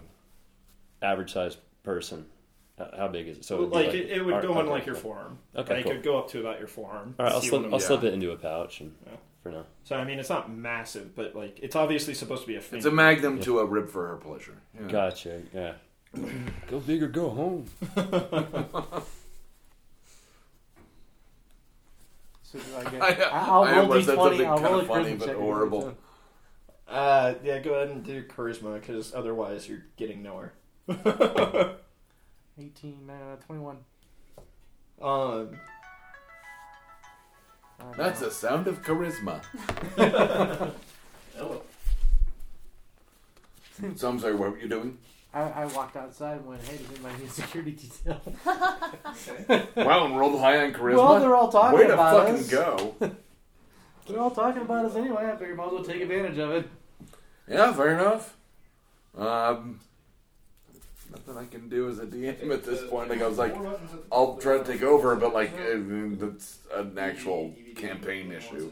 D: average sized person, how, how big is it? So
G: Well,
D: it'd be
G: like, it, it would
D: all right,
G: go on
D: okay,
G: like your
D: cool.
G: forearm.
D: Okay,
G: like,
D: cool.
G: it would go up to about your forearm.
D: All right, I'll
G: See
D: slip.
G: what
D: I'll
G: I'm-
D: slip it into a pouch and
G: Yeah.
D: for now.
G: So I mean, it's not massive, but like it's obviously supposed to be a finger.
C: it's a magnum to a rib for her pleasure. Yeah.
D: Gotcha. Yeah. go big or go home.
P: So do I get?
C: I, uh,
P: I'll
C: I
P: roll
C: almost said
P: D20,
C: something
P: I'll
C: kind
P: roll
C: of
P: a
C: funny
P: charisma
C: but
P: check.
C: horrible.
G: Uh, yeah, go ahead and do charisma because otherwise you're getting nowhere.
P: 18, uh, 21.
G: um,
P: I don't
C: That's
P: know.
C: the sound of charisma. so I'm sorry. What were you doing?
P: I, I walked outside and went, "Hey, does anybody need security detail?"
C: Wow, and rolled high on charisma.
P: well, they're all talking
C: Way to
P: about
C: fucking
P: us.
C: go.
P: They're all talking about us anyway. I figured might as well take advantage of it.
C: Yeah, fair enough. Um, nothing I can do as a DM at this point. Like I was like, I'll try to take over, but like uh, that's an actual campaign issue.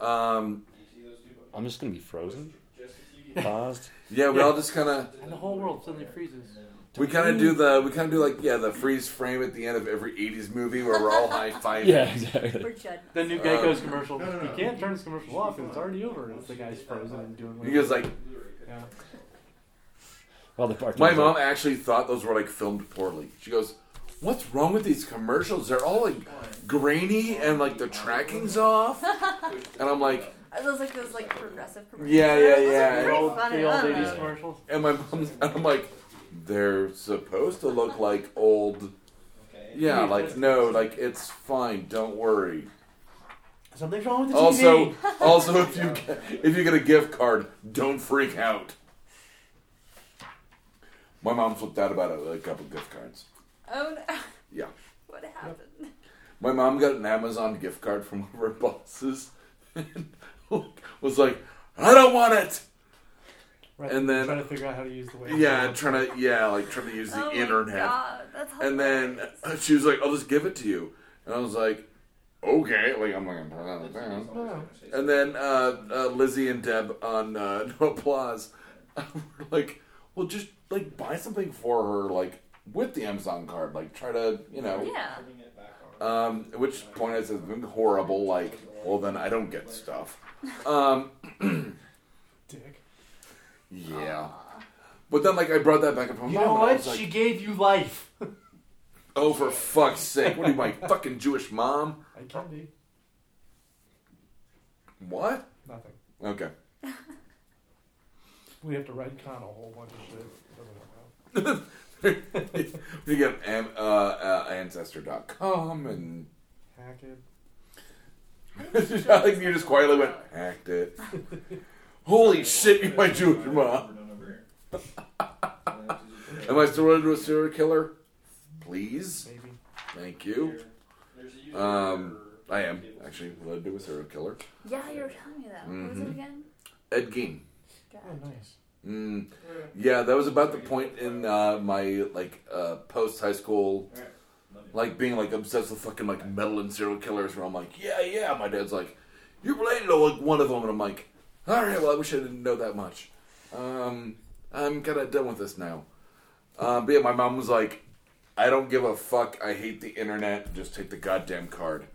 C: Um,
D: I'm just gonna be frozen, paused.
C: yeah, we all just kind of
P: And the whole world suddenly freezes.
C: we kind of do the we kind of do like yeah the freeze frame at the end of every '80s movie where we're all high fiving.
D: Yeah, exactly.
B: We're Judd.
P: The new
C: Uh,
P: Geico's commercial.
E: no, no, no.
P: You can't turn this commercial off. It's already over. And the guy's frozen and doing.
C: He goes like,
P: Yeah.
D: Well, the bartender's
C: my
D: like,
C: mom actually thought those were like filmed poorly. She goes, "What's wrong with these commercials? They're all like grainy and like the tracking's off." And I'm like,
B: Are those like those like progressive commercials?
C: Yeah, yeah,
B: Those are
C: yeah.
B: pretty
P: The old,
B: oh, funny,
P: the old
B: I don't
P: ladies
B: know.
P: commercials.
C: and my mom's, and I'm like, they're supposed to look like old. Yeah, like no, like it's fine. Don't worry.
P: Something's wrong with the
C: Also,
P: TV.
C: also if you get, if you get a gift card, don't freak out. My mom flipped out about a, a couple gift cards.
B: Oh no.
C: Yeah.
B: What happened?
C: My mom got an Amazon gift card from one of her bosses and was like, I don't want it.
P: Right,
C: and then-
P: trying to figure out how to use the way.
C: Yeah, trying to yeah, like trying to use the
B: oh
C: internet.
B: My God, that's
C: And then
B: hilarious.
C: uh, she was like, I'll just give it to you. And I was like, okay. Like, I'm not going to turn that down. And then uh, uh, Lizzie and Deb on uh, No Applause were like, well, just, like, buy something for her, like, with the Amazon card. Like, try to, you know.
B: yeah.
C: Um, at which point I said something horrible, like, well, then I don't get stuff. Um,
P: Dick.
C: yeah. But then, like, I brought that back up from
P: You
C: mom.
P: know
C: and I
P: what?
C: was like,
P: she gave you life.
C: oh, for fuck's sake. What are you, my fucking Jewish mom?
P: I can be
C: What?
P: nothing.
C: Okay.
P: We have to redcon a whole bunch of shit. Doesn't work out.
C: You get am, uh, uh, ancestor.com and
P: Hack it.
C: I think you just quietly went, hacked it. Holy shit, you might do it, your mom. Am I still running to a serial killer? Please?
E: Maybe.
C: Thank you. Um, I am, actually, led to a serial killer.
B: Yeah, you were telling me that. What was it
C: Mhm.
B: again?
C: Ed Gein.
E: Oh, nice.
C: Mm, yeah, that was about the point in uh, my like uh, post high school, like being like obsessed with fucking like metal and serial killers. Where I'm like, yeah, yeah. My dad's like, you're related to like one of them, and I'm like, all right, well, I wish I didn't know that much. Um, I'm kind of done with this now. Uh, but yeah, my mom was like, I don't give a fuck. I hate the internet. Just take the goddamn card.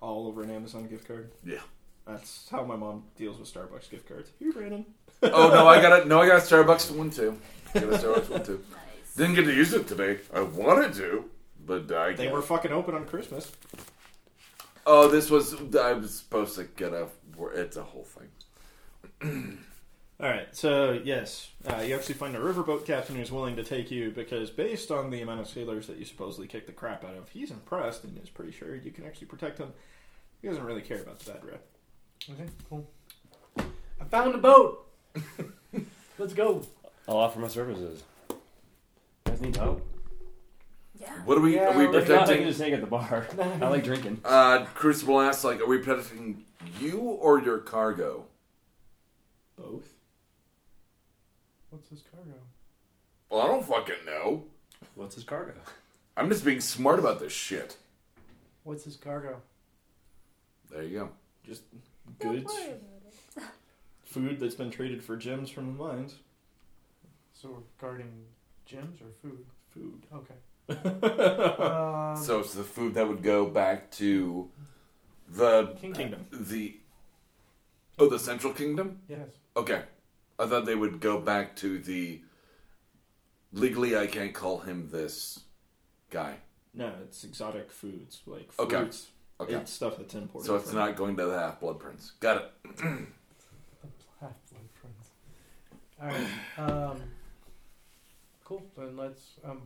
G: all over an Amazon gift card.
C: Yeah.
G: That's how my mom deals with Starbucks gift cards. Here, Brandon.
C: oh no, I got a no, I got a Starbucks one too. I got a Starbucks one too.
B: Nice.
C: Didn't get to use it today. I wanted to, but I
G: They
C: can't.
G: were fucking open on Christmas.
C: Oh, this was I was supposed to get a. It's a whole thing.
G: All right, so yes, uh, you actually find a riverboat captain who's willing to take you because, based on the amount of sailors that you supposedly kicked the crap out of, he's impressed and is pretty sure you can actually protect him. He doesn't really care about the bad rep.
E: Okay, cool. I found a boat. Let's go.
D: I'll offer my services. You guys need help.
B: Yeah.
C: What are we?
E: Yeah,
C: are we
E: we're-
D: If not, I can
C: protecting?
D: just hang at the bar. I like drinking.
C: Uh, Crucible asks, like, are we protecting you or your cargo?
G: Both.
E: What's his cargo?
C: Well, I don't fucking know.
D: What's his cargo?
C: I'm just being smart about this shit.
E: What's his cargo?
C: There you go.
G: Just goods, food that's been traded for gems from the mines.
E: So we're guarding gyms or food?
G: Food.
E: Okay. um,
C: So it's the food that would go back to the
G: Kingdom.
C: the oh the Central Kingdom.
E: yes.
C: Okay, I thought they would go back to the legally I can't call him this guy.
G: No, it's exotic foods like fruits.
C: Okay. Okay.
G: It's stuff that's imported.
C: So it's
G: from-
C: not going to the half blood prince. Got it.
E: The platform friends. All right. Um, cool. Then let's. Um,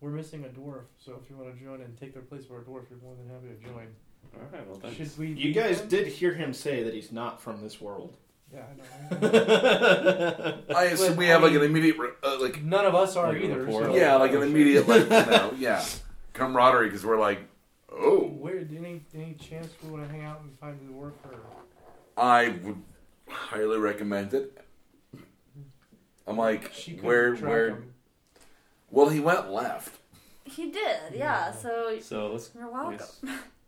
E: we're missing a dwarf, so if you want to join and take their place for a dwarf, you're more than happy to join.
D: All right, well,
E: Should we?
G: You
E: leave
G: guys
E: them?
G: did hear him say that he's not from this world.
E: Yeah, I know.
C: I assume we have like an immediate re- uh, like
E: None of us are
D: Like a
E: either.
D: rapport.
E: so-
C: yeah like an immediate like you know yeah camaraderie because we're like oh
E: Where any any chance we want to hang out and find the dwarf or
C: I would highly recommend it. I'm like
E: she could
C: where
E: track
C: where
E: him.
C: well he went left
B: He did, yeah. So
D: So let's
B: you're
D: I
B: welcome.
D: guess,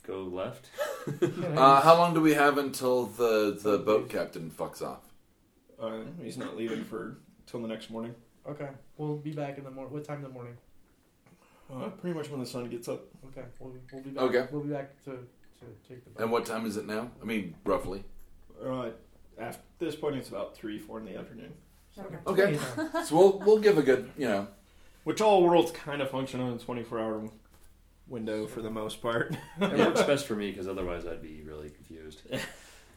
D: go left.
C: uh, how long do we have until the the boat captain fucks off
G: Uh, he's not leaving for till the next morning.
E: Okay, we'll be back in the morning. What time in the morning?
G: Uh, pretty much when the sun gets up.
E: Okay, we'll, we'll be back.
C: Okay.
E: we'll be back to, to take the. Boat.
C: and what time is it now I mean roughly
G: Uh, at this point, it's about three, four in the afternoon.
B: Okay.
C: okay so we'll we'll give a good you know
G: Which all worlds kind of function on a 24 hour window for the most part.
D: It works best for me because otherwise I'd be really confused.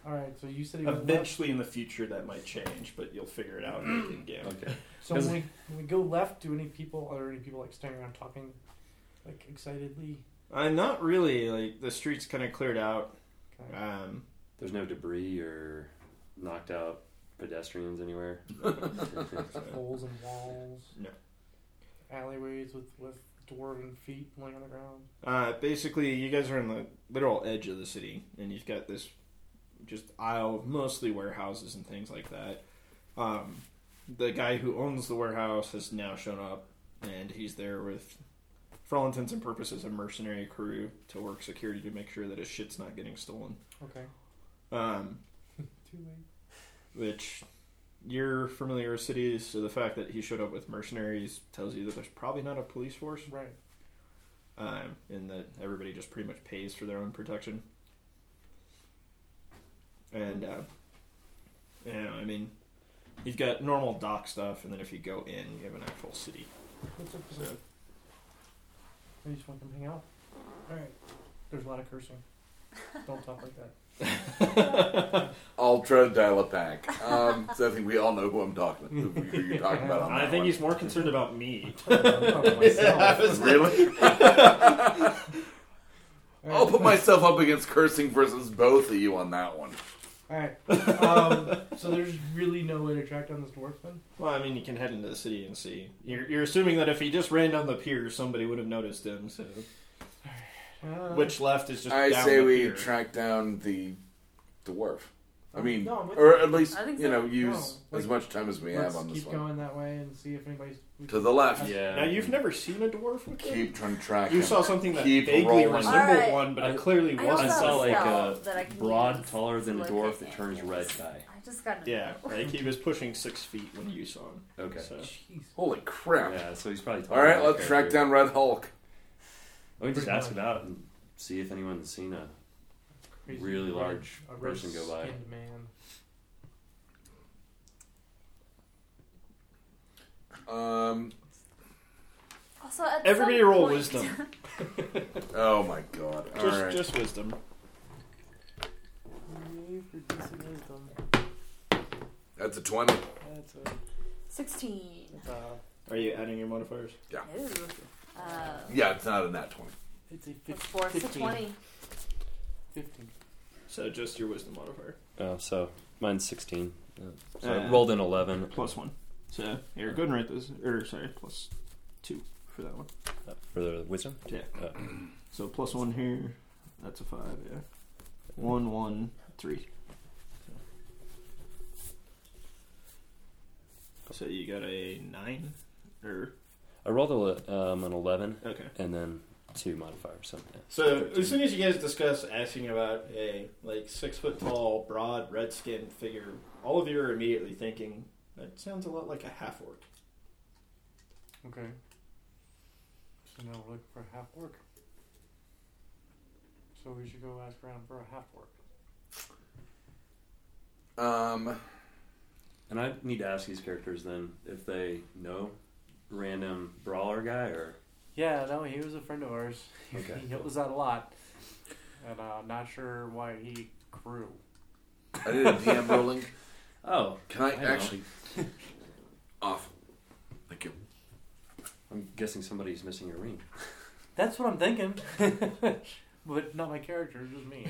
E: All right. So you said he went left.
G: Eventually, in the future, that might change, but you'll figure it out in the game.
D: Okay.
E: So when we, when we go left, do any people are there any people like standing around talking, like excitedly?
G: Uh, not really. Like the streets kind of cleared out.
E: Okay.
G: Um,
D: There's no debris or knocked out pedestrians anywhere.
E: Holes and walls.
G: No.
E: Alleyways with with dwarven feet laying on the ground.
G: Uh, basically, you guys are in the literal edge of the city, and you've got this just aisle of mostly warehouses and things like that. Um, the guy who owns the warehouse has now shown up, and he's there with, for all intents and purposes, a mercenary crew to work security to make sure that his shit's not getting stolen.
E: Okay.
G: Um,
E: Too late.
G: which you're familiar with cities, so the fact that he showed up with mercenaries tells you that there's probably not a police force,
E: Right.
G: um, and that everybody just pretty much pays for their own protection. And uh, you know, I mean, you've got normal dock stuff, and then if you go in, you have an actual city.
E: What's up? with
G: So
E: that? I just want them to hang out. All right. There's a lot of cursing. Don't talk like that.
C: I'll try to dial it back um, so I think we all know who I'm talking who, who you're talking about on
G: I
C: that
G: think
C: one.
G: he's more concerned about me.
E: I'm talking about myself.
C: really I'll put myself up against cursing versus both of you on that one.
E: Alright. Um, so there's really no way to track down this dwarf then?
G: Well, I mean, you can head into the city and see. You're, you're assuming that if he just ran down the pier, somebody would have noticed him. So,
E: Uh,
G: which left is just
C: I
G: down
C: say
G: the
C: we
G: pier.
C: track down the dwarf. I mean,
E: No, I'm with
C: or
E: you.
C: at least
B: I think
C: you
B: so.
C: know use
E: No,
C: as
E: like,
C: much time as we
E: Let's
C: have on this
E: keep
C: one.
E: going that way and see if anybody's.
C: To the left.
D: Yeah.
G: Now you've never seen a dwarf. With them?
C: Keep trying to track.
G: You
C: him.
G: saw something that
C: Keep
G: vaguely
C: rolling.
G: resembled
B: Alright.
G: one, but
D: I-
G: it clearly
B: I
D: I
G: wasn't. uh,
B: also
D: saw like
B: spell
D: a
B: that I can
D: broad,
B: use
D: taller than
B: to
D: dwarf
B: locate
D: that turns red
B: animals.
D: guy.
B: I just got.
G: Yeah, like he was pushing six feet when you saw him.
D: Okay.
G: So.
E: Jeez.
C: Holy crap!
D: Yeah, so he's probably.
C: All
G: Oh,
C: right, let's track down Red Hulk.
D: We can just
E: Pretty
D: ask it out and see if anyone's seen a.
E: Crazy
D: Really
E: red-
D: large
E: a
D: person go by.
E: red-skinned Man.
C: Um.
B: Also, at
G: Everybody
B: some
G: roll
B: point-
G: wisdom.
C: Oh my God! All right.
G: Just, just wisdom.
C: That's a twenty.
P: That's a,
B: Sixteen.
P: it's
E: uh,
P: a,
G: Are you adding your modifiers?
B: Ooh. Uh,
C: Yeah, it's not in that twenty.
P: it's a
B: plus
P: fif-
B: four, it's a
P: 15.
B: twenty.
P: 15.
G: So just your wisdom modifier
D: Oh, so mine's sixteen. Uh, So I
G: Uh,
D: rolled in eleven.
G: plus one. So you're good and right this, or sorry, plus two for that one.
D: uh, for the wisdom.
G: Yeah.
D: Uh,
G: So plus one here. That's a five. Yeah. One, one, three. So you got a nine, or
D: I rolled a, le- um, an eleven
G: okay.
D: and then two modifiers. So, yeah.
G: So
D: Thirteen.
G: as soon as you guys discuss asking about a like six foot tall, broad, red skinned figure, all of you are immediately thinking that sounds a lot like a half orc.
P: Okay. So now we're looking for a half work. So we should go ask around for a half work.
C: Um.
D: And I need to ask these characters then if they know random brawler guy or
P: Yeah, no, he was a friend of ours.
D: Okay.
P: he knows that a lot. And uh, I'm not sure why he grew.
C: I did a DM rolling.
D: oh,
C: Can I,
D: I know.
C: actually? off. Thank you.
D: I'm guessing somebody's missing a ring.
P: That's what I'm thinking. but not my character, just me.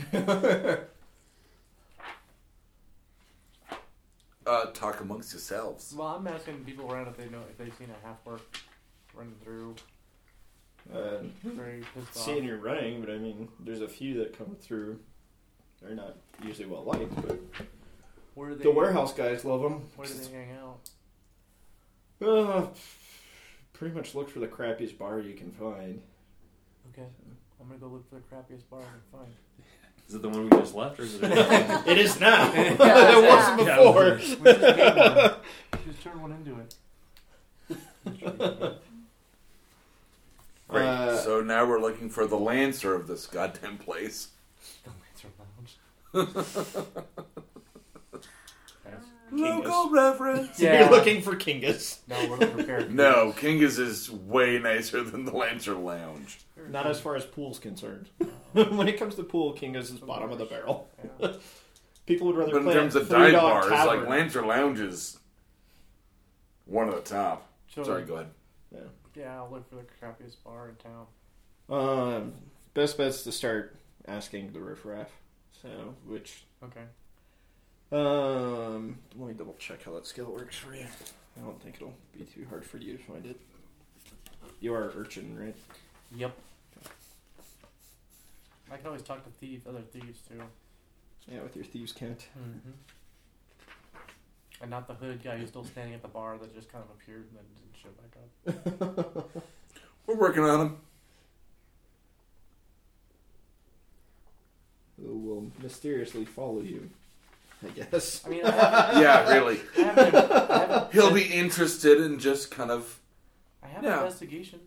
C: Uh, talk amongst yourselves.
P: Well, I'm asking people around if they know if they've seen a half work running through.
G: Uh,
P: Very pissed off.
G: seeing you're running, but I mean, there's a few that come through. They're not usually well liked, but
P: Where do they
G: the warehouse guys love them.
P: Where do they hang out?
G: Uh, pretty much look for the crappiest bar you can find.
P: Okay, I'm gonna go look for the crappiest bar I can find.
D: Is it the one we just left or is it? A
G: It is now.
B: Yeah,
G: there wasn't
D: yeah.
G: before.
P: We just made one. We just turned one into it.
C: Great.
G: Uh,
C: so now we're looking for the lancer of this goddamn place.
P: The Lancer Lounge.
C: Local reference.
P: Yeah.
G: You're looking for Kingus.
P: No, we're looking for characters.
C: No, Kingus is way nicer than the Lancer Lounge.
G: Not as far as pool's concerned. when it comes to pool, Kingus is bottom of the barrel.
P: Yeah.
G: People would rather
C: But in
G: play
C: terms
G: at
C: of dive
G: $3
C: bars,
G: tavern.
C: like Lancer Lounge is one of the top.
P: So,
C: Sorry, go ahead.
P: Yeah, I'll look for the crappiest bar in town.
G: Um, best bet's to start asking the riffraff. So, which
P: Okay.
G: um, let me double check how that skill works for you. I don't think it'll be too hard for you to find it. You are urchin, right?
P: Yep. I can always talk to thief, other thieves too,
G: Yeah, with your thieves count.
P: mm-hmm. and not the hood guy who's still standing at the bar that just kind of appeared and then didn't show back up.
C: We're working on him.
G: Who will mysteriously follow you? I guess.
P: I mean, I haven't,
C: Yeah, really.
P: I haven't, I haven't,
C: He'll be interested in just kind of.
P: I have
C: Yeah.
P: an investigation.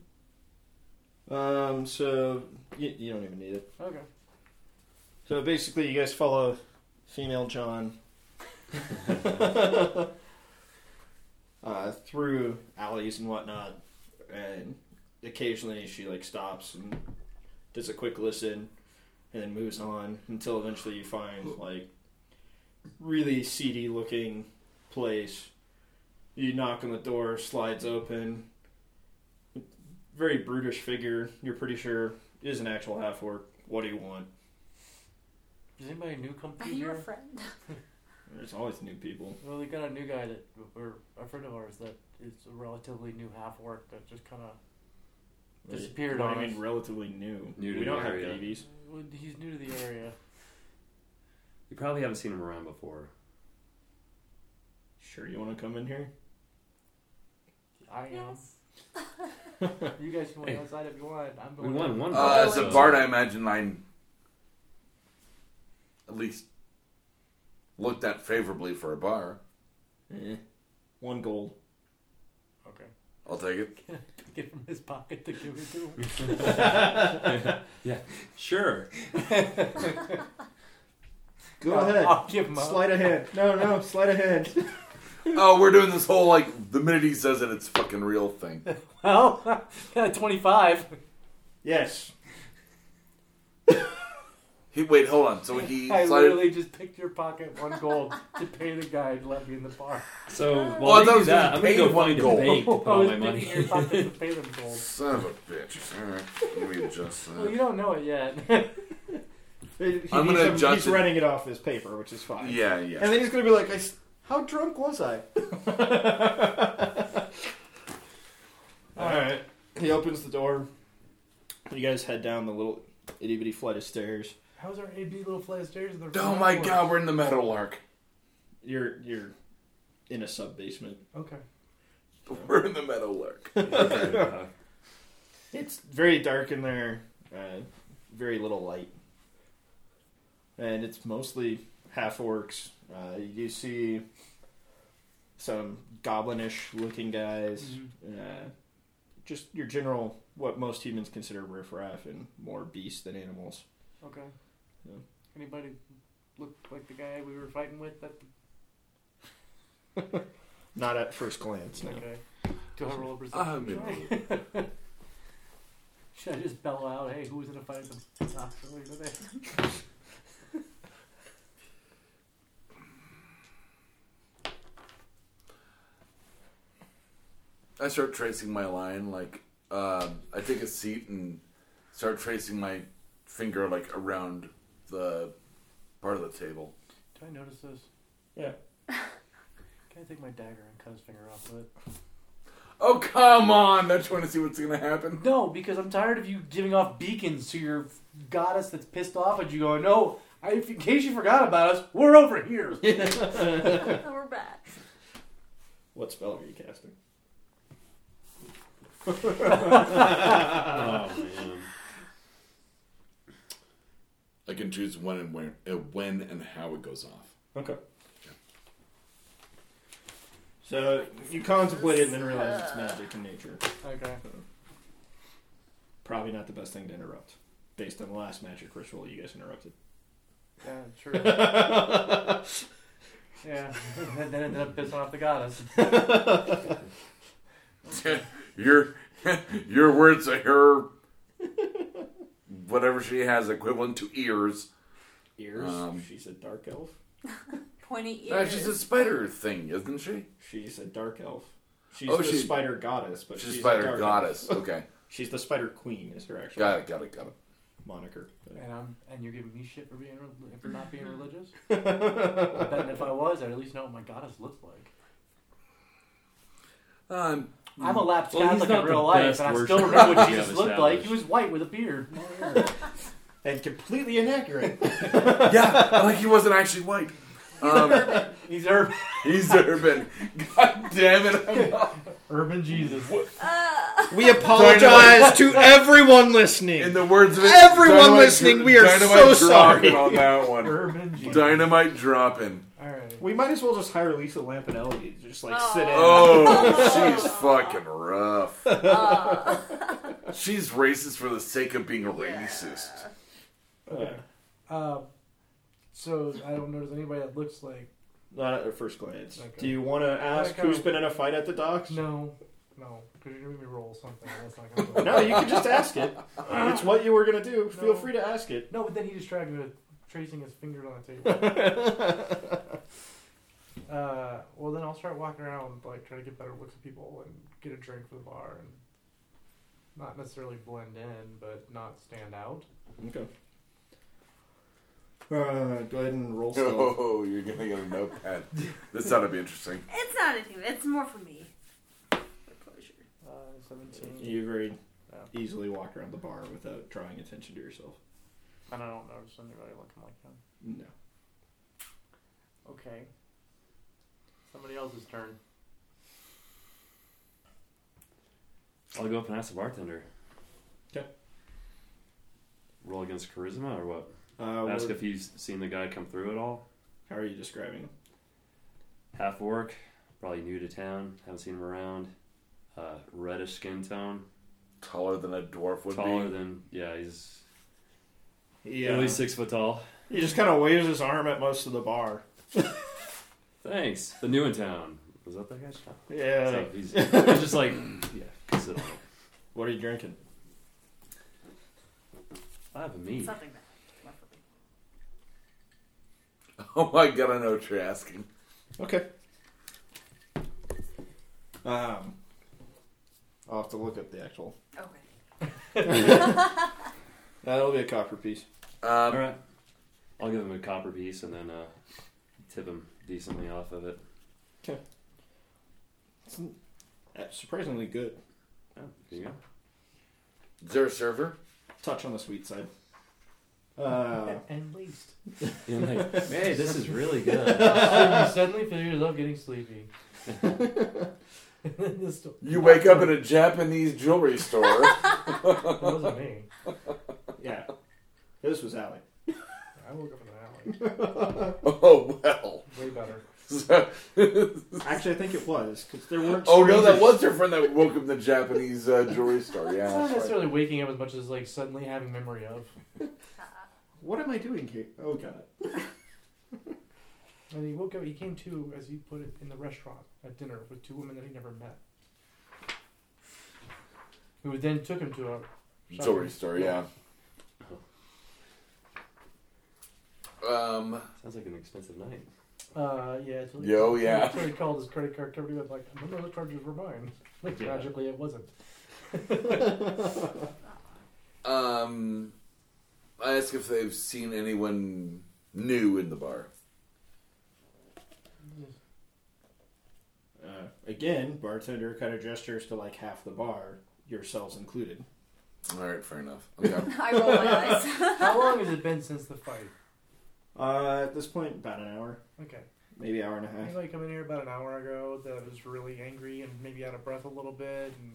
G: Um, so you, you don't even need it.
P: Okay.
G: So basically, you guys follow female John uh, through alleys and whatnot, and occasionally she like stops and does a quick listen, and then moves on until eventually you find like really seedy looking place. You knock on the door, slides open. Very brutish figure. You're pretty sure is an actual half orc. What do you want?
P: Does anybody new come
B: Are
P: through
B: you a
P: here?
B: friend?
G: There's always new people.
P: Well, we got a new guy that, or a friend of ours that is a relatively new half work that just kind of Disappeared
G: What
P: on
G: do you
P: us.
G: mean relatively new.
D: New to the
G: we don't have
D: area.
G: babies.
P: he's new to the area.
D: You probably haven't seen him around before.
G: Sure, you want to come in here?
P: I am.
B: Yes.
P: You guys can wait
D: Hey.
P: outside if you want. I'm
D: We
P: going.
D: won
P: out.
D: one.
C: Uh,
D: vote,
C: as a
D: so-
C: bard, I imagine I'm at least looked at favorably for a bar.
G: Eh. One gold.
P: Okay.
C: I'll take it.
P: Get from his pocket to give it to him.
D: Sure.
G: Go
P: I'll-
G: ahead.
P: I'll give him up.
G: Slide ahead. No, no, slide ahead.
C: Oh, we're doing this whole like the minute he says it, it's fucking real thing.
P: Well, 25.
G: yes.
C: He wait, hold on. So he
P: I
C: slid.
P: literally just picked your pocket one gold to pay the guy to let me in the bar.
D: So
C: Oh, I
D: while
C: thought
D: you
C: it
D: do
C: was
D: that,
C: just
D: I'm gonna
C: paid
D: go
C: one Oh,
D: find a
C: gold.
D: bank to put
P: I
D: all
P: was
D: my money.
P: picking your pocket to pay them gold.
C: Son of a bitch. All right, let me adjust
P: Well,
C: that.
P: you don't know it yet.
G: He-
C: I'm gonna
G: he's,
C: adjust
G: he's
C: it.
G: running it off his paper, which is fine.
C: Yeah, yeah.
G: And then he's gonna be like, I s- "How drunk was I?" All right. He opens the door. You guys head down the little itty bitty flight of stairs.
E: How's our AB little flight of stairs? in the
C: Oh
E: front
C: my
E: door?
C: god, we're in the Meadowlark.
G: You're you're in a sub basement.
E: Okay.
C: We're in the Meadowlark.
G: It's very dark in there. Uh, very little light, and it's mostly half orcs. Uh, you see some goblinish looking guys. uh, just your general what most humans consider riffraff and more beasts than animals.
P: Okay.
G: Yeah.
P: Anybody look like the guy we were fighting with? That
G: Not at first glance. No.
P: okay. Do I roll a
D: Uh,
P: perception?
C: Ah, I'm in
P: check?
C: the-
P: Should I just bell out, "Hey, who was in a fight with them?" Not really, were they?
C: I start tracing my line. Like um I take a seat and start tracing my finger like around the part of the table.
P: Do I notice this?
G: Yeah.
P: Can I take my dagger and cut his finger off with it?
C: Oh come on! Don't you want to see what's gonna happen?
P: No, because I'm tired of you giving off beacons to your goddess that's pissed off at you going, no, I, if- in case you forgot about us, we're over here.
B: We're back.
G: What spell are you casting?
D: Oh man.
C: I can choose when and where, uh, when and how it goes off.
G: Okay. So you contemplate it and then realize it's magic in nature.
P: Okay.
G: Probably not the best thing to interrupt, based on the last magic ritual you guys interrupted.
P: Yeah, true. yeah. And then ended up pissing off the goddess.
C: your your words are her whatever she has equivalent to ears.
G: Ears.
C: Um.
G: she's a dark elf.
B: Pointy
C: Uh,
B: ears.
C: she's a spider thing, isn't she?
G: She's a dark elf. She's
C: Oh,
G: the
C: she's-
G: spider goddess, but
C: She's a
G: she's a
C: spider
G: dark
C: goddess.
G: elf.
C: Okay,
G: She's the spider queen. Is her actual
C: got it, got it, got it.
G: moniker? but-
P: And I'm and you're giving me shit for being re- for not being religious. and if I was, I'd at least know what my goddess looked like.
C: Um,
P: I'm a lapsed
D: Well, he's
P: Catholic
D: not
P: in
D: the
P: real life,
D: best
P: and I still
D: worshiper
P: remember what
D: we have
P: Jesus looked like. He
D: established.
P: was white with a beard.
G: and completely inaccurate.
C: yeah, like he wasn't actually white. Um,
P: He's urban.
C: he's urban. God damn it! I'm
E: Urban Jesus.
B: Uh,
G: we apologize to everyone listening.
C: In the words of it,
G: Everyone
C: dynamite
G: listening, we are
C: dynamite
G: so
C: drop-in
G: sorry.
C: on that one.
E: Urban Jesus.
C: Dynamite dropping.
P: All right.
G: we might as well just hire Lisa Lampanelli to just like
B: Aw.
G: sit in.
C: Oh, she's fucking rough.
B: uh,
C: She's racist for the sake of being racist.
G: Uh,
E: Uh, so I don't notice anybody that looks like.
G: not at first glance.
E: Okay.
G: Do you want to ask
E: Okay.
G: who's been in a fight at the docks?
E: No, no, because you're gonna make me roll something. and That's not gonna work.
G: No, you can just ask it. It's what you were gonna do.
E: No.
G: Feel free to ask it.
E: No, but then he distracted me with tracing his fingers on the table. uh, well, then I'll start walking around, like trying to get better looks at people and get a drink from the bar, and not necessarily blend in, but not stand out.
G: Okay. Uh, go ahead and roll stealth.
C: Oh, you're gonna get a notepad. this ought to be interesting.
B: It's not a two. It's more for me. Closure.
E: Uh, 17.
G: You very
E: Yeah.
G: easily walk around the bar without drawing attention to yourself.
E: And I don't notice anybody looking like that.
G: No.
E: Okay. Somebody else's turn.
D: I'll go up and ask the bartender.
G: 'Kay.
D: Roll against charisma or what?
G: Uh,
D: ask
G: what-
D: if he's seen the guy come through at all.
G: how are you describing him?
D: Half orc, probably new to town. Haven't seen him around. Uh, reddish skin tone,
C: Taller than a dwarf would
D: taller
C: be.
D: than yeah, he's
G: Yeah.
D: at least six foot tall.
G: uh, He just kind of waves his arm at most of the bar.
D: Thanks. The new in town. Was that that guy's name?
G: Yeah.
D: So he's, he's just like yeah, cause it
G: What are you drinking?
D: I have a meat.
B: Something that. left for me.
C: Oh my god, I know what you're asking.
G: Okay. Um, I'll have to look up the actual.
B: Okay.
G: That'll be a copper piece.
D: All
C: Um,
D: right, I'll give him a copper piece and then uh, tip him decently off of it.
G: It's uh, surprisingly good.
D: Yeah, there you go.
C: is there a server?
G: Touch on the sweet side. Uh,
E: And least.
D: And I'm like, hey, this is really good.
P: you suddenly feel yourself getting sleepy.
E: this that
C: You wake up in a Japanese jewelry store.
E: wasn't me.
G: yeah. This was Allie.
E: I woke up in an
C: oh well.
E: alley. Way better.
C: So-
G: Actually, I think it was because there weren't.
C: oh no, that
G: strangers-
C: was your friend that woke up in the Japanese uh, jewelry store. Yeah,
E: It's not
C: that's right.
E: necessarily waking up as much as like suddenly having memory of.
G: What am I doing here? Oh god.
E: And he woke up. He came to, as he put it, in the restaurant at dinner with two women that he never met. Who then took him to a
C: jewelry store. Yeah. Um.
D: Sounds like an expensive night.
E: Uh, yeah. It's really
C: Yo, yeah.
E: That's what he called his credit card company. But like, none of the charges were mine. Like,
D: Yeah.
E: magically, it wasn't.
C: Um. I ask if they've seen anyone new in the bar.
G: Uh, again, bartender kind of gestures to like half the bar, yourselves included.
C: All right, fair enough. Okay.
B: I roll my eyes.
E: How long has it been since the fight?
G: Uh, at this point, about an hour,
E: Okay.
G: maybe hour and a half.
E: Anybody come in here about an hour ago that was really angry and maybe out of breath a little bit? And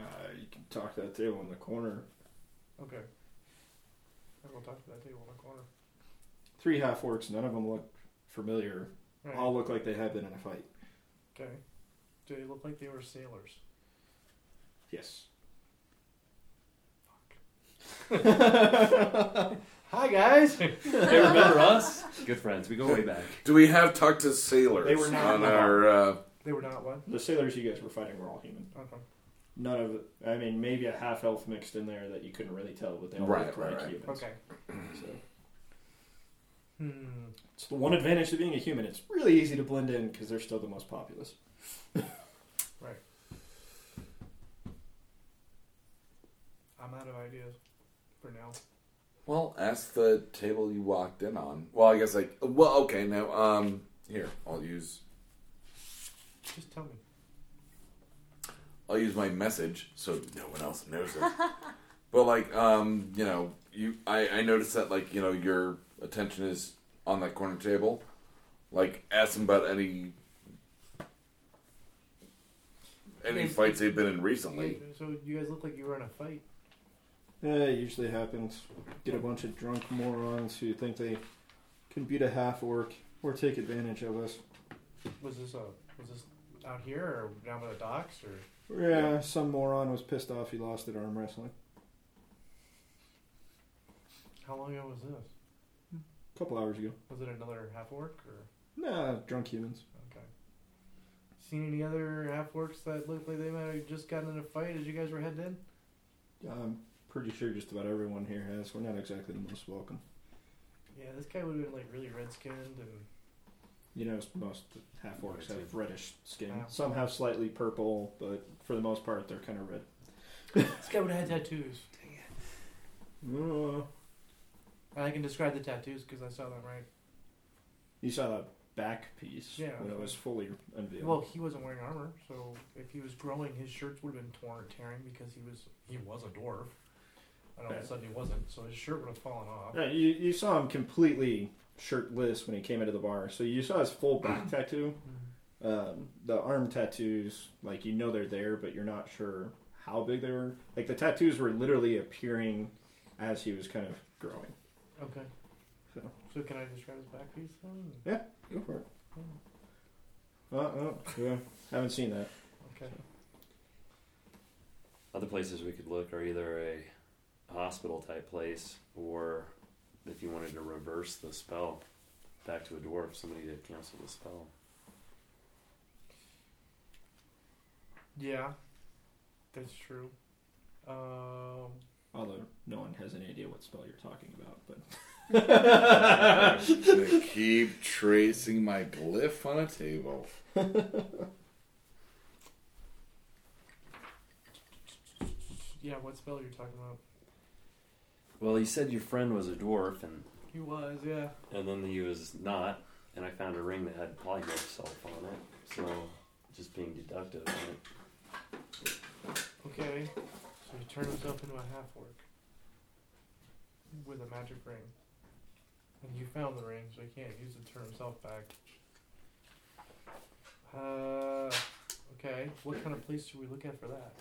G: Uh, you can talk to that table in the corner.
E: okay. And we'll talk to that table in the corner.
G: Three half orcs, none of them look familiar.
C: Hmm.
E: Right.
G: All look like they have been in a fight.
E: Okay. Do they look like they were sailors?
G: Yes.
E: Hi guys.
D: They remember us? Good friends. We go way back.
C: Do we have talked to sailors
G: They were not
C: on
G: in the
C: our? Uh,
E: they were not what?
G: The sailors you guys were fighting were all human.
E: Okay.
G: None of, I mean, maybe a half elf mixed in there that you couldn't really tell, but they all
C: Right,
G: looked
C: right,
G: like
C: right.
G: humans.
E: Okay.
G: So.
E: Hmm.
G: It's the one advantage to being a human. It's really easy to blend in because they're still the most populous.
E: I'm out of ideas for now.
C: well, ask the table you walked in on. Well, I guess like. Well, okay. Now, um, here I'll use.
E: Just tell me.
C: I'll use my message so no one else knows it. but like, um, you know, you I, I noticed that like, you know, your attention is on that corner table. Like ask them about any any
E: Yes.
C: fights they've been in recently.
E: So you guys look like you were in a fight.
G: Yeah, it usually happens. Get a bunch of drunk morons who think they can beat a half orc or take advantage of us.
E: Was this a was this out here or down by the docks or?
G: Yeah, some moron was pissed off he lost at arm wrestling.
E: How long ago was this?
G: A couple hours ago.
E: Was it another half orc or?
G: Nah, drunk humans.
E: Seen any other half orcs that looked like they might have just gotten in a fight as you guys were heading in?
G: I'm pretty sure just about everyone here has. We're not exactly the most welcome.
E: Yeah, this guy would have been like really red skinned and
G: You know, most half orcs have reddish skin.
E: Yeah.
G: Some have slightly purple, but for the most part, they're kind of red.
E: this guy would have had tattoos.
G: Uh,
E: And I can describe the tattoos because I saw them right.
G: You saw the back piece
E: Yeah.
G: when it was fully unveiled.
E: Well, he wasn't wearing armor, so if he was growing, his shirts would have been torn or tearing because he was he was a dwarf. And all of
G: Yeah.
E: a sudden he wasn't, so his shirt would have fallen off.
G: Yeah, you, you saw him completely shirtless when he came into the bar. So you saw his full back tattoo. Um, the arm tattoos, like you know they're there, but you're not sure how big they were. Like the tattoos were literally appearing as he was kind of growing.
E: Okay.
G: So.
E: So can I describe his back piece? Then?
G: Go for it. Uh, oh, yeah. Haven't seen that.
E: Okay.
D: Other places we could look are either a hospital type place or if you wanted to reverse the spell back to a dwarf, somebody to cancel the spell.
E: Yeah, that's true. Um,
G: Although no one has any idea what spell you're talking about, but
O: Gonna keep tracing my glyph on a table.
E: yeah, what spell are you talking about?
D: Well, you said your friend was a dwarf, and,
E: He was, yeah.
D: and then he was not, and I found a ring that had polymorph self on it. So, just being deductive. Right?
E: Okay. So he turned himself into a half orc with a magic ring. And you found the ring, so he can't use it to turn himself back. Uh, okay. What kind of place should we look at for that?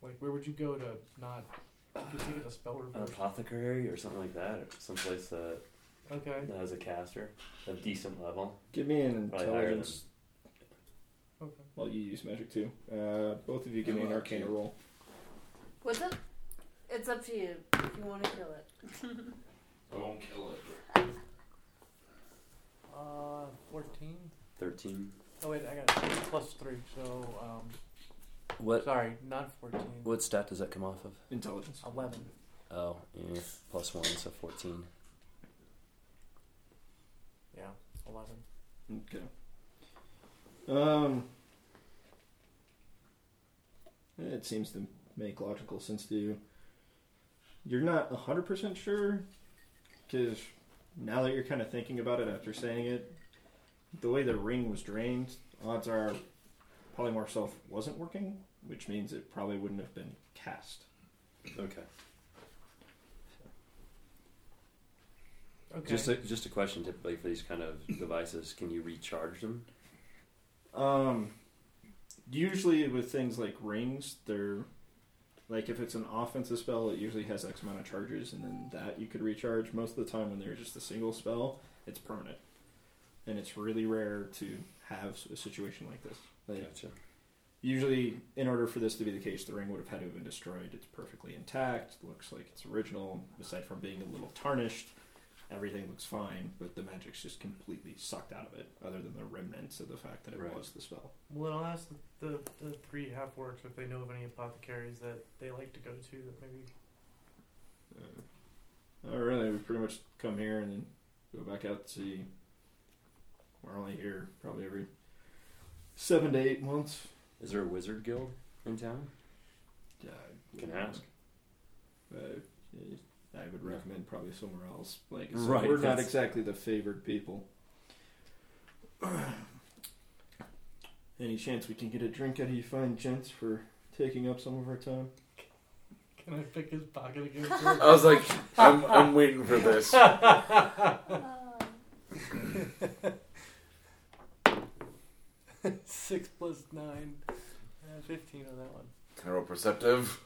E: Like, where would you go to not get to get a spell
D: An
E: reversed?
D: apothecary or something like that, or someplace that,
E: Okay.
D: that has a caster, a decent level.
G: give me an
D: Probably higher than-
G: intelligence.
E: Okay.
G: Well, you use magic too. Uh, both of you give me an
O: Oh,
G: arcana
O: okay.
G: roll.
B: What's up? It's up to you. If you want to kill it.
O: I won't kill it.
E: Uh, 14?
D: 13.
E: Oh, wait, I got plus 3, so, um,
D: What,
E: sorry, not 14.
D: what stat does that come off of?
G: Intelligence.
E: 11.
D: Oh, yeah, plus 1, so 14.
E: Yeah, 11.
G: Okay. Um, it seems to make logical sense to you. You're not 100% sure, because now that you're kind of thinking about it after saying it, the way the ring was drained, odds are polymorph self wasn't working, which means it probably wouldn't have been cast.
D: Okay.
E: Okay.
D: Just a, just a question typically for these kind of devices can you recharge them?
G: Um, usually with things like rings, they're like if it's an offensive spell, it usually has X amount of charges, and then that you could recharge. Most of the time, when they're just a single spell, it's permanent, and it's really rare to have a situation like this. Like,
D: Gotcha.
G: Usually, in order for this to be the case, the ring would have had to have been destroyed. It's perfectly intact. Looks like it's original, aside from being a little tarnished. Everything looks fine, but the magic's just completely sucked out of it, other than the remnants of the fact that it
D: Right.
G: was the spell.
E: Well, then I'll ask the, the, the three half orcs if they know of any apothecaries that they like to go to that maybe.
G: Oh, really? We pretty much come here and then go back out to see. We're only here probably every seven to eight months.
D: Is there a wizard guild in town?
G: Yeah,
D: You can ask.
G: Uh, I would recommend probably somewhere else. Like, so
D: Right,
G: we're not
D: that's-
G: exactly the favored people. Any chance we can get a drink out of you fine gents for taking up some of our time?
E: Can I pick his pocket again?
O: I was like, I'm, I'm waiting for this.
E: Six plus nine. Uh, Fifteen on that one.
O: Can I roll perceptive?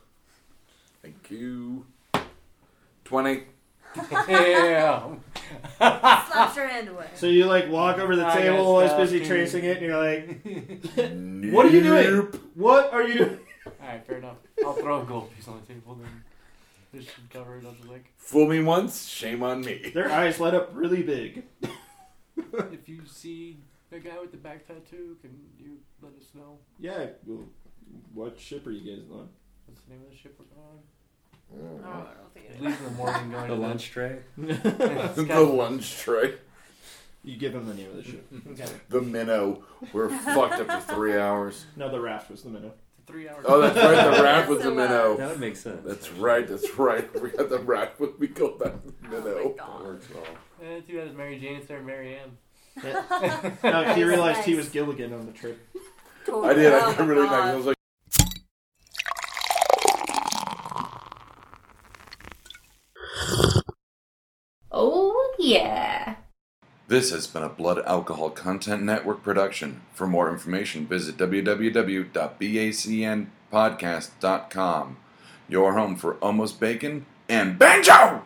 O: Thank you. 20.
E: Damn.
B: Slaps your hand away.
G: So you like walk over the
E: I
G: table,
E: got
G: always busy
E: stuffed.
G: tracing it, and you're
O: What
G: like, "What are you doing? What are you doing?"
E: Alright, fair enough. I'll throw a gold piece on the table then. This should cover it up the lick.
O: Fool me once, shame on me.
G: Their eyes light up really big.
E: If you see the guy with the back tattoo, can you let us know?
G: Yeah. Well, what ship are you guys on?
E: What's the name of the ship we're going on?
B: Oh, I don't think it
E: At least in the morning going
D: A
E: to
D: lunch tray?
E: It's
O: the
E: got-
O: lunch tray.
G: You give them the name of the ship.
E: okay.
O: The minnow. We're fucked after three hours.
G: No, the raft was the minnow.
E: It's three hours.
C: Oh, that's right. The rat was
B: So,
C: the
B: uh,
C: minnow.
D: That would make sense.
C: That's right. That's right. We got the rat when we go back to
B: Oh
C: the minnow.
D: That works well.
E: Eh, too bad it's Mary Jane instead of Mary Ann.
G: No, he
B: Nice,
G: realized he
B: nice.
G: was Gilligan on the trip.
B: Totally.
C: I did.
B: Oh
C: I got
B: my
C: really
B: God.
C: mad. I was like,
B: Oh yeah.
C: this has been a Blood Alcohol Content Network production. For more information, visit www.bacnpodcast.com. Your home for almost bacon and banjo.